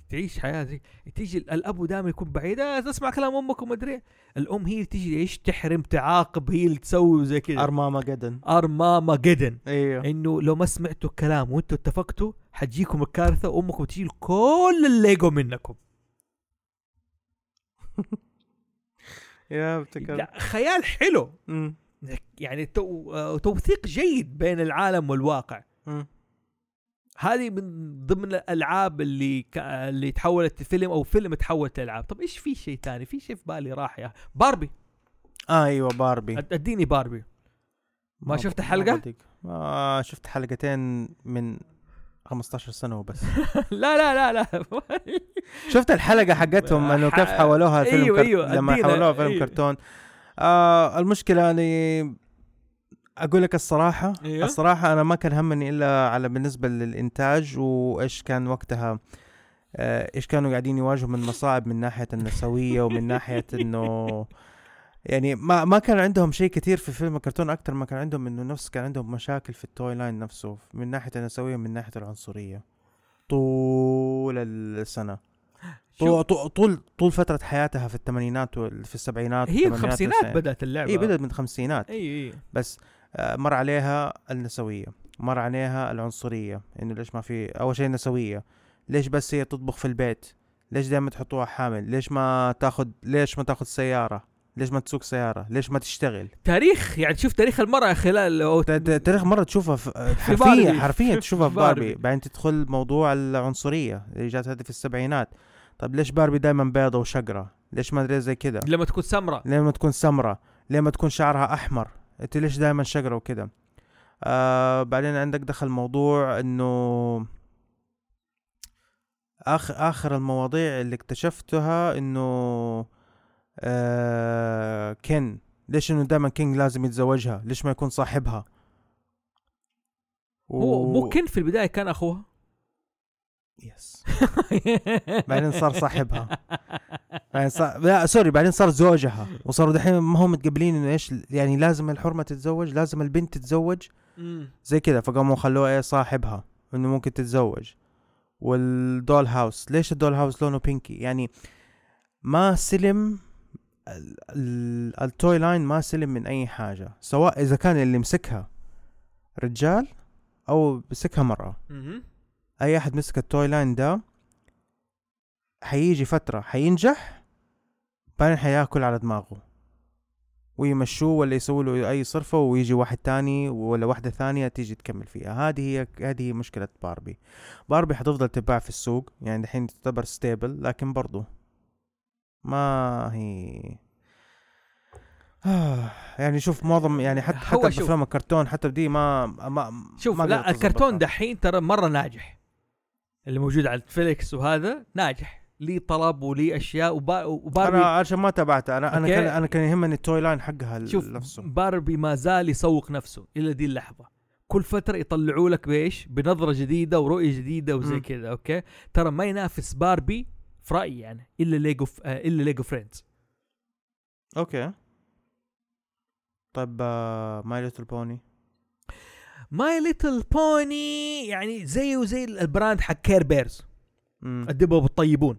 [SPEAKER 1] تعيش حياتك تيجي الاب دائما يكون بعيد آه، تسمع كلام امك وما ادري إيه. الام هي اللي تيجي ايش تحرم تعاقب هي اللي تسوي زي كذا
[SPEAKER 2] ارماما جدن
[SPEAKER 1] ارما ماجدن
[SPEAKER 2] ايوه
[SPEAKER 1] انه لو ما سمعتوا الكلام وانتوا اتفقتوا حتجيكم الكارثه وامكم تشيل كل الليجو منكم
[SPEAKER 2] يا ابتكر
[SPEAKER 1] لا خيال حلو
[SPEAKER 2] مم.
[SPEAKER 1] يعني تو... آه، توثيق جيد بين العالم والواقع
[SPEAKER 2] مم.
[SPEAKER 1] هذه من ضمن الالعاب اللي ك... اللي تحولت لفيلم او فيلم تحولت لالعاب طب ايش في شيء ثاني في شيء في بالي راح يا باربي
[SPEAKER 2] آه ايوه باربي
[SPEAKER 1] أد- اديني باربي ما شفت حلقة؟
[SPEAKER 2] ما آه، شفت حلقتين من 15 سنه وبس
[SPEAKER 1] لا لا لا لا
[SPEAKER 2] شفت الحلقه حقتهم انه كيف
[SPEAKER 1] ح-
[SPEAKER 2] حولوها فيلم
[SPEAKER 1] أيوة،
[SPEAKER 2] كرت-
[SPEAKER 1] أيوة،
[SPEAKER 2] لما
[SPEAKER 1] أدينا،
[SPEAKER 2] حولوها فيلم
[SPEAKER 1] أيوة.
[SPEAKER 2] كرتون آه المشكله اني اقول لك الصراحه
[SPEAKER 1] أيوة.
[SPEAKER 2] الصراحه انا ما كان همني الا على بالنسبه للانتاج وايش كان وقتها آه، ايش كانوا قاعدين يواجهوا من مصاعب من ناحيه النسويه ومن ناحيه انه يعني ما ما كان عندهم شيء كثير في فيلم الكرتون اكثر ما كان عندهم انه نفس كان عندهم مشاكل في التوي لاين نفسه من ناحيه النسويه ومن ناحيه العنصريه طول السنه طو-
[SPEAKER 1] شوف،
[SPEAKER 2] طو- طول طول فتره حياتها في الثمانينات وفي السبعينات
[SPEAKER 1] هي الخمسينات إيه، بدات اللعبه
[SPEAKER 2] اي بدات من الخمسينات
[SPEAKER 1] اي اي
[SPEAKER 2] بس آه، مر عليها النسويه مر عليها العنصريه انه ليش ما في اول شيء النسويه ليش بس هي تطبخ في البيت ليش دائما تحطوها حامل ليش ما تاخذ ليش ما تاخذ سياره ليش ما تسوق سياره ليش ما تشتغل
[SPEAKER 1] تاريخ يعني شوف تاريخ المراه خلال أو
[SPEAKER 2] ت- ت- تاريخ مره تشوفها في آه، حرفيا
[SPEAKER 1] باربي.
[SPEAKER 2] حرفيا
[SPEAKER 1] في-
[SPEAKER 2] تشوفها
[SPEAKER 1] في
[SPEAKER 2] في
[SPEAKER 1] باربي.
[SPEAKER 2] باربي بعدين تدخل موضوع العنصريه اللي جات هذه في السبعينات طب ليش باربي دائما بيضة وشقره ليش ما ادري زي كذا
[SPEAKER 1] لما تكون سمراء
[SPEAKER 2] ليه ما تكون سمراء ليه ما تكون شعرها احمر انت ليش دائما شقره وكده آه بعدين عندك دخل موضوع انه اخر اخر المواضيع اللي اكتشفتها انه آه كين ليش انه دائما كينج لازم يتزوجها ليش ما يكون صاحبها
[SPEAKER 1] هو
[SPEAKER 2] و-
[SPEAKER 1] مو كن في البدايه كان اخوها
[SPEAKER 2] يس بعدين صار صاحبها يعني صار لا سوري بعدين صار زوجها وصاروا دحين ما هم متقبلين انه ايش يعني لازم الحرمه تتزوج لازم البنت تتزوج
[SPEAKER 1] مم.
[SPEAKER 2] زي كذا فقاموا خلوها ايه صاحبها انه ممكن تتزوج والدول هاوس ليش الدول هاوس لونه بينكي يعني ما سلم ال- ال- التوي لاين ما سلم من اي حاجه سواء اذا كان اللي مسكها رجال او مسكها مرأة
[SPEAKER 1] مهم.
[SPEAKER 2] اي احد مسك التوي لاين ده حيجي فتره حينجح بعدين حياكل على دماغه ويمشوه ولا يسووا له اي صرفه ويجي واحد تاني ولا واحده ثانيه تيجي تكمل فيها هذه هي هذه هي مشكله باربي باربي حتفضل تتباع في السوق يعني الحين تعتبر ستيبل لكن برضو ما هي آه، يعني شوف معظم يعني حتى
[SPEAKER 1] هو
[SPEAKER 2] حتى
[SPEAKER 1] شوف.
[SPEAKER 2] افلام الكرتون حتى بدي ما ما
[SPEAKER 1] شوف
[SPEAKER 2] ما
[SPEAKER 1] لا
[SPEAKER 2] قدرت
[SPEAKER 1] الكرتون
[SPEAKER 2] أظبطها.
[SPEAKER 1] دحين ترى مره ناجح اللي موجود على نتفليكس وهذا ناجح ليه طلب وليه اشياء وبا- وباربي
[SPEAKER 2] انا عشان ما تابعته انا انا
[SPEAKER 1] أوكي.
[SPEAKER 2] كان انا كان يهمني التوي لاين حقها ال-
[SPEAKER 1] شوف
[SPEAKER 2] نفسه
[SPEAKER 1] باربي ما زال يسوق نفسه الى دي اللحظه كل فتره يطلعوا لك بايش بنظره جديده ورؤيه جديده وزي
[SPEAKER 2] مم.
[SPEAKER 1] كذا اوكي ترى ما ينافس باربي في رايي يعني الا ليجو ف... آه، الا ليجو فريندز
[SPEAKER 2] اوكي طيب ماي ليتل بوني
[SPEAKER 1] ماي ليتل بوني يعني زيه زي البراند حق كير بيرز الدبب الطيبون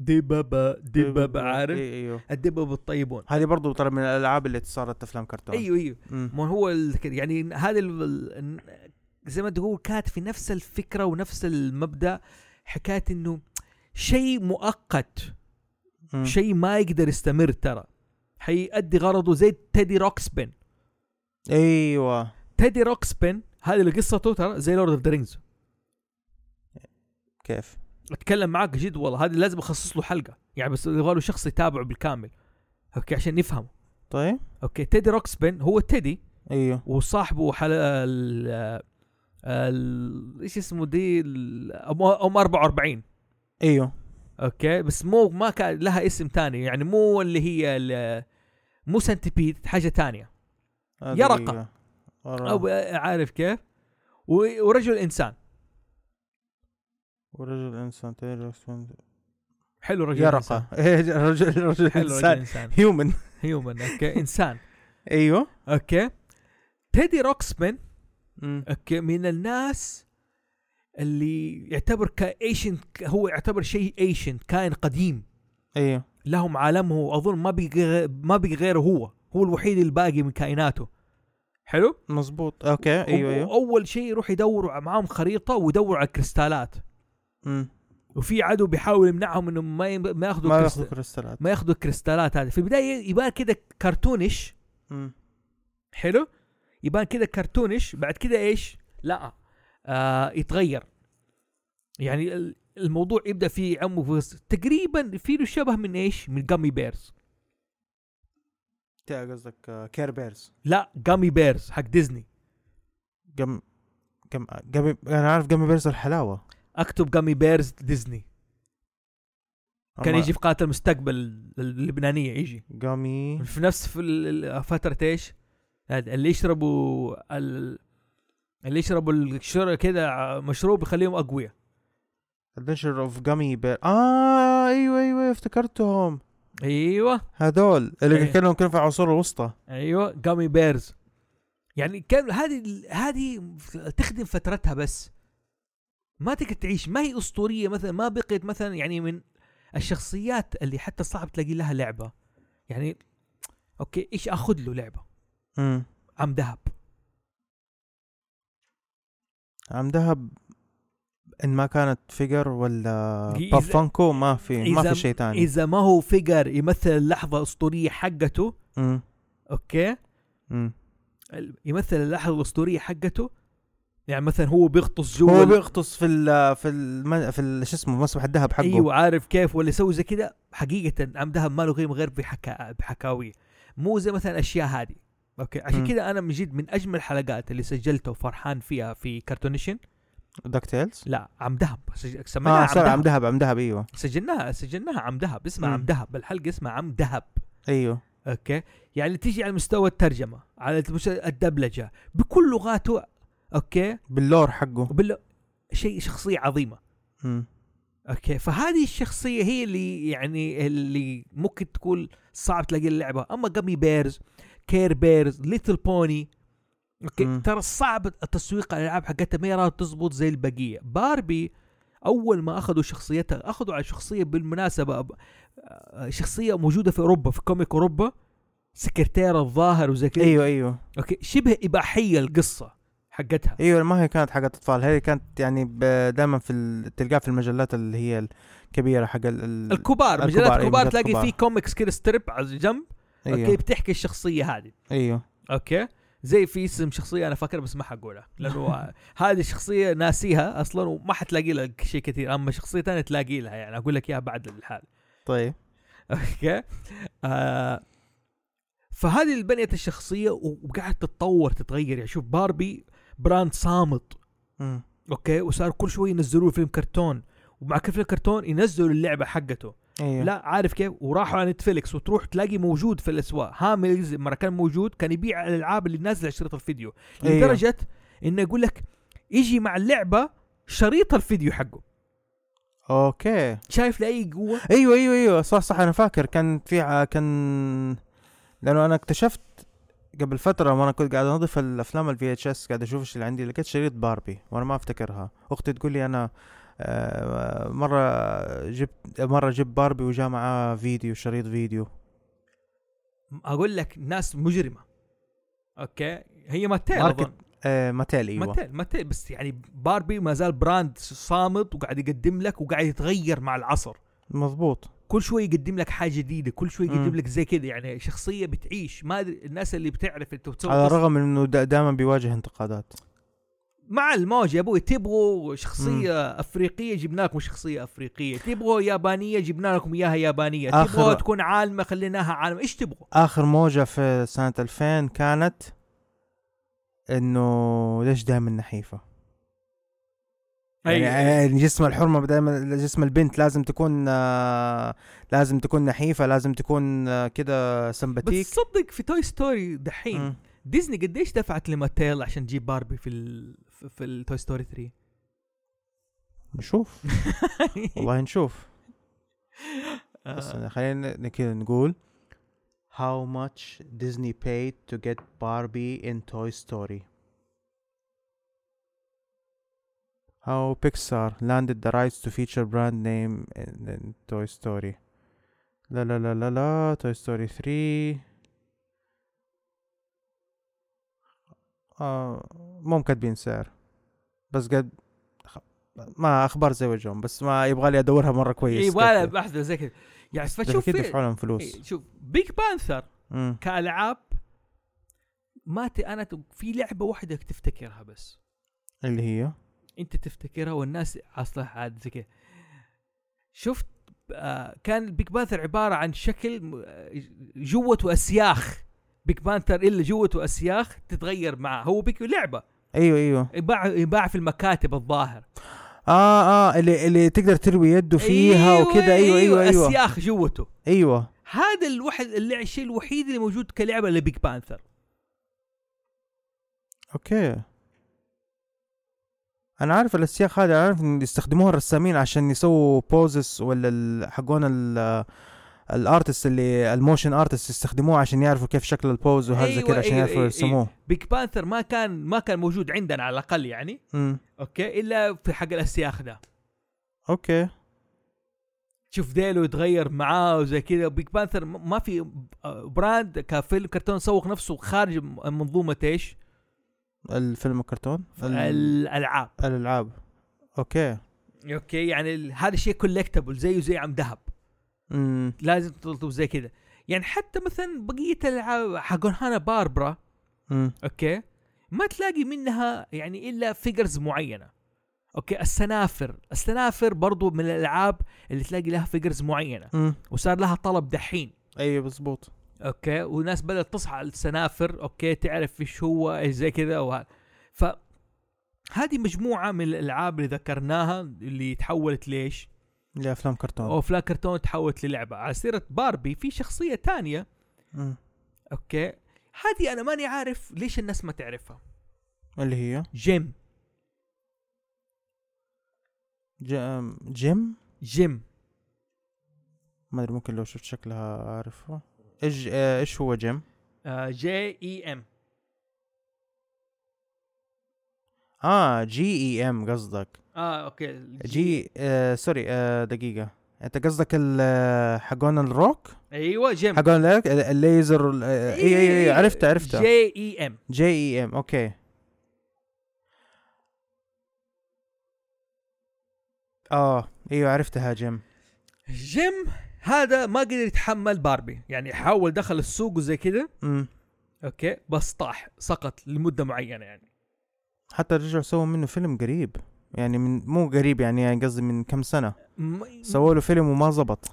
[SPEAKER 1] دببه دببه عارف
[SPEAKER 2] إيه، ايوه
[SPEAKER 1] الدببه الطيبون
[SPEAKER 2] هذه برضو ترى من الالعاب اللي صارت افلام كرتون
[SPEAKER 1] ايوه ايوه
[SPEAKER 2] مم.
[SPEAKER 1] ما هو ال- يعني هذا ال- ال- زي ما تقول كانت في نفس الفكره ونفس المبدا حكايه انه شيء مؤقت
[SPEAKER 2] مم.
[SPEAKER 1] شيء ما يقدر يستمر ترى حيأدي غرضه زي تيدي روكسبن
[SPEAKER 2] ايوه
[SPEAKER 1] تيدي روكسبن هذه اللي قصته ترى زي لورد اوف ذا رينجز
[SPEAKER 2] كيف
[SPEAKER 1] اتكلم معاك جد والله هذا لازم اخصص له حلقه يعني بس يبغى له شخص يتابعه بالكامل اوكي عشان نفهم
[SPEAKER 2] طيب
[SPEAKER 1] اوكي تيدي روكسبن هو تيدي
[SPEAKER 2] ايوه
[SPEAKER 1] وصاحبه حل... ال... ال... ايش اسمه دي ال- ام أم 44
[SPEAKER 2] ايوه
[SPEAKER 1] اوكي بس مو ما كان لها اسم تاني يعني مو اللي هي ال... مو سنتيبيد حاجه تانية
[SPEAKER 2] هذه
[SPEAKER 1] يرقة.
[SPEAKER 2] أيوة. ورا.
[SPEAKER 1] او عارف كيف و... ورجل انسان
[SPEAKER 2] ورجل انسان تيري روكسبن.
[SPEAKER 1] حلو رجل انسان
[SPEAKER 2] يرقة إيه، رجل رجل
[SPEAKER 1] حلو رجل
[SPEAKER 2] انسان
[SPEAKER 1] انسان
[SPEAKER 2] هيومن
[SPEAKER 1] هيومن اوكي انسان
[SPEAKER 2] ايوه
[SPEAKER 1] اوكي تيدي روكسمان
[SPEAKER 2] مم.
[SPEAKER 1] اوكي من الناس اللي يعتبر كايشنت هو يعتبر شيء ايشنت كائن قديم
[SPEAKER 2] ايوه
[SPEAKER 1] لهم عالمه اظن ما بقي ما بقي غيره هو هو الوحيد الباقي من كائناته حلو
[SPEAKER 2] مزبوط اوكي ايوه ايوه
[SPEAKER 1] اول شيء يروح يدوروا معاهم خريطه ويدوروا على الكريستالات
[SPEAKER 2] مم.
[SPEAKER 1] وفي عدو بيحاول يمنعهم انهم ما يم- ما ياخذوا
[SPEAKER 2] ما
[SPEAKER 1] الكريست-
[SPEAKER 2] ياخذوا كريستالات
[SPEAKER 1] ما ياخذوا الكريستالات هذه في البدايه يبان كده كرتونش
[SPEAKER 2] مم.
[SPEAKER 1] حلو يبان كده كرتونش بعد كده ايش لا آه يتغير يعني ال- الموضوع يبدا في عمه في وسط. تقريبا في له شبه من ايش من جامي بيرز
[SPEAKER 2] تا- قصدك آه، كير بيرز
[SPEAKER 1] لا جامي بيرز حق ديزني
[SPEAKER 2] قم قم قم انا عارف قم بيرز الحلاوه
[SPEAKER 1] اكتب جامي بيرز ديزني كان
[SPEAKER 2] أما
[SPEAKER 1] يجي في قناه المستقبل اللبنانيه يجي
[SPEAKER 2] قمي
[SPEAKER 1] في نفس في ال- ال- فتره ايش هاد- اللي يشربوا ال... اللي يشربوا الشر- كده مشروب يخليهم اقوياء
[SPEAKER 2] ادفنشر اوف قمي بير اه ايوه ايوه افتكرتهم
[SPEAKER 1] ايوه
[SPEAKER 2] هذول اللي
[SPEAKER 1] إيه.
[SPEAKER 2] كانوا كانوا في العصور الوسطى
[SPEAKER 1] ايوه جامي بيرز يعني كان هذه هذه تخدم فترتها بس ما تقدر تعيش ما هي اسطوريه مثلا ما بقيت مثلا يعني من الشخصيات اللي حتى صعب تلاقي لها لعبه يعني اوكي ايش اخذ له لعبه
[SPEAKER 2] امم
[SPEAKER 1] عم ذهب
[SPEAKER 2] عم ذهب ان ما كانت فيجر ولا
[SPEAKER 1] إذا-
[SPEAKER 2] باب فانكو ما في ما
[SPEAKER 1] إذا-
[SPEAKER 2] في شيء ثاني
[SPEAKER 1] اذا ما هو فيجر يمثل اللحظه الاسطوريه حقته
[SPEAKER 2] امم
[SPEAKER 1] اوكي
[SPEAKER 2] امم
[SPEAKER 1] ال- يمثل اللحظه الاسطوريه حقته يعني مثلا هو بيغطس جوا
[SPEAKER 2] هو
[SPEAKER 1] ال-
[SPEAKER 2] بيغطس في ال في ال في ال- شو اسمه مسبح الذهب حقه
[SPEAKER 1] ايوه عارف كيف ولا يسوي زي كذا حقيقه عمدها ما له قيمه غير بحكا بحكاوي مو زي مثلا الاشياء هذه اوكي
[SPEAKER 2] مم.
[SPEAKER 1] عشان كذا انا من جد من اجمل الحلقات اللي سجلتها وفرحان فيها في كرتونيشن
[SPEAKER 2] داك تيلز
[SPEAKER 1] لا عم دهب سج-
[SPEAKER 2] اه
[SPEAKER 1] سميناها
[SPEAKER 2] سوري
[SPEAKER 1] عم
[SPEAKER 2] عم
[SPEAKER 1] دهب
[SPEAKER 2] ذهب عم ذهب ايوه
[SPEAKER 1] سجلناها سجلناها عم دهب اسمها
[SPEAKER 2] مم.
[SPEAKER 1] عم دهب الحلقه اسمها عم دهب
[SPEAKER 2] ايوه
[SPEAKER 1] اوكي يعني تيجي على مستوى الترجمه على مستوى الدبلجه بكل لغاته اوكي
[SPEAKER 2] باللور حقه
[SPEAKER 1] وبال شيء شخصيه عظيمه
[SPEAKER 2] امم
[SPEAKER 1] اوكي فهذه الشخصيه هي اللي يعني اللي ممكن تكون صعب تلاقي اللعبه اما جامي بيرز كير بيرز ليتل بوني اوكي
[SPEAKER 2] مم.
[SPEAKER 1] ترى صعب التسويق على الالعاب حقتها ما يراها تزبط زي البقيه باربي اول ما اخذوا شخصيتها اخذوا على شخصيه بالمناسبه أب- آه، شخصيه موجوده في اوروبا في كوميك اوروبا سكرتيرة الظاهر وزي كذا
[SPEAKER 2] ايوه ايوه
[SPEAKER 1] اوكي شبه اباحيه القصه حقتها
[SPEAKER 2] ايوه ما هي كانت حق اطفال هي كانت يعني دائما في ال- تلقاها في المجلات اللي هي الكبيره حق ال- ال-
[SPEAKER 1] الكبار مجلات
[SPEAKER 2] الكبار،
[SPEAKER 1] الكبار,
[SPEAKER 2] أيوة،
[SPEAKER 1] الكبار
[SPEAKER 2] مجلات
[SPEAKER 1] تلاقي
[SPEAKER 2] الكبار.
[SPEAKER 1] فيه كوميكس كذا ستريب على جنب اوكي
[SPEAKER 2] ايوه
[SPEAKER 1] بتحكي الشخصيه هذه
[SPEAKER 2] ايوه
[SPEAKER 1] اوكي أيوه. زي في اسم شخصيه انا فاكرها بس ما حقولها لانه هذه الشخصيه ناسيها اصلا وما حتلاقي لها شيء كثير اما شخصيه ثانيه تلاقي لها يعني اقول لك اياها بعد الحال
[SPEAKER 2] طيب
[SPEAKER 1] اوكي آه فهذه اللي بنيت الشخصيه و- وقاعد تتطور تتغير يعني شوف باربي براند صامت
[SPEAKER 2] امم
[SPEAKER 1] اوكي وصار كل شوي ينزلوا فيلم كرتون ومع كل فيلم كرتون ينزلوا اللعبه حقته
[SPEAKER 2] ايوه
[SPEAKER 1] لا عارف كيف وراحوا على نتفليكس وتروح تلاقي موجود في الاسواق هاملز مره كان موجود كان يبيع الالعاب اللي نازله على شريط الفيديو
[SPEAKER 2] أيوه.
[SPEAKER 1] لدرجه انه يقول لك يجي مع اللعبه شريط الفيديو حقه
[SPEAKER 2] اوكي
[SPEAKER 1] شايف لاي قوه
[SPEAKER 2] ايوه ايوه ايوه صح صح انا فاكر كان في ع- كان لانه انا اكتشفت قبل فتره وانا كنت قاعد انظف الافلام الفي اتش اس قاعد اشوف ايش اللي عندي لقيت شريط باربي وانا ما افتكرها اختي تقول لي انا آه، مره جبت مره جبت باربي وجاء معاه فيديو شريط فيديو
[SPEAKER 1] اقول لك ناس مجرمه اوكي هي ماتيل
[SPEAKER 2] ماركت-
[SPEAKER 1] اظن
[SPEAKER 2] آه ماتيل ايوه
[SPEAKER 1] ماتيل ماتيل بس يعني باربي ما زال براند صامت وقاعد يقدم لك وقاعد يتغير مع العصر
[SPEAKER 2] مضبوط
[SPEAKER 1] كل شوي يقدم لك حاجه جديده كل شوي
[SPEAKER 2] مم.
[SPEAKER 1] يقدم لك زي كذا يعني شخصيه بتعيش ما ادري الناس اللي بتعرف انت بتسوي
[SPEAKER 2] على
[SPEAKER 1] قصة-
[SPEAKER 2] الرغم من انه دا- دائما بيواجه انتقادات
[SPEAKER 1] مع الموج يا ابوي تبغوا شخصيه افريقيه جبنا لكم شخصيه افريقيه تبغوا يابانيه جبنا لكم اياها يابانيه
[SPEAKER 2] آخر-
[SPEAKER 1] تبغوا تكون عالمه خليناها عالمه ايش تبغوا
[SPEAKER 2] اخر موجه في سنه 2000 كانت انه ليش دائما نحيفه يعني, يعني جسم الحرمه دائما جسم البنت لازم تكون آه، لازم تكون نحيفه لازم تكون آه، كده سمباتيك
[SPEAKER 1] بس إيه؟ تصدق في توي ستوري دحين
[SPEAKER 2] مم.
[SPEAKER 1] ديزني قديش دفعت لماتيل عشان تجيب باربي في ال... في- في التوي ستوري 3
[SPEAKER 2] نشوف
[SPEAKER 1] إيه؟
[SPEAKER 2] والله نشوف بس
[SPEAKER 1] آه.
[SPEAKER 2] خلينا ن- كده نقول How much Disney paid to get Barbie in Toy Story? How Pixar landed the rights to feature brand name in, in Toy Story? لا لا لا لا لا Toy Story 3 آه مو كاتبين سعر بس قد خ- ما اخبار زي وجههم بس ما يبغى لي ادورها مره كويس
[SPEAKER 1] اي
[SPEAKER 2] كيف
[SPEAKER 1] إيه، ولا
[SPEAKER 2] هي.
[SPEAKER 1] بحث زي كذا يعني
[SPEAKER 2] دفع-
[SPEAKER 1] فشوف
[SPEAKER 2] اكيد
[SPEAKER 1] في...
[SPEAKER 2] دفعوا لهم فلوس
[SPEAKER 1] إيه، شوف بيج بانثر
[SPEAKER 2] مم.
[SPEAKER 1] كالعاب ما ت... انا ت... في لعبه واحده تفتكرها بس
[SPEAKER 2] اللي هي
[SPEAKER 1] انت تفتكرها والناس اصلا عاد زي كذا شفت آه كان بيج بانثر عباره عن شكل م- آه، جوته اسياخ بيج بانثر الا جوته اسياخ تتغير معه هو بيك لعبه
[SPEAKER 2] ايوه ايوه
[SPEAKER 1] يباع يباع في المكاتب الظاهر
[SPEAKER 2] اه اه اللي اللي تقدر تروي يده فيها أيوة وكذا ايوه ايوه ايوه
[SPEAKER 1] اسياخ جوته
[SPEAKER 2] ايوه
[SPEAKER 1] هذا الوحد اللي- الشيء الوحيد اللي موجود كلعبه لبيج بانثر
[SPEAKER 2] اوكي انا عارف الاسياخ هذا عارف إن يستخدموها الرسامين عشان يسووا بوزس ولا ال- حقون ال الارتست اللي الموشن ارتست يستخدموه عشان يعرفوا كيف شكل البوز وهذا
[SPEAKER 1] أيوة،
[SPEAKER 2] أيوة كذا عشان
[SPEAKER 1] أيوة،
[SPEAKER 2] يعرفوا
[SPEAKER 1] أيوة،
[SPEAKER 2] يرسموه
[SPEAKER 1] بيج بانثر ما كان ما كان موجود عندنا على الاقل يعني
[SPEAKER 2] امم
[SPEAKER 1] اوكي الا في حق الاسياخ ده
[SPEAKER 2] اوكي
[SPEAKER 1] تشوف ديلو يتغير معاه وزي كذا بيج بانثر م- ما في براند كفيلم كرتون سوق نفسه خارج م- منظومه ايش؟
[SPEAKER 2] الفيلم الكرتون ال-
[SPEAKER 1] الالعاب
[SPEAKER 2] الالعاب اوكي
[SPEAKER 1] اوكي يعني ال- هذا شيء كولكتبل زيه زي عم ذهب
[SPEAKER 2] امم
[SPEAKER 1] لازم تطلب زي كذا يعني حتى مثلا بقيه الالعاب حقون هانا باربرا
[SPEAKER 2] أمم.
[SPEAKER 1] اوكي ما تلاقي منها يعني الا فيجرز معينه اوكي السنافر السنافر برضو من الالعاب اللي تلاقي لها فيجرز معينه
[SPEAKER 2] أمم.
[SPEAKER 1] وصار لها طلب دحين
[SPEAKER 2] ايوه مظبوط
[SPEAKER 1] اوكي وناس بدات تصحى على السنافر اوكي تعرف ايش هو ايش زي كذا وه... ف هذه مجموعه من الالعاب اللي ذكرناها اللي تحولت ليش؟
[SPEAKER 2] لافلام كرتون
[SPEAKER 1] او فلا كرتون تحولت للعبه على سيره باربي في شخصيه تانية
[SPEAKER 2] أمم.
[SPEAKER 1] اوكي هذه انا ماني عارف ليش الناس ما تعرفها
[SPEAKER 2] اللي هي
[SPEAKER 1] جيم
[SPEAKER 2] ج- جيم
[SPEAKER 1] جيم
[SPEAKER 2] ما ادري ممكن لو شفت شكلها اعرفه ايش آه، ايش هو جيم
[SPEAKER 1] آه، جي اي ام
[SPEAKER 2] اه جي اي ام قصدك
[SPEAKER 1] اه اوكي
[SPEAKER 2] جي آه سوري آه دقيقه انت قصدك ال- آه، حقون الروك
[SPEAKER 1] ايوه جيم
[SPEAKER 2] حقون ال- ال- الليزر ال- آه، اي اي اي عرفت عرفت
[SPEAKER 1] إيه، جي اي ام
[SPEAKER 2] جي اي ام اوكي اه ايوه عرفتها جيم
[SPEAKER 1] جيم هذا ما قدر يتحمل باربي يعني حاول دخل السوق وزي كده
[SPEAKER 2] امم
[SPEAKER 1] اوكي بس طاح سقط لمده معينه يعني
[SPEAKER 2] حتى رجعوا سووا منه فيلم قريب يعني من مو قريب يعني يعني قصدي من كم سنه
[SPEAKER 1] م-
[SPEAKER 2] سووا له فيلم وما زبط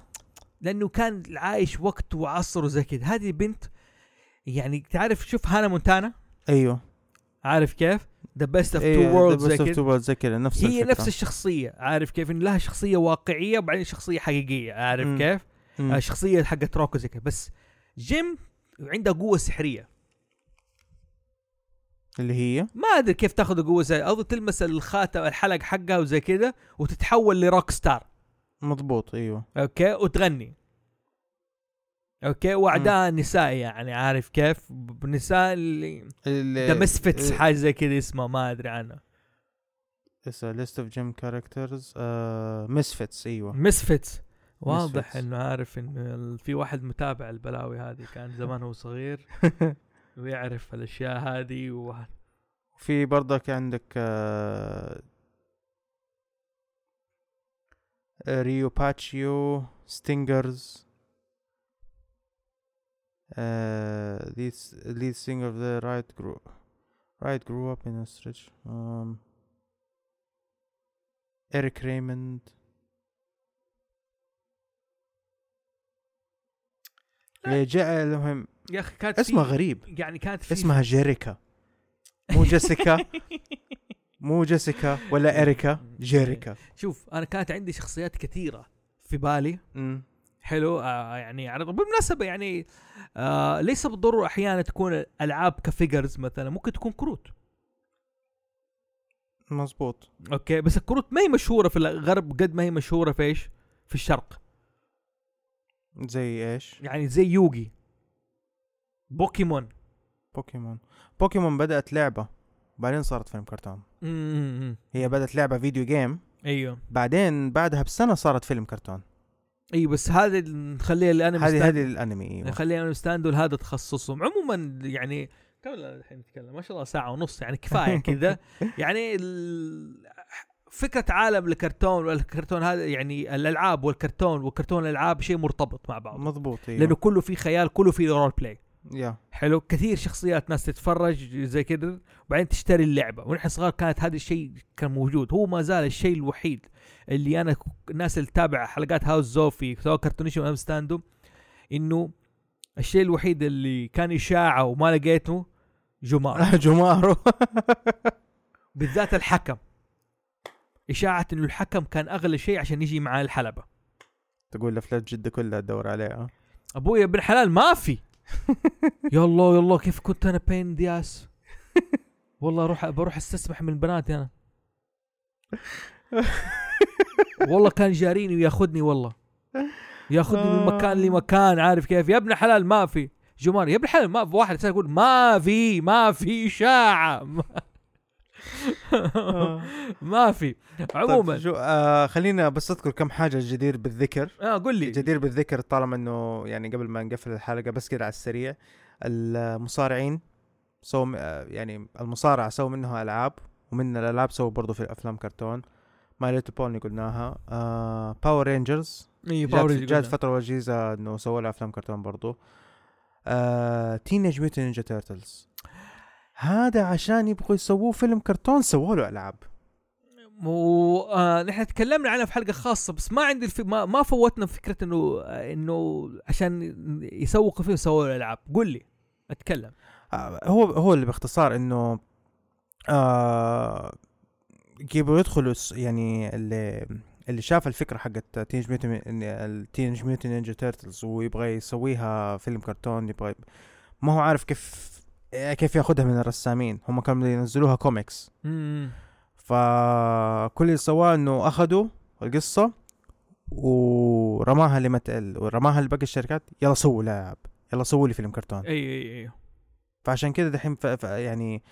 [SPEAKER 1] لانه كان عايش وقت وعصره زي كده هذه بنت يعني تعرف شوف هانا مونتانا
[SPEAKER 2] ايوه
[SPEAKER 1] عارف كيف ذا بيست اوف
[SPEAKER 2] أيوة،
[SPEAKER 1] تو وورلد
[SPEAKER 2] The Best
[SPEAKER 1] زي
[SPEAKER 2] of Two
[SPEAKER 1] كده
[SPEAKER 2] Worlds زي كذا نفس
[SPEAKER 1] هي
[SPEAKER 2] الفكرة.
[SPEAKER 1] نفس الشخصيه عارف كيف ان لها شخصيه واقعيه وبعدين شخصيه حقيقيه عارف
[SPEAKER 2] مم.
[SPEAKER 1] كيف
[SPEAKER 2] مم.
[SPEAKER 1] الشخصيه حقت روكو زي كده بس جيم عنده قوه سحريه
[SPEAKER 2] اللي هي
[SPEAKER 1] ما ادري كيف تاخذ قوه زي او تلمس الخاتم الحلق حقها وزي كذا وتتحول لروك ستار
[SPEAKER 2] مضبوط ايوه
[SPEAKER 1] اوكي وتغني اوكي واعداء نساء يعني عارف كيف نساء اللي
[SPEAKER 2] ال-
[SPEAKER 1] ذا مسفتس
[SPEAKER 2] إيه.
[SPEAKER 1] حاجه زي كذا اسمه ما ادري عنه
[SPEAKER 2] لسه ليست اوف جيم كاركترز مسفتس ايوه
[SPEAKER 1] مسفتس واضح
[SPEAKER 2] Misfits.
[SPEAKER 1] انه عارف انه ال- في واحد متابع البلاوي هذه كان زمان هو صغير ويعرف الاشياء هذه و...
[SPEAKER 2] في برضك عندك آه، ريو باتشيو ستينجرز آه، lead singer of the right group right grew up in Ostrich um, Eric Raymond اللي جاء المهم
[SPEAKER 1] يا اخي كانت في-
[SPEAKER 2] اسمه غريب
[SPEAKER 1] يعني كانت في
[SPEAKER 2] اسمها جيريكا مو جيسيكا مو جيسيكا ولا اريكا جيريكا
[SPEAKER 1] شوف انا كانت عندي شخصيات كثيره في بالي
[SPEAKER 2] أمم.
[SPEAKER 1] حلو آه يعني على بالمناسبه يعني آه ليس بالضروره احيانا تكون العاب كفيجرز مثلا ممكن تكون كروت
[SPEAKER 2] مزبوط
[SPEAKER 1] اوكي بس الكروت ما هي مشهوره في الغرب قد ما هي مشهوره في ايش؟ في الشرق
[SPEAKER 2] زي ايش
[SPEAKER 1] يعني زي يوغي بوكيمون
[SPEAKER 2] بوكيمون بوكيمون بدات لعبه بعدين صارت فيلم كرتون
[SPEAKER 1] امم
[SPEAKER 2] هي بدات لعبه فيديو جيم
[SPEAKER 1] ايوه
[SPEAKER 2] بعدين بعدها بسنه صارت فيلم كرتون
[SPEAKER 1] اي بس هذا اللي نخليه الانمي
[SPEAKER 2] هذه
[SPEAKER 1] ستاند
[SPEAKER 2] هذه الانمي ايوه
[SPEAKER 1] نخليه الانمي ستاند هذا تخصصهم عموما يعني كم لنا الحين نتكلم ما شاء الله ساعه ونص يعني كفايه كذا يعني ال- فكره عالم الكرتون والكرتون هذا يعني الالعاب والكرتون وكرتون الالعاب شيء مرتبط مع بعض
[SPEAKER 2] مضبوط ايوه
[SPEAKER 1] لانه كله فيه خيال كله فيه رول بلاي
[SPEAKER 2] يا
[SPEAKER 1] حلو كثير شخصيات ناس تتفرج زي كذا وبعدين تشتري اللعبه ونحن صغار كانت هذا الشيء كان موجود هو ما زال الشيء الوحيد اللي انا ك- الناس اللي تتابع حلقات هاوس زوفي سواء كرتونيشن ولا ستاندو انه الشيء الوحيد اللي كان اشاعه وما لقيته جمار
[SPEAKER 2] جمارو
[SPEAKER 1] بالذات الحكم اشاعه انه الحكم كان اغلى شيء عشان يجي معاه الحلبه
[SPEAKER 2] تقول لفلات جده كلها تدور عليها
[SPEAKER 1] ابويا ابن حلال ما في يلا يلا كيف كنت انا بين دياس والله اروح بروح استسمح من بناتي انا والله كان جاريني وياخذني والله ياخذني من
[SPEAKER 2] آه.
[SPEAKER 1] مكان لمكان عارف كيف يا ابن حلال ما في جمار يا ابن حلال ما في واحد يسأل يقول ما في ما في اشاعه ما- ما في
[SPEAKER 2] آه. طيب،
[SPEAKER 1] عموما
[SPEAKER 2] شو آه خلينا بس اذكر كم حاجه جدير بالذكر
[SPEAKER 1] اه قول لي
[SPEAKER 2] جدير بالذكر طالما انه يعني قبل ما نقفل الحلقه بس كده على السريع المصارعين سووا م- آه، يعني المصارعه سووا منها العاب ومن الالعاب سووا برضو في افلام كرتون ماي ليتل بوني قلناها آه باور رينجرز
[SPEAKER 1] إيه،
[SPEAKER 2] جات,
[SPEAKER 1] باوري قلنا.
[SPEAKER 2] جات فتره وجيزه انه سووا لها افلام كرتون برضو آه تينيج ميوت نينجا تيرتلز هذا عشان يبغوا يسووه فيلم كرتون سووا له العاب
[SPEAKER 1] و آه، نحن تكلمنا عنها في حلقه خاصه بس ما عندي الف... ما... ما فوتنا فكره انه آه، انه عشان يسوقوا فيه سووا له العاب قول لي اتكلم
[SPEAKER 2] آه، هو هو اللي باختصار انه آه يبغوا يدخلوا الس- يعني اللي اللي شاف الفكره حقت تينج ميوتن تينج ميوتن نينجا تيرتلز ويبغى يسويها فيلم كرتون يبغى ما هو عارف كيف آه، كيف ياخذها من الرسامين هم كانوا ينزلوها كوميكس
[SPEAKER 1] امم
[SPEAKER 2] فكل اللي سواه انه اخذوا القصه ورماها لمت ورماها لباقي الشركات يلا سووا العاب يلا سووا لي فيلم كرتون
[SPEAKER 1] اي اي اي
[SPEAKER 2] فعشان كده دحين ف... ف... يعني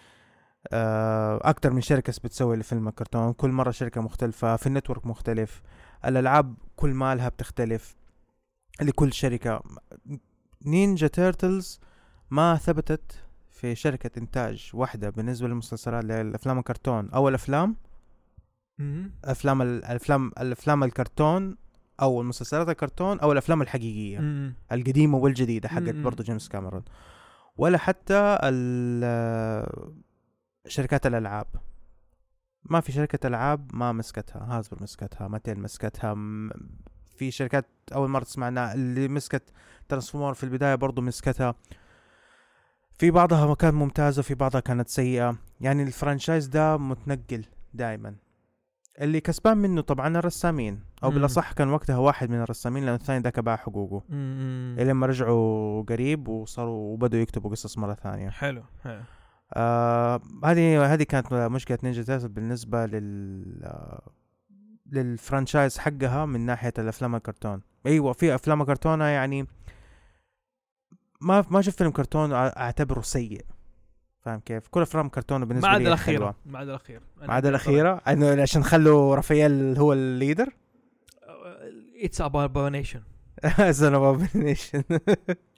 [SPEAKER 2] اكثر من شركه بتسوي لفيلم الكرتون كل مره شركه مختلفه في النتورك مختلف الالعاب كل مالها بتختلف لكل شركه نينجا تيرتلز ما ثبتت في شركه انتاج واحده بالنسبه للمسلسلات للافلام الكرتون او الافلام
[SPEAKER 1] مم.
[SPEAKER 2] افلام ال- الافلام الافلام الكرتون او المسلسلات الكرتون او الافلام الحقيقيه
[SPEAKER 1] مم.
[SPEAKER 2] القديمه والجديده حقت
[SPEAKER 1] مم.
[SPEAKER 2] برضه جيمس كاميرون ولا حتى ال- شركات الالعاب ما في شركه العاب ما مسكتها هازبر مسكتها ماتيل مسكتها م- في شركات اول مره تسمعنا اللي مسكت ترانسفورمر في البدايه برضه مسكتها في بعضها كانت ممتازه في بعضها كانت سيئه يعني الفرانشايز ده متنقل دائما اللي كسبان منه طبعا الرسامين او
[SPEAKER 1] مم.
[SPEAKER 2] بالاصح كان وقتها واحد من الرسامين لان الثاني ذاك باع حقوقه
[SPEAKER 1] مم.
[SPEAKER 2] لما رجعوا قريب وصاروا وبدوا يكتبوا قصص مره ثانيه
[SPEAKER 1] حلو حلو
[SPEAKER 2] آه، هذه هذه كانت مشكله نينجا تيرتل بالنسبه لل آه، للفرانشايز حقها من ناحيه الافلام الكرتون ايوه في افلام كرتونه يعني ما ما شفت فيلم كرتون أع- اعتبره سيء فاهم كيف؟ كل افلام كرتون بالنسبه
[SPEAKER 1] ما
[SPEAKER 2] لي
[SPEAKER 1] عدا الاخيره
[SPEAKER 2] حلوة.
[SPEAKER 1] ما عدا الاخير
[SPEAKER 2] ما عدا الاخيره انه عشان خلوا رافائيل هو الليدر
[SPEAKER 1] أه، اتس اباربونيشن
[SPEAKER 2] زنوبابنيشن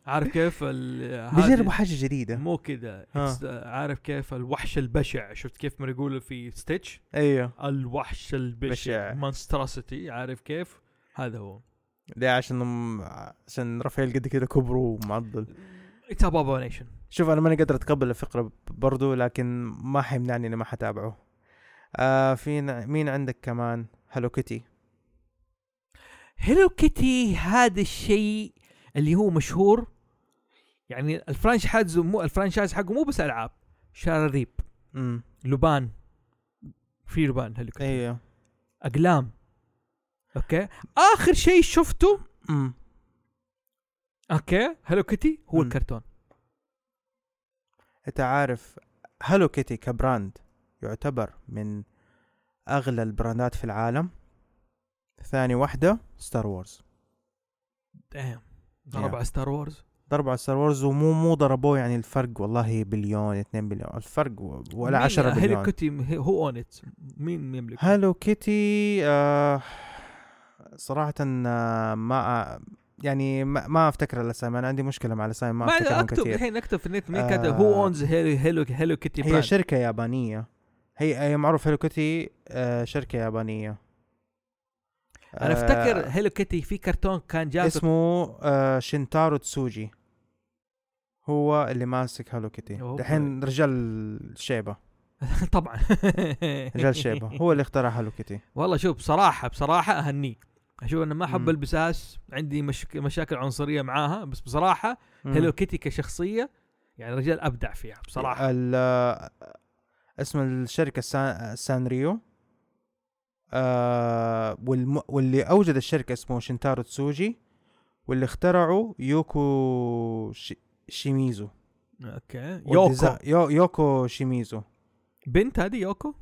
[SPEAKER 1] عارف كيف ال-
[SPEAKER 2] بيجربوا
[SPEAKER 1] هذه-
[SPEAKER 2] حاجه جديده
[SPEAKER 1] مو كذا
[SPEAKER 2] ها.
[SPEAKER 1] عارف كيف الوحش البشع شفت كيف ما يقولوا في ستيتش
[SPEAKER 2] ايوه
[SPEAKER 1] الوحش البشع
[SPEAKER 2] بشع.
[SPEAKER 1] مونستراسيتي عارف كيف هذا هو
[SPEAKER 2] ده عشان عشان رافائيل قد كده كبره ومعضل
[SPEAKER 1] اتس اباربونيشن
[SPEAKER 2] شوف انا ماني قادر اتقبل الفكره ب- برضو لكن ما حيمنعني اني ما حتابعه آه في ن- مين عندك كمان هلو كيتي
[SPEAKER 1] هيلو كيتي هذا الشيء اللي هو مشهور يعني الفرانشايز مو الفرانشايز حقه مو بس العاب شراريب
[SPEAKER 2] امم
[SPEAKER 1] لبان في لبان هيلو كيتي
[SPEAKER 2] ايوه
[SPEAKER 1] اقلام اوكي اخر شيء شفته
[SPEAKER 2] امم
[SPEAKER 1] اوكي هيلو كيتي هو
[SPEAKER 2] مم.
[SPEAKER 1] الكرتون
[SPEAKER 2] انت عارف هلو كيتي كبراند يعتبر من اغلى البراندات في العالم ثاني واحده ستار وورز
[SPEAKER 1] دايم ضرب
[SPEAKER 2] Yeah.
[SPEAKER 1] على ستار وورز
[SPEAKER 2] ضربوا على ستار وورز ومو مو ضربوه يعني الفرق والله بليون 2 بليون الفرق و- ولا 10
[SPEAKER 1] هيلو
[SPEAKER 2] بليون
[SPEAKER 1] كيتي هو اون ات مين يملك
[SPEAKER 2] هالو كيتي آه صراحة آه ما آه، يعني ما, ما افتكر الاسامي انا عندي مشكلة مع الاسامي ما,
[SPEAKER 1] ما
[SPEAKER 2] افتكرهم
[SPEAKER 1] اكتب
[SPEAKER 2] كثير
[SPEAKER 1] الحين اكتب في النت مين كاتب
[SPEAKER 2] آه.
[SPEAKER 1] هو اونز هيلو هيلو هيلو كيتي
[SPEAKER 2] هي شركة يابانية هي هي معروف هالو كيتي آه شركة يابانية
[SPEAKER 1] انا
[SPEAKER 2] آه،
[SPEAKER 1] افتكر هيلو كيتي في كرتون كان جالس
[SPEAKER 2] اسمه آه شينتارو تسوجي هو اللي ماسك هالو كيتي
[SPEAKER 1] أوكي.
[SPEAKER 2] دحين رجال شيبة
[SPEAKER 1] طبعا
[SPEAKER 2] رجال شيبة هو اللي اخترع هالو كيتي
[SPEAKER 1] والله شوف بصراحه بصراحه اهنيه اشوف انا ما احب
[SPEAKER 2] مم.
[SPEAKER 1] البساس عندي مشك... مشاكل عنصريه معاها بس بصراحه
[SPEAKER 2] مم.
[SPEAKER 1] هيلو كيتي كشخصيه يعني الرجال ابدع فيها بصراحه
[SPEAKER 2] ال آه، اسم الشركه سان, سان ريو آه والم واللي اوجد الشركه اسمه شينتارو تسوجي واللي اخترعه يوكو شي شيميزو
[SPEAKER 1] اوكي يوكو
[SPEAKER 2] والديزا- يو يوكو شيميزو
[SPEAKER 1] بنت هذه يوكو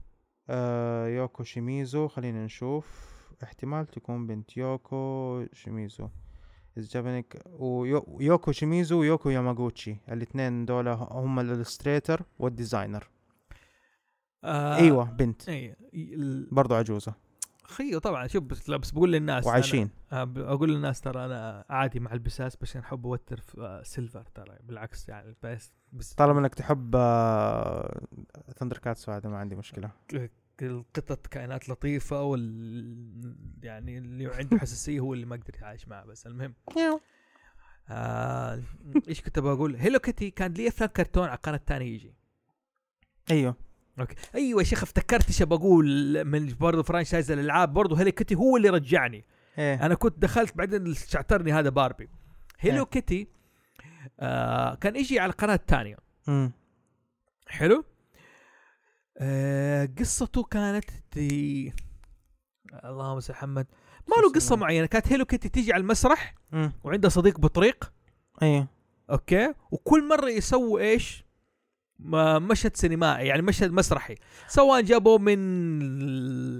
[SPEAKER 2] آه يوكو شيميزو خلينا نشوف احتمال تكون بنت يوكو شيميزو الجابانيك ويوكو شيميزو ويوكو ياماغوتشي الاثنين دول هم الالستريتر والديزاينر
[SPEAKER 1] آه
[SPEAKER 2] ايوه بنت
[SPEAKER 1] اي ال-
[SPEAKER 2] برضو عجوزه
[SPEAKER 1] خيو طبعا شوف بس لا بس بقول للناس
[SPEAKER 2] وعايشين
[SPEAKER 1] أنا آه، ب- اقول للناس ترى انا عادي مع البساس بس انا احب اوتر في آه، سيلفر ترى بالعكس يعني بس بس
[SPEAKER 2] طالما انك تحب ثندر كاتس هذا ما عندي مشكله
[SPEAKER 1] القطط كائنات لطيفه وال يعني اللي عنده حساسيه هو اللي ما قدر يتعايش معه بس المهم آه ايش كنت بقول هيلو كيتي كان لي افلام كرتون على القناه الثانيه يجي
[SPEAKER 2] ايوه
[SPEAKER 1] اوكي ايوه يا شيخ افتكرت ايش بقول من برضه فرانشايز الالعاب برضه هيلو كيتي هو اللي رجعني
[SPEAKER 2] ايه
[SPEAKER 1] انا كنت دخلت بعدين شعترني هذا باربي هيلو كيتي آه كان يجي على القناه الثانيه
[SPEAKER 2] مم.
[SPEAKER 1] حلو آه قصته كانت تي... اللهم صل على محمد ما له قصه معينه كانت هيلو كيتي تيجي على المسرح
[SPEAKER 2] مم.
[SPEAKER 1] وعندها صديق بطريق
[SPEAKER 2] ايوه
[SPEAKER 1] اوكي وكل مره يسووا ايش ما- مشهد سينمائي يعني مشهد مسرحي سواء جابوه من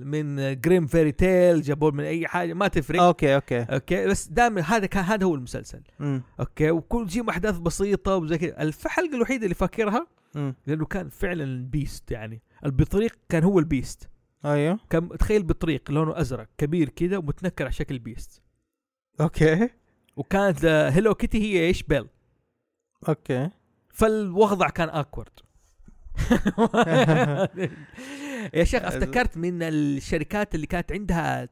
[SPEAKER 1] من جريم فيري تيل جابوه من اي حاجه ما تفرق
[SPEAKER 2] اوكي اوكي
[SPEAKER 1] اوكي بس دائما هذا كان هذا هو المسلسل
[SPEAKER 2] مم.
[SPEAKER 1] اوكي وكل شيء احداث بسيطه وزي كذا الحلقه الوحيده اللي فاكرها
[SPEAKER 2] مم.
[SPEAKER 1] لانه كان فعلا بيست يعني البطريق كان هو البيست
[SPEAKER 2] ايوه
[SPEAKER 1] كان تخيل بطريق لونه ازرق كبير كذا ومتنكر على شكل بيست
[SPEAKER 2] اوكي
[SPEAKER 1] وكانت آه، هيلو كيتي هي ايش بيل
[SPEAKER 2] اوكي
[SPEAKER 1] فالوضع كان اكورد يا شيخ افتكرت من الشركات اللي كانت عندها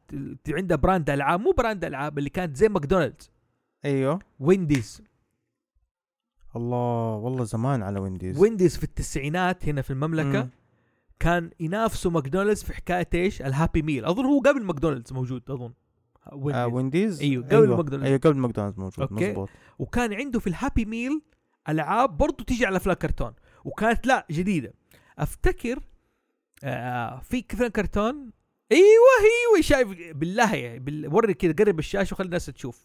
[SPEAKER 1] عندها براند العاب مو براند العاب اللي كانت زي ماكدونالدز
[SPEAKER 2] ايوه
[SPEAKER 1] وينديز
[SPEAKER 2] الله والله زمان على وينديز
[SPEAKER 1] وينديز في التسعينات هنا في المملكه
[SPEAKER 2] مم.
[SPEAKER 1] كان ينافسوا ماكدونالدز في حكايه ايش؟ الهابي ميل اظن هو قبل ماكدونالدز موجود اظن
[SPEAKER 2] آه
[SPEAKER 1] وينديز.
[SPEAKER 2] وينديز
[SPEAKER 1] أيوه، قبل ماكدونالدز.
[SPEAKER 2] ايوه قبل ماكدونالدز موجود
[SPEAKER 1] أوكي.
[SPEAKER 2] مزبوط
[SPEAKER 1] وكان عنده في الهابي ميل العاب برضو تيجي على افلام كرتون وكانت لا جديده افتكر آه في كفن كرتون ايوه ايوه شايف بالله يا بال... وري كذا قرب الشاشه وخلي الناس تشوف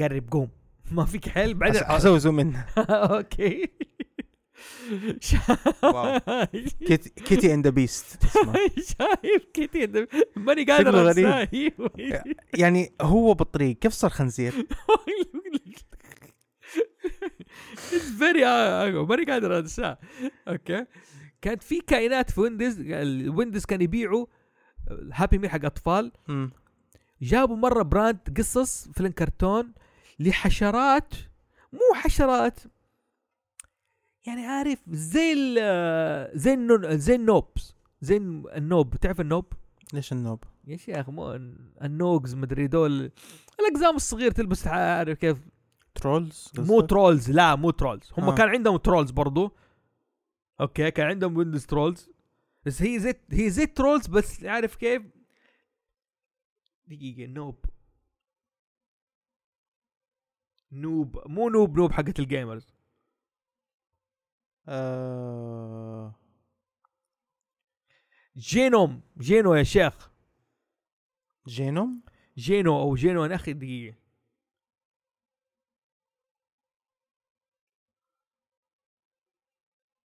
[SPEAKER 1] قرب قوم ما فيك حل بعدين
[SPEAKER 2] أس- اسوي زوم ان
[SPEAKER 1] اوكي
[SPEAKER 2] واو. كيتي- كيتي اند ذا بيست اسمه.
[SPEAKER 1] شايف كتير ماني
[SPEAKER 2] شكله
[SPEAKER 1] قادر
[SPEAKER 2] غريب.
[SPEAKER 1] أنساه. أيوه.
[SPEAKER 2] يعني هو بطريق كيف صار خنزير؟
[SPEAKER 1] uh, اتس فيري ماني قادر انساه اوكي كانت في كائنات في ويندوز الويندوز كان يبيعوا الهابي ميل حق اطفال
[SPEAKER 2] مم.
[SPEAKER 1] جابوا مره براند قصص فيلم كرتون لحشرات مو حشرات يعني عارف زي ال uh، زي النو زي النوبس زي النوب تعرف النوب
[SPEAKER 2] ليش النوب؟
[SPEAKER 1] يا شيخ مو النوجز مدري دول الاقزام الصغير تلبس عارف كيف
[SPEAKER 2] ترولز
[SPEAKER 1] مو ترولز لا مو ترولز هم
[SPEAKER 2] آه.
[SPEAKER 1] كان عندهم ترولز برضو اوكي كان عندهم ويندوز ترولز بس هي زي هي زي ترولز بس عارف كيف دقيقة نوب نوب مو نوب نوب حقت الجيمرز
[SPEAKER 2] آه...
[SPEAKER 1] جينوم جينو يا شيخ
[SPEAKER 2] جينوم
[SPEAKER 1] جينو او جينو انا اخي دقيقة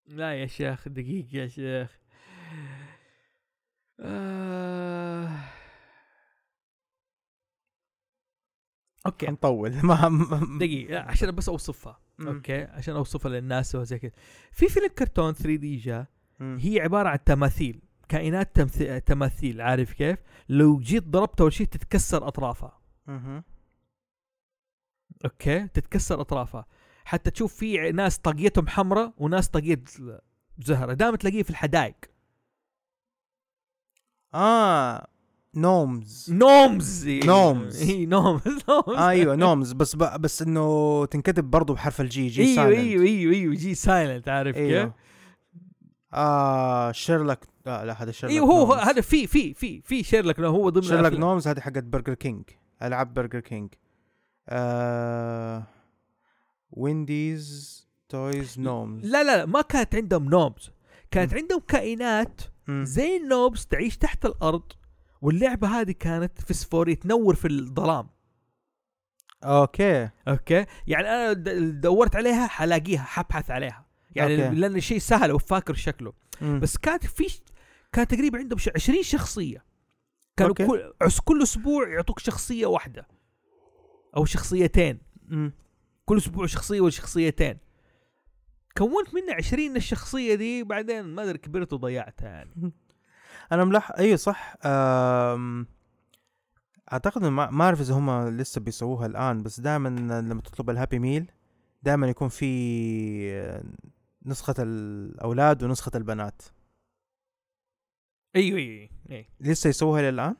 [SPEAKER 1] لا يا شيخ دقيقة يا شيخ آه. اوكي
[SPEAKER 2] حنطول ما ما-
[SPEAKER 1] دقيقة لا، عشان بس اوصفها
[SPEAKER 2] مم.
[SPEAKER 1] اوكي عشان اوصفها للناس وزي كذا في فيلم كرتون 3 دي جا
[SPEAKER 2] مم.
[SPEAKER 1] هي عبارة عن تماثيل كائنات تمث- تماثيل عارف كيف لو جيت ضربتها ولا شيء تتكسر اطرافها
[SPEAKER 2] مهم.
[SPEAKER 1] اوكي تتكسر اطرافها حتى تشوف في ناس طاقيتهم حمراء وناس طاقيت زهرة دائما تلاقيه في الحدائق
[SPEAKER 2] اه نومز
[SPEAKER 1] نومز
[SPEAKER 2] نومز.
[SPEAKER 1] اي نومز نومز
[SPEAKER 2] آه ايوه نومز بس ب... بس انه تنكتب برضو بحرف الجي جي
[SPEAKER 1] ايوه
[SPEAKER 2] silent.
[SPEAKER 1] ايوه ايوه ايوه جي سايلنت عارف كيف؟
[SPEAKER 2] ايوه آه شيرلوك لا لا هذا شيرلوك
[SPEAKER 1] ايوه هو هو-
[SPEAKER 2] نومز.
[SPEAKER 1] هذا في في في في شيرلوك نومز هو ضمن
[SPEAKER 2] شيرلوك
[SPEAKER 1] الأفلام.
[SPEAKER 2] نومز هذه حقت برجر كينج العاب برجر كينج آه... وينديز تويز نومز
[SPEAKER 1] لا لا لا ما كانت عندهم نومز كانت عندهم كائنات
[SPEAKER 2] مم.
[SPEAKER 1] زي النوبز تعيش تحت الارض واللعبه هذه كانت فسفوريه تنور في الظلام
[SPEAKER 2] اوكي
[SPEAKER 1] اوكي يعني انا د- دورت عليها حلاقيها حبحث عليها يعني
[SPEAKER 2] أوكي.
[SPEAKER 1] أوكي. لان الشيء سهل وفاكر شكله
[SPEAKER 2] مم.
[SPEAKER 1] بس كانت في ش- كان تقريبا عندهم ش- 20 شخصيه كانوا
[SPEAKER 2] أوكي.
[SPEAKER 1] كل عس- كل اسبوع يعطوك شخصيه واحده او شخصيتين
[SPEAKER 2] مم.
[SPEAKER 1] كل اسبوع شخصيه وشخصيتين كونت منها 20 الشخصيه دي بعدين ما ادري كبرت وضيعتها يعني
[SPEAKER 2] انا ملاحظ ايوه صح أم... اعتقد إنه ما ما اعرف اذا هم لسه بيسووها الان بس دائما لما تطلب الهابي ميل دائما يكون في آه، نسخة الأولاد ونسخة البنات أيوة،
[SPEAKER 1] ايوه ايوه ايوه
[SPEAKER 2] لسه يسووها للآن؟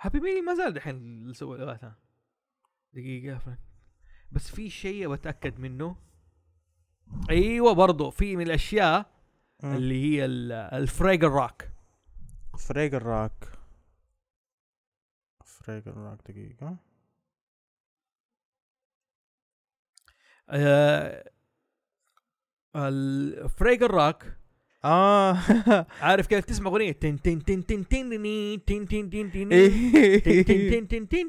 [SPEAKER 1] هابي ميلي ما زال دحين سوى لغاتها دقيقة فرن. بس في شيء بتأكد منه ايوه برضو في من الاشياء
[SPEAKER 2] اللي
[SPEAKER 1] اللي هي ال- الفريجر روك
[SPEAKER 2] فريجر راك فريجر راك دقيقة
[SPEAKER 1] آه الفريجر روك
[SPEAKER 2] اه
[SPEAKER 1] عارف كيف تسمع اغنية تن تن تن تن تن تن تن تن تن
[SPEAKER 2] ايوه
[SPEAKER 1] تن تن تن تن تن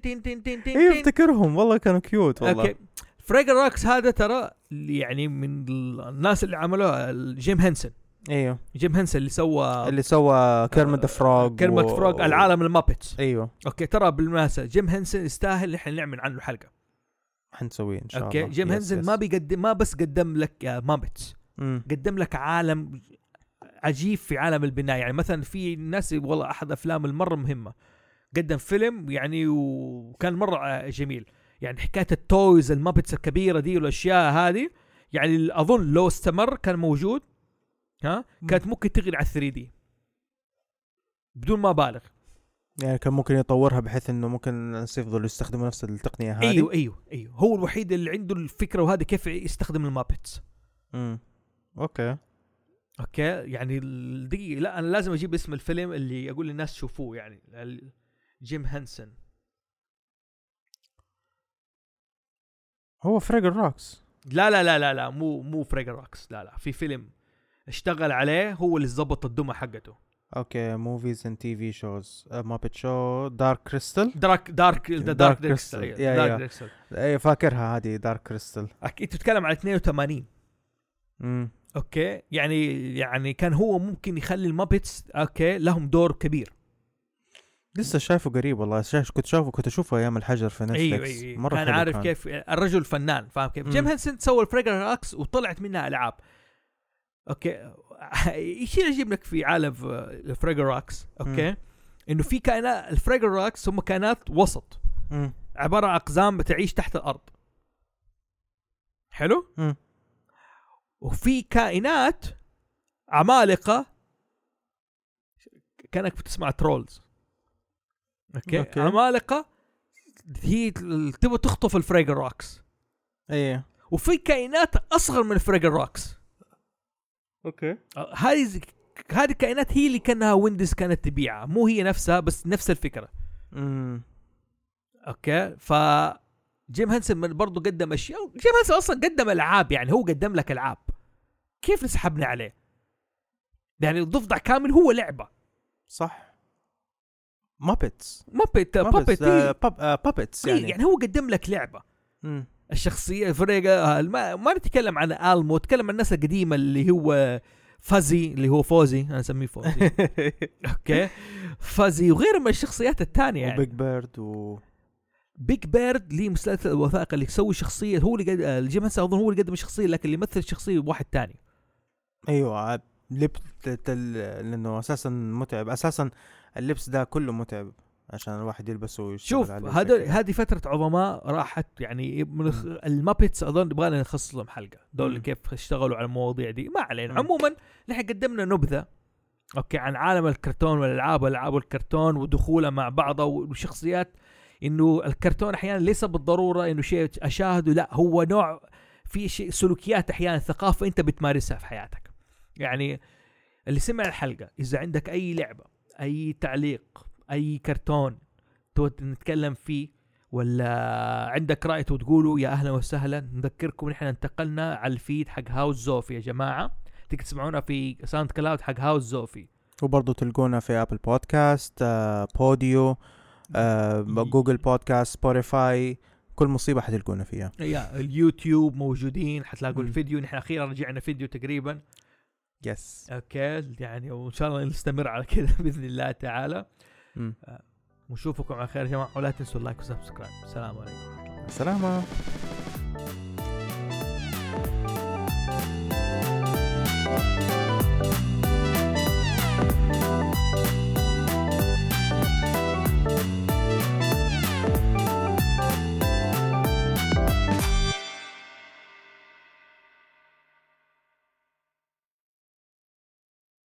[SPEAKER 1] تن تن تن تن
[SPEAKER 2] افتكرهم إيه، والله كانوا كيوت والله
[SPEAKER 1] اوكي فريجر روكس هذا ترى يعني من الناس اللي عملوها جيم هنسن
[SPEAKER 2] ايوه
[SPEAKER 1] جيم هنسن اللي سوى
[SPEAKER 2] اللي سوى كيرمت ذا فروغ
[SPEAKER 1] كلمة فروغ العالم المابتس
[SPEAKER 2] ايوه
[SPEAKER 1] اوكي ترى بالمناسبة جيم هنسن يستاهل احنا نعمل عنه حلقة
[SPEAKER 2] حنسويه ان شاء الله
[SPEAKER 1] اوكي جيم
[SPEAKER 2] يس،
[SPEAKER 1] هنسن
[SPEAKER 2] يس.
[SPEAKER 1] ما بيقدم ما بس قدم لك آه، مابتس
[SPEAKER 2] مم.
[SPEAKER 1] قدم لك عالم عجيب في عالم البناء يعني مثلا في ناس والله احد افلام المرة مهمة قدم فيلم يعني وكان مرة آه، جميل يعني حكاية التويز المابتس الكبيرة دي والاشياء هذه يعني اظن لو استمر كان موجود ها كانت ممكن تغري على 3 دي بدون ما ابالغ
[SPEAKER 2] يعني كان ممكن يطورها بحيث انه ممكن الناس يفضلوا يستخدموا نفس التقنيه هذه
[SPEAKER 1] ايوه ايوه ايوه هو الوحيد اللي عنده الفكره وهذا كيف يستخدم المابتس
[SPEAKER 2] مم. اوكي
[SPEAKER 1] اوكي يعني ال- دقيقه لا انا لازم اجيب اسم الفيلم اللي اقول للناس شوفوه يعني ال- جيم هانسن
[SPEAKER 2] هو فريجر روكس
[SPEAKER 1] لا لا لا لا لا مو مو فريجر روكس لا لا في فيلم اشتغل عليه هو اللي ظبط الدمى حقته
[SPEAKER 2] اوكي موفيز اند تي في شوز
[SPEAKER 1] آه،
[SPEAKER 2] مابت شو دارك كريستال
[SPEAKER 1] دارك دارك ذا دارك
[SPEAKER 2] Crystal.
[SPEAKER 1] دريكسل
[SPEAKER 2] يا- يا.
[SPEAKER 1] دارك دريكسل
[SPEAKER 2] اي إيه، فاكرها هذه دارك كريستال
[SPEAKER 1] اكيد تتكلم على 82
[SPEAKER 2] امم
[SPEAKER 1] اوكي يعني يعني كان هو ممكن يخلي المابتس اوكي لهم دور كبير
[SPEAKER 2] لسه شايفه قريب والله شايف كنت شايفه كنت اشوفه ايام الحجر في نتفلكس
[SPEAKER 1] ايوه ايوه
[SPEAKER 2] مره
[SPEAKER 1] مره كان
[SPEAKER 2] حلو
[SPEAKER 1] عارف كيف الرجل فنان فاهم كيف
[SPEAKER 2] مم.
[SPEAKER 1] جيم هنسن سوى الفريجر اكس وطلعت منها العاب اوكي ايش اللي يجيب لك في عالم آه، الفريجراكس اوكي انه في كائنات الفريجراكس هم كائنات وسط
[SPEAKER 2] مم.
[SPEAKER 1] عباره عن اقزام بتعيش تحت الارض حلو
[SPEAKER 2] مم.
[SPEAKER 1] وفي كائنات عمالقه كانك بتسمع ترولز اوكي,
[SPEAKER 2] أوكي.
[SPEAKER 1] أوكي. عمالقه هي تبغى تخطف الفريجر روكس
[SPEAKER 2] ايه
[SPEAKER 1] وفي كائنات اصغر من الفريجر روكس
[SPEAKER 2] اوكي
[SPEAKER 1] هذه زي- هذه الكائنات هي اللي كانها ويندوز كانت تبيعها مو هي نفسها بس نفس الفكره
[SPEAKER 2] امم
[SPEAKER 1] اوكي ف جيم هانسن من- برضو قدم اشياء جيم هانسن اصلا قدم العاب يعني هو قدم لك العاب كيف نسحبنا عليه؟ يعني الضفدع كامل هو لعبه
[SPEAKER 2] صح مابتس
[SPEAKER 1] مابت بابت
[SPEAKER 2] آه،
[SPEAKER 1] إيه.
[SPEAKER 2] بابتس
[SPEAKER 1] إيه،
[SPEAKER 2] يعني
[SPEAKER 1] يعني هو قدم لك لعبه
[SPEAKER 2] مم.
[SPEAKER 1] الشخصيه الفريقة آه، ما, ما نتكلم عن المو نتكلم عن الناس القديمه اللي هو فازي اللي هو فوزي انا اسميه فوزي اوكي فازي وغيره من الشخصيات الثانيه يعني
[SPEAKER 2] وبيج بيرد و
[SPEAKER 1] بيج بيرد ليه مسلسل الوثائقي اللي يسوي شخصيه هو اللي قد... آه، جيم هانسن اظن هو اللي قدم الشخصيه لكن اللي يمثل الشخصيه واحد تاني
[SPEAKER 2] ايوه عاد لبت تل... لانه اساسا متعب اساسا اللبس ده كله متعب عشان الواحد يلبسه ويشتغل
[SPEAKER 1] شوف
[SPEAKER 2] عليه
[SPEAKER 1] هذول
[SPEAKER 2] وشكله.
[SPEAKER 1] هذه فتره عظماء راحت يعني من الخ... المابتس اظن يبغى لنا نخصص لهم حلقه دول اللي
[SPEAKER 2] مم.
[SPEAKER 1] كيف اشتغلوا على المواضيع دي ما علينا
[SPEAKER 2] مم.
[SPEAKER 1] عموما نحن قدمنا نبذه اوكي عن عالم الكرتون والالعاب والالعاب والكرتون ودخولها مع بعضها وشخصيات انه الكرتون احيانا ليس بالضروره انه شيء اشاهده لا هو نوع في شيء سلوكيات احيانا ثقافه انت بتمارسها في حياتك يعني اللي سمع الحلقه اذا عندك اي لعبه اي تعليق اي كرتون تود نتكلم فيه ولا عندك راي وتقولوا يا اهلا وسهلا نذكركم نحن انتقلنا على الفيد حق هاوس زوفي يا جماعه تقدر تسمعونا في ساوند كلاود حق هاوس زوفي
[SPEAKER 2] وبرضه تلقونا في ابل بودكاست آه، بوديو آه، جوجل بودكاست سبوتيفاي كل مصيبه حتلقونا فيها
[SPEAKER 1] إيه، يا اليوتيوب موجودين حتلاقوا
[SPEAKER 2] مم.
[SPEAKER 1] الفيديو نحن اخيرا رجعنا فيديو تقريبا
[SPEAKER 2] يس
[SPEAKER 1] اوكي يعني وان شاء الله نستمر على كذا باذن الله تعالى
[SPEAKER 2] مم.
[SPEAKER 1] ونشوفكم على خير يا جماعه ولا تنسوا اللايك وسبسكرايب السلام عليكم
[SPEAKER 2] سلامه